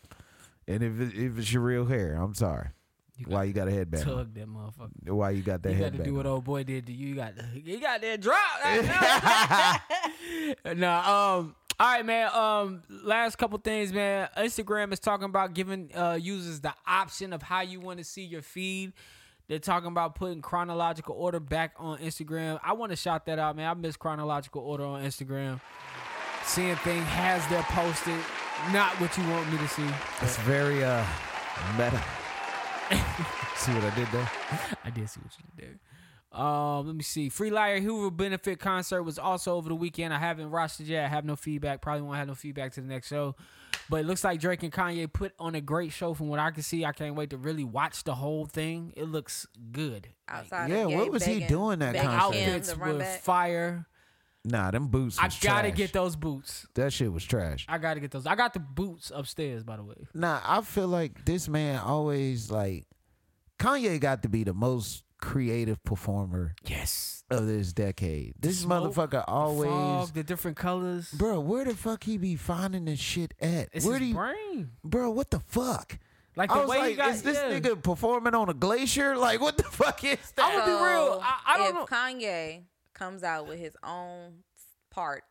[SPEAKER 4] And if it, if it's your real hair, I'm sorry. Why you got a headband? on?
[SPEAKER 3] Tug that motherfucker.
[SPEAKER 4] Why you got that
[SPEAKER 3] You got to
[SPEAKER 4] headband?
[SPEAKER 3] do what
[SPEAKER 4] on?
[SPEAKER 3] old boy did to you. You got you got that drop. nah, um, all right, man. Um, last couple things, man. Instagram is talking about giving uh, users the option of how you want to see your feed. They're talking about putting chronological order back on Instagram. I want to shout that out, man. I miss chronological order on Instagram. Seeing things has they're posted, not what you want me to see.
[SPEAKER 4] It's very uh meta. See what I did there?
[SPEAKER 3] I did see what you did. there. Um, let me see. Free Liar Hoover benefit concert was also over the weekend. I haven't watched it yet. I have no feedback. Probably won't have no feedback to the next show. But it looks like Drake and Kanye put on a great show from what I can see. I can't wait to really watch the whole thing. It looks good.
[SPEAKER 6] outside.
[SPEAKER 4] Yeah,
[SPEAKER 6] of Ye
[SPEAKER 4] what was he
[SPEAKER 6] begging-
[SPEAKER 4] doing that
[SPEAKER 6] begging
[SPEAKER 4] concert?
[SPEAKER 6] him to
[SPEAKER 3] Outfits
[SPEAKER 6] run
[SPEAKER 3] were
[SPEAKER 6] back.
[SPEAKER 3] fire.
[SPEAKER 4] Nah, them boots.
[SPEAKER 3] I
[SPEAKER 4] was
[SPEAKER 3] gotta
[SPEAKER 4] trash.
[SPEAKER 3] get those boots.
[SPEAKER 4] That shit was trash.
[SPEAKER 3] I gotta get those. I got the boots upstairs, by the way.
[SPEAKER 4] Nah, I feel like this man always like Kanye got to be the most creative performer
[SPEAKER 3] Yes.
[SPEAKER 4] of this decade. This
[SPEAKER 3] Smoke,
[SPEAKER 4] motherfucker always
[SPEAKER 3] Fog, the different colors.
[SPEAKER 4] Bro, where the fuck he be finding this shit at?
[SPEAKER 3] It's
[SPEAKER 4] where
[SPEAKER 3] his
[SPEAKER 4] do you,
[SPEAKER 3] brain.
[SPEAKER 4] Bro, what the fuck?
[SPEAKER 3] Like
[SPEAKER 4] I
[SPEAKER 3] the
[SPEAKER 4] was
[SPEAKER 3] way
[SPEAKER 4] like,
[SPEAKER 3] he got
[SPEAKER 4] is this
[SPEAKER 3] yeah.
[SPEAKER 4] nigga performing on a glacier? Like, what the fuck is that?
[SPEAKER 3] I'm gonna be real. I- I don't
[SPEAKER 6] if
[SPEAKER 3] know-
[SPEAKER 6] Kanye comes out with his own part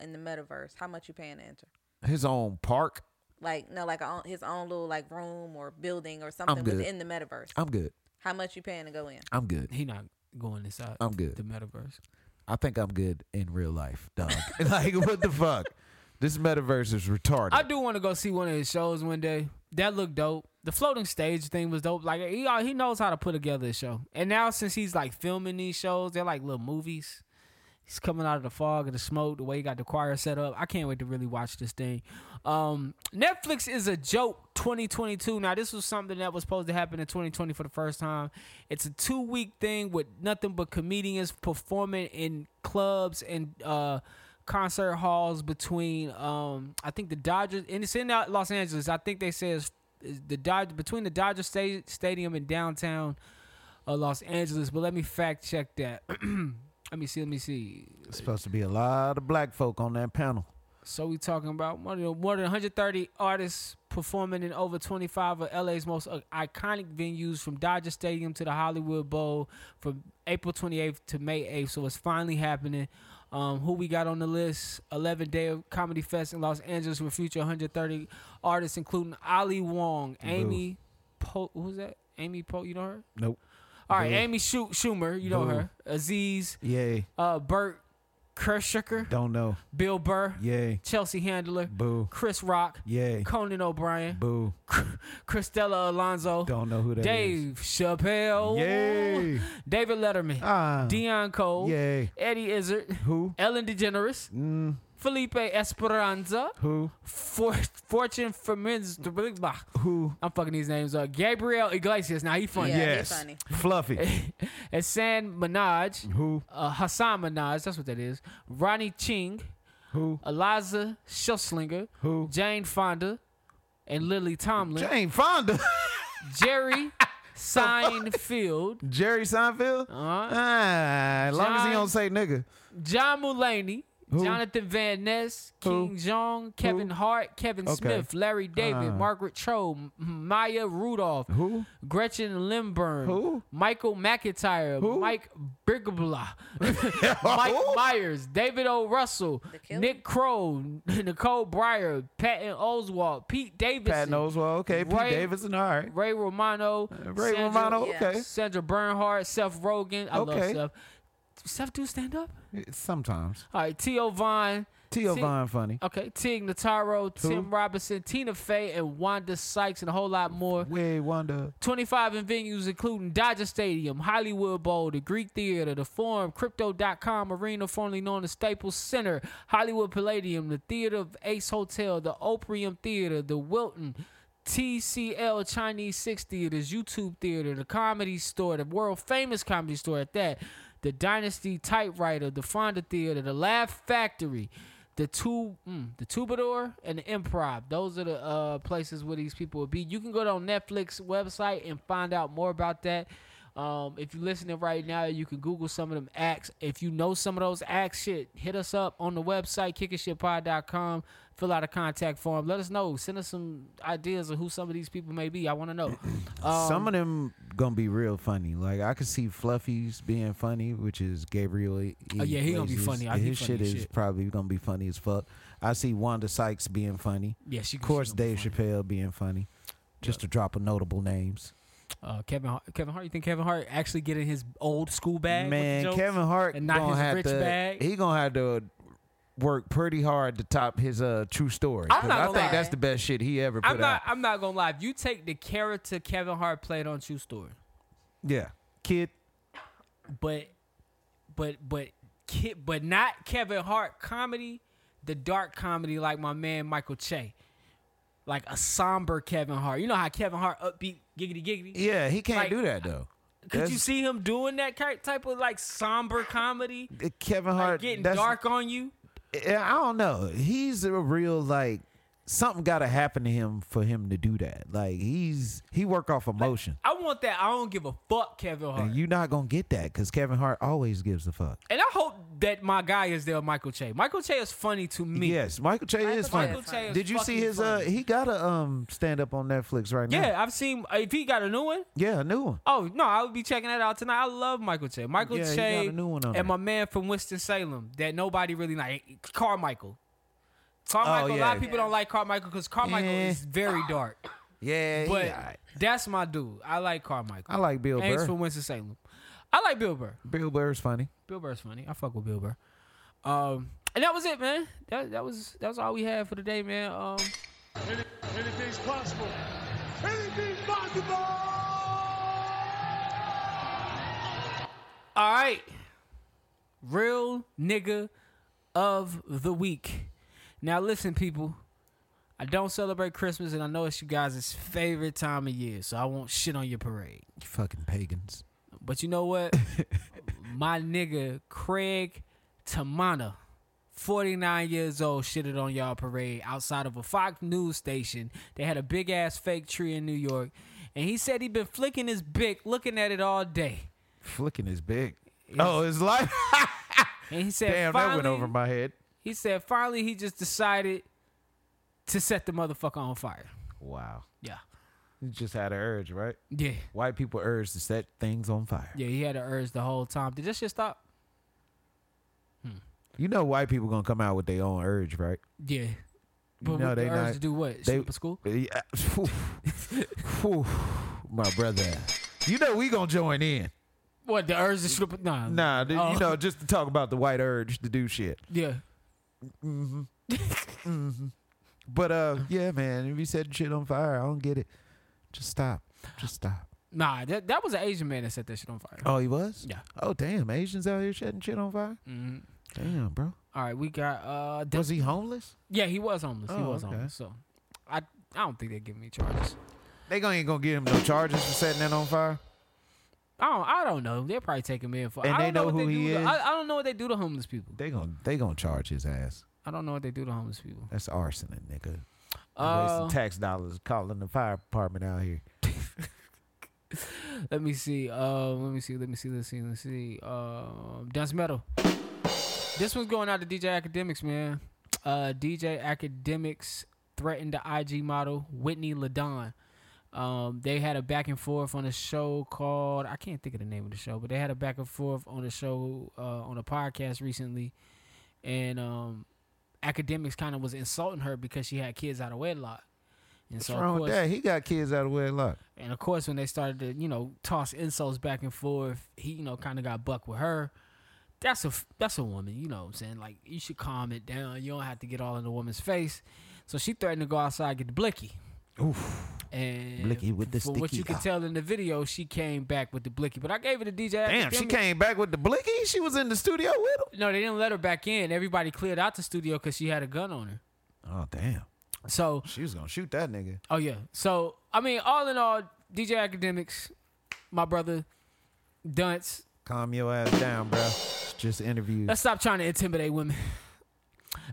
[SPEAKER 6] in the metaverse, how much you paying to enter?
[SPEAKER 4] His own park.
[SPEAKER 6] Like no, like a, own- his own little like room or building or something
[SPEAKER 4] good.
[SPEAKER 6] within the metaverse.
[SPEAKER 4] I'm good.
[SPEAKER 6] How much you paying to go in?
[SPEAKER 4] I'm good.
[SPEAKER 3] He not going inside.
[SPEAKER 4] I'm good.
[SPEAKER 3] The metaverse.
[SPEAKER 4] I think I'm good in real life, dog. like, what the fuck? This metaverse is retarded.
[SPEAKER 3] I do want to go see one of his shows one day. That looked dope. The floating stage thing was dope. Like he uh, he knows how to put together a show. And now since he's like filming these shows, they're like little movies. He's coming out of the fog and the smoke. The way he got the choir set up, I can't wait to really watch this thing. Um, Netflix is a joke. 2022. Now this was something that was supposed to happen in 2020 for the first time. It's a two week thing with nothing but comedians performing in clubs and uh concert halls between um I think the Dodgers and it's in Los Angeles. I think they say it's it's the Dodge between the Dodger sta- Stadium and downtown uh, Los Angeles. But let me fact check that. let me see. Let me see.
[SPEAKER 4] It's supposed to be a lot of black folk on that panel.
[SPEAKER 3] So we talking about more than, more than 130 artists performing in over 25 of LA's most uh, iconic venues, from Dodger Stadium to the Hollywood Bowl, from April 28th to May 8th. So it's finally happening. Um, who we got on the list? 11 Day of Comedy Fest in Los Angeles with future 130 artists, including Ali Wong, Amy Poe. Who's that? Amy Poe. You know her?
[SPEAKER 4] Nope.
[SPEAKER 3] All right, Amy Schu- Schumer. You know her. Aziz.
[SPEAKER 4] Yay.
[SPEAKER 3] Uh, Bert Kershiker.
[SPEAKER 4] Don't know.
[SPEAKER 3] Bill Burr.
[SPEAKER 4] Yay.
[SPEAKER 3] Chelsea Handler.
[SPEAKER 4] Boo.
[SPEAKER 3] Chris Rock.
[SPEAKER 4] Yay.
[SPEAKER 3] Conan O'Brien.
[SPEAKER 4] Boo.
[SPEAKER 3] Christella Alonso.
[SPEAKER 4] Don't know who that is.
[SPEAKER 3] Dave Chappelle.
[SPEAKER 4] Yay.
[SPEAKER 3] David Letterman.
[SPEAKER 4] Ah.
[SPEAKER 3] Dion Cole.
[SPEAKER 4] Yay.
[SPEAKER 3] Eddie Izzard.
[SPEAKER 4] Who?
[SPEAKER 3] Ellen DeGeneres.
[SPEAKER 4] Mm.
[SPEAKER 3] Felipe Esperanza.
[SPEAKER 4] Who?
[SPEAKER 3] For, Fortune Fermins.
[SPEAKER 4] Who?
[SPEAKER 3] I'm fucking these names up. Gabriel Iglesias. Now he funny.
[SPEAKER 6] Yeah, he
[SPEAKER 4] yes.
[SPEAKER 6] funny.
[SPEAKER 4] Fluffy.
[SPEAKER 3] And San Minaj.
[SPEAKER 4] Who?
[SPEAKER 3] Uh, Hassan Minaj. That's what that is. Ronnie Ching.
[SPEAKER 4] Who?
[SPEAKER 3] Eliza Schusslinger.
[SPEAKER 4] Who?
[SPEAKER 3] Jane Fonda. And Lily Tomlin.
[SPEAKER 4] Jane Fonda.
[SPEAKER 3] Jerry Seinfeld.
[SPEAKER 4] Jerry Seinfeld. Ah, as long as he
[SPEAKER 3] Uh-huh. John-
[SPEAKER 4] don't say nigga.
[SPEAKER 3] John Mulaney, Jonathan Van Ness,
[SPEAKER 4] Who?
[SPEAKER 3] King Jong, Kevin Hart, Kevin
[SPEAKER 4] Okay. Uh.
[SPEAKER 3] Smith, Larry David, Margaret Cho, M- Maya Rudolph,
[SPEAKER 4] Who?
[SPEAKER 3] Gretchen Lindberg,
[SPEAKER 4] Who?
[SPEAKER 3] Michael McIntyre, Mike Brigabla, Mike
[SPEAKER 4] Who?
[SPEAKER 3] Myers, David O. Russell,
[SPEAKER 6] Killer?
[SPEAKER 3] Nick Crow, Nicole Breyer, Patton Oswald, Pete Davidson,
[SPEAKER 4] Pat knows well.
[SPEAKER 3] Ray-
[SPEAKER 4] Okay. Pete Davidson. All right.
[SPEAKER 3] Ray Romano,
[SPEAKER 4] Ray
[SPEAKER 3] Sandra-
[SPEAKER 4] Romano.
[SPEAKER 6] yeah.
[SPEAKER 4] Okay.
[SPEAKER 3] Sandra Bernhardt, Seth Rogen. I love
[SPEAKER 4] Okay.
[SPEAKER 3] Seth. Seth do stand up?
[SPEAKER 4] Sometimes.
[SPEAKER 3] All right, T.O. Vaughn.
[SPEAKER 4] T.O.
[SPEAKER 3] T-
[SPEAKER 4] Vaughn funny.
[SPEAKER 3] Okay, Tig Notaro, Tim Robinson, Tina Fey, and Wanda Sykes, and a whole lot more.
[SPEAKER 4] Way wonder.
[SPEAKER 3] 25 in venues, including Dodger Stadium, Hollywood Bowl, the Greek Theater, the Forum, Crypto.com Arena, formerly known as Staples Center, Hollywood Palladium, the Theater of Ace Hotel, the Oprium Theater, the Wilton, TCL Chinese Six Theaters, YouTube Theater, the Comedy Store, the world famous Comedy Store at that, the Dynasty Typewriter, the Fonda Theater, the Laugh Factory. The two, mm, the Troubadour and the Improv. Those are the uh, places where these people will be. You can go to on Netflix website and find out more about that. Um, if you're listening right now, you can Google some of them acts. If you know some of those acts, shit, hit us up on the website kickingshitpod.com. Fill out a contact form. Let us know. Send us some ideas of who some of these people may be. I want to know. Um,
[SPEAKER 4] Some of them gonna be real funny. Like I could see Fluffy's being funny, which is Gabriel. E-
[SPEAKER 3] Oh, yeah, he gonna be
[SPEAKER 4] Iglesias.
[SPEAKER 3] funny. I- he
[SPEAKER 4] His
[SPEAKER 3] funny
[SPEAKER 4] shit
[SPEAKER 3] as
[SPEAKER 4] is
[SPEAKER 3] shit.
[SPEAKER 4] probably gonna be funny as fuck. I see Wanda Sykes being funny.
[SPEAKER 3] Yeah, she-
[SPEAKER 4] Of course,
[SPEAKER 3] she gonna be
[SPEAKER 4] Dave Chappelle being funny. Just to drop a notable names.
[SPEAKER 3] uh, Kevin Hart, Kevin Hart. You think Kevin Hart actually getting his old school bag? with the
[SPEAKER 4] Man,
[SPEAKER 3] jokes
[SPEAKER 4] Kevin Hart
[SPEAKER 3] and not
[SPEAKER 4] gonna
[SPEAKER 3] his
[SPEAKER 4] have
[SPEAKER 3] rich
[SPEAKER 4] to.
[SPEAKER 3] bag.
[SPEAKER 4] He gonna have to work pretty hard to top his uh true story.
[SPEAKER 3] I'm
[SPEAKER 4] 'Cause
[SPEAKER 3] not
[SPEAKER 4] I
[SPEAKER 3] gonna lie.
[SPEAKER 4] think that's the best shit he ever put
[SPEAKER 3] I'm not.
[SPEAKER 4] out.
[SPEAKER 3] I'm not gonna lie. If you take the character Kevin Hart played on True Story,
[SPEAKER 4] Yeah, kid.
[SPEAKER 3] but, but, but, Ke- but not Kevin Hart comedy, the dark comedy like my man Michael Che, like a somber Kevin Hart. You know how Kevin Hart upbeat, giggity giggity.
[SPEAKER 4] Yeah, he can't
[SPEAKER 3] Like,
[SPEAKER 4] do that though.
[SPEAKER 3] Could you
[SPEAKER 4] That's-
[SPEAKER 3] see him doing that ki- type of like somber comedy,
[SPEAKER 4] Uh, Kevin
[SPEAKER 3] like
[SPEAKER 4] Hart
[SPEAKER 3] getting
[SPEAKER 4] that's-
[SPEAKER 3] dark on you?
[SPEAKER 4] I don't know. He's a real like something got to happen to him for him to do that. Like he's he work off emotion.
[SPEAKER 3] I want that. I don't give a fuck, Kevin Hart.
[SPEAKER 4] and you're not gonna get that because Kevin Hart always gives a fuck.
[SPEAKER 3] and I hope that my guy is there, Michael Che. Michael Che is funny to me.
[SPEAKER 4] Yes, Michael Che
[SPEAKER 6] Michael
[SPEAKER 4] is
[SPEAKER 6] Che
[SPEAKER 4] funny.
[SPEAKER 6] is funny.
[SPEAKER 4] Did you see
[SPEAKER 3] Fucking
[SPEAKER 4] his? uh
[SPEAKER 3] funny.
[SPEAKER 4] He got a um stand up on Netflix right now.
[SPEAKER 3] Yeah, I've seen. If he got a new one,
[SPEAKER 4] yeah, a new one.
[SPEAKER 3] oh no, I would be checking that out tonight. I love Michael Che. Michael
[SPEAKER 4] Yeah, he
[SPEAKER 3] Che
[SPEAKER 4] got a new one on
[SPEAKER 3] and
[SPEAKER 4] there.
[SPEAKER 3] my man from Winston Salem that nobody really like, Carmichael. Carmichael. A
[SPEAKER 4] Oh, yeah.
[SPEAKER 3] lot of people don't like Carmichael because Carmichael
[SPEAKER 4] Eh.
[SPEAKER 3] is very dark.
[SPEAKER 4] Yeah, he
[SPEAKER 3] But
[SPEAKER 4] alright.
[SPEAKER 3] that's my dude. I like Carmichael.
[SPEAKER 4] I like Bill
[SPEAKER 3] Thanks
[SPEAKER 4] Burr.
[SPEAKER 3] for Winston Salem. I like Bill Burr.
[SPEAKER 4] Bill Burr's funny.
[SPEAKER 3] Bill Burr's funny. I fuck with Bill Burr. Um, and that was it, man. That that was that was all we had for today, man. Um,
[SPEAKER 8] Anything's possible. Anything's possible.
[SPEAKER 3] All right. Real nigga of the week. Now listen, people. I don't celebrate Christmas, and I know it's you guys' favorite time of year, so I won't shit on your parade.
[SPEAKER 4] You fucking pagans.
[SPEAKER 3] But you know what? My nigga Craig Tamana, 49 years old, shitted on y'all parade outside of a Fox News station. They had a big ass fake tree in New York, and he said he'd been flicking his bick, looking at it all day.
[SPEAKER 4] Flicking his big. Oh, his life.
[SPEAKER 3] And he said,
[SPEAKER 4] Damn, that
[SPEAKER 3] finally,
[SPEAKER 4] went over my head.
[SPEAKER 3] He said finally he just decided to set the motherfucker on fire.
[SPEAKER 4] Wow.
[SPEAKER 3] Yeah.
[SPEAKER 4] He just had an urge, right?
[SPEAKER 3] Yeah.
[SPEAKER 4] White people urge to set things on fire.
[SPEAKER 3] Yeah, he had an urge the whole time. Did this shit stop?
[SPEAKER 4] You know, white people gonna come out with their own urge, right?
[SPEAKER 3] Yeah. But
[SPEAKER 4] know
[SPEAKER 3] what
[SPEAKER 4] they
[SPEAKER 3] the urge
[SPEAKER 4] not-
[SPEAKER 3] to do what?
[SPEAKER 4] they-
[SPEAKER 3] Shoot up a school?
[SPEAKER 4] Yeah. Oof. Oof. My brother, you know we gonna join in.
[SPEAKER 3] What the urge to shoot up? Nah.
[SPEAKER 4] Nah, dude,
[SPEAKER 3] Oh,
[SPEAKER 4] you know, just to talk about the white urge to do shit. Mm-hmm.
[SPEAKER 3] Yeah. Mm-hmm.
[SPEAKER 4] But uh, yeah, man, if you set shit on fire, I don't get it. Just stop. Just stop.
[SPEAKER 3] Nah. That that was an Asian man that set that shit on fire.
[SPEAKER 4] Oh, he was.
[SPEAKER 3] Yeah.
[SPEAKER 4] Oh, damn, Asians out here setting shit on fire. Damn, bro.
[SPEAKER 3] Mm-hmm. All right, we got uh. the-
[SPEAKER 4] Was he homeless?
[SPEAKER 3] yeah, he was homeless. he
[SPEAKER 4] Oh,
[SPEAKER 3] was
[SPEAKER 4] okay.
[SPEAKER 3] homeless. So, I I don't think they give me charges.
[SPEAKER 4] They gonna ain't gonna give him no charges for setting that on fire.
[SPEAKER 3] I don't, I don't know. They're probably taking me in for.
[SPEAKER 4] And
[SPEAKER 3] I
[SPEAKER 4] they
[SPEAKER 3] don't
[SPEAKER 4] know
[SPEAKER 3] what
[SPEAKER 4] who
[SPEAKER 3] they
[SPEAKER 4] he
[SPEAKER 3] do to-
[SPEAKER 4] is?
[SPEAKER 3] I, I don't know what they do to homeless people.
[SPEAKER 4] They gonna they gonna charge his ass.
[SPEAKER 3] I don't know what they do to homeless people.
[SPEAKER 4] That's arson, nigga.
[SPEAKER 3] Uh,
[SPEAKER 4] Wasting tax dollars calling the fire department out here.
[SPEAKER 3] let me see. Uh, let me see. Let me see. Let's see. Let's see. Uh, Dunce Metal. This one's going out to DJ Academics, man. Uh, DJ Academics threatened the IG model Whitney Ladon. Um, they had a back and forth on a show called I can't think of the name of the show, but they had a back and forth on a show uh, on a podcast recently, and um, Academics kind of was insulting her because she had kids out of wedlock. And so
[SPEAKER 4] What's
[SPEAKER 3] of
[SPEAKER 4] wrong
[SPEAKER 3] course-
[SPEAKER 4] with that? He got kids out of wedlock.
[SPEAKER 3] and of course, when they started to, you know, toss insults back and forth, he, you know, kind of got buck with her. That's a that's a woman, you know what I'm saying? Like you should calm it down. You don't have to get all in the woman's face. So she threatened to go outside and get the blicky. Oof. And
[SPEAKER 4] Blicky with the
[SPEAKER 3] from what
[SPEAKER 4] sticky.
[SPEAKER 3] you can
[SPEAKER 4] Ah.
[SPEAKER 3] tell in the video, she came back with the blicky. But I gave it to DJ.
[SPEAKER 4] Damn, she
[SPEAKER 3] Academic.
[SPEAKER 4] came back with the blicky. She was in the studio with him.
[SPEAKER 3] No, they didn't let her back in. Everybody cleared out the studio because she had a gun on her.
[SPEAKER 4] Oh damn,
[SPEAKER 3] So
[SPEAKER 4] she was gonna shoot that nigga.
[SPEAKER 3] Oh yeah. So I mean, all in all, DJ Academics, my brother, Dunce.
[SPEAKER 4] Calm your ass down, bro. It's Just interviews.
[SPEAKER 3] Let's stop trying to intimidate women.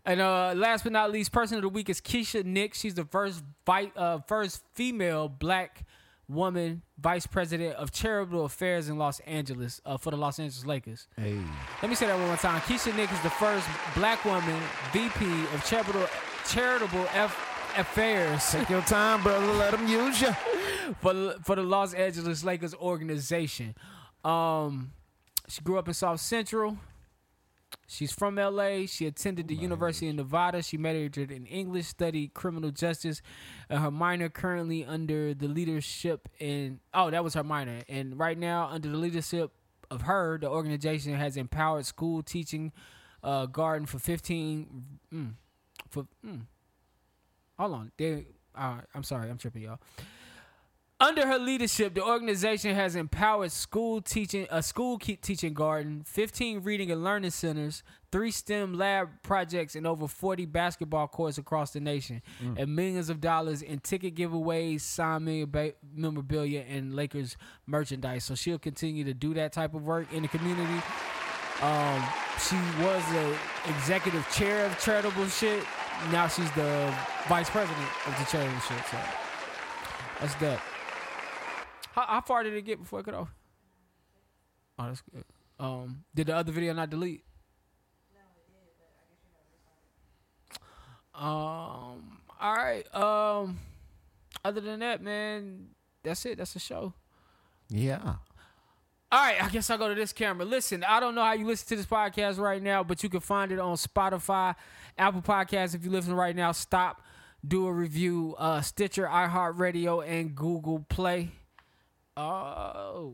[SPEAKER 3] And uh, last but not least, person of the week is Keisha Nix. She's the first vi- uh, first female black woman vice president of charitable affairs in Los Angeles uh, for the Los Angeles Lakers.
[SPEAKER 4] Hey,
[SPEAKER 3] Let me say that one more time. Keisha Nick is the first black woman VP of charitable charitable F- affairs.
[SPEAKER 4] take your time, brother. Let them use you.
[SPEAKER 3] for for the Los Angeles Lakers organization. Um, she grew up in South Central. She's from LA. She attended the University of Nevada. She majored in English, studied criminal justice, and her minor currently under the leadership in oh that was her minor and right now under the leadership of her the organization has empowered school teaching, uh, garden for fifteen mm, for mm, hold on they uh, I'm sorry I'm tripping y'all under her leadership, the organization has empowered school teaching, a school ke- teaching garden, 15 reading and learning centers, three STEM lab projects, and over 40 basketball courts across the nation, and millions of dollars in ticket giveaways, signed memorab- memorabilia, and Lakers merchandise. So she'll continue to do that type of work in the community. Um, she was the executive chair of charitable shit. Now she's the vice president of the charitable shit. So that's that. How, how far did it get before it cut off? Oh, that's good. Um, did the other video not delete? Um. All right. Um. Other than that, man, that's it. That's the show.
[SPEAKER 4] Yeah.
[SPEAKER 3] All right, I guess I'll go to this camera. Listen, I don't know how you listen to this podcast right now, but you can find it on Spotify, Apple Podcasts. If you listen right now, stop, do a review, uh, Stitcher, iHeartRadio, and Google Play. Oh.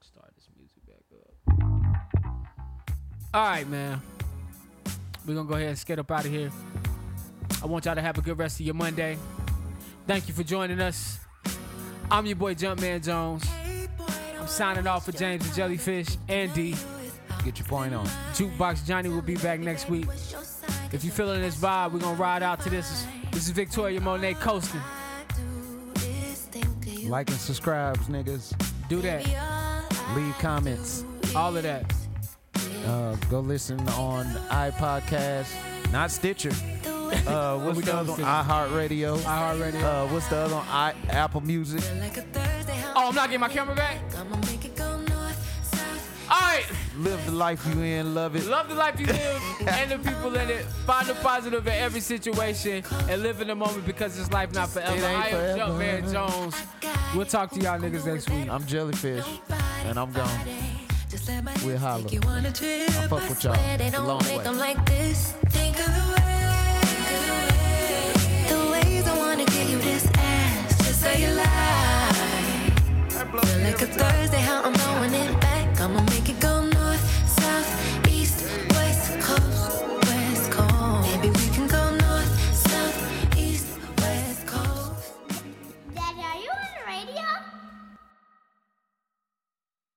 [SPEAKER 3] Start this music back up. All right, man. We're going to go ahead and skate up out of here. I want y'all to have a good rest of your Monday. Thank you for joining us. I'm your boy Jumpman Jones. I'm signing off for James the Jellyfish and D.
[SPEAKER 4] Get your point on.
[SPEAKER 3] Jukebox Johnny will be back next week. If you feeling this vibe, we're gonna ride out to this. This is Victoria Monet coasting.
[SPEAKER 4] Like and subscribes, niggas.
[SPEAKER 3] Do that,
[SPEAKER 4] Leave comments.
[SPEAKER 3] all of that.
[SPEAKER 4] Uh, go listen on iPodcast, not Stitcher. Uh, what's
[SPEAKER 3] We
[SPEAKER 4] the
[SPEAKER 3] don't
[SPEAKER 4] other one?
[SPEAKER 3] Stitcher.
[SPEAKER 4] iHeartRadio.
[SPEAKER 3] iHeartRadio.
[SPEAKER 4] Uh, what's the other one? I, Apple Music.
[SPEAKER 3] Oh, I'm not getting my camera back. All right,
[SPEAKER 4] Live the life you in. Love it.
[SPEAKER 3] love the life you live and the people in it. Find the positive in every situation and live in the moment because it's life not forever.
[SPEAKER 4] It ain't
[SPEAKER 3] I am
[SPEAKER 4] forever.
[SPEAKER 3] Jumpman Jones. We'll talk to y'all niggas next week.
[SPEAKER 4] I'm Jellyfish, and I'm gone.
[SPEAKER 5] Just let my
[SPEAKER 4] We'll
[SPEAKER 5] hips
[SPEAKER 4] holler.
[SPEAKER 5] take you on a trip.
[SPEAKER 4] fuck
[SPEAKER 5] I
[SPEAKER 4] with y'all.
[SPEAKER 5] swear they
[SPEAKER 4] It's a
[SPEAKER 5] don't
[SPEAKER 4] long
[SPEAKER 5] make
[SPEAKER 4] way.
[SPEAKER 5] 'em like this. Think of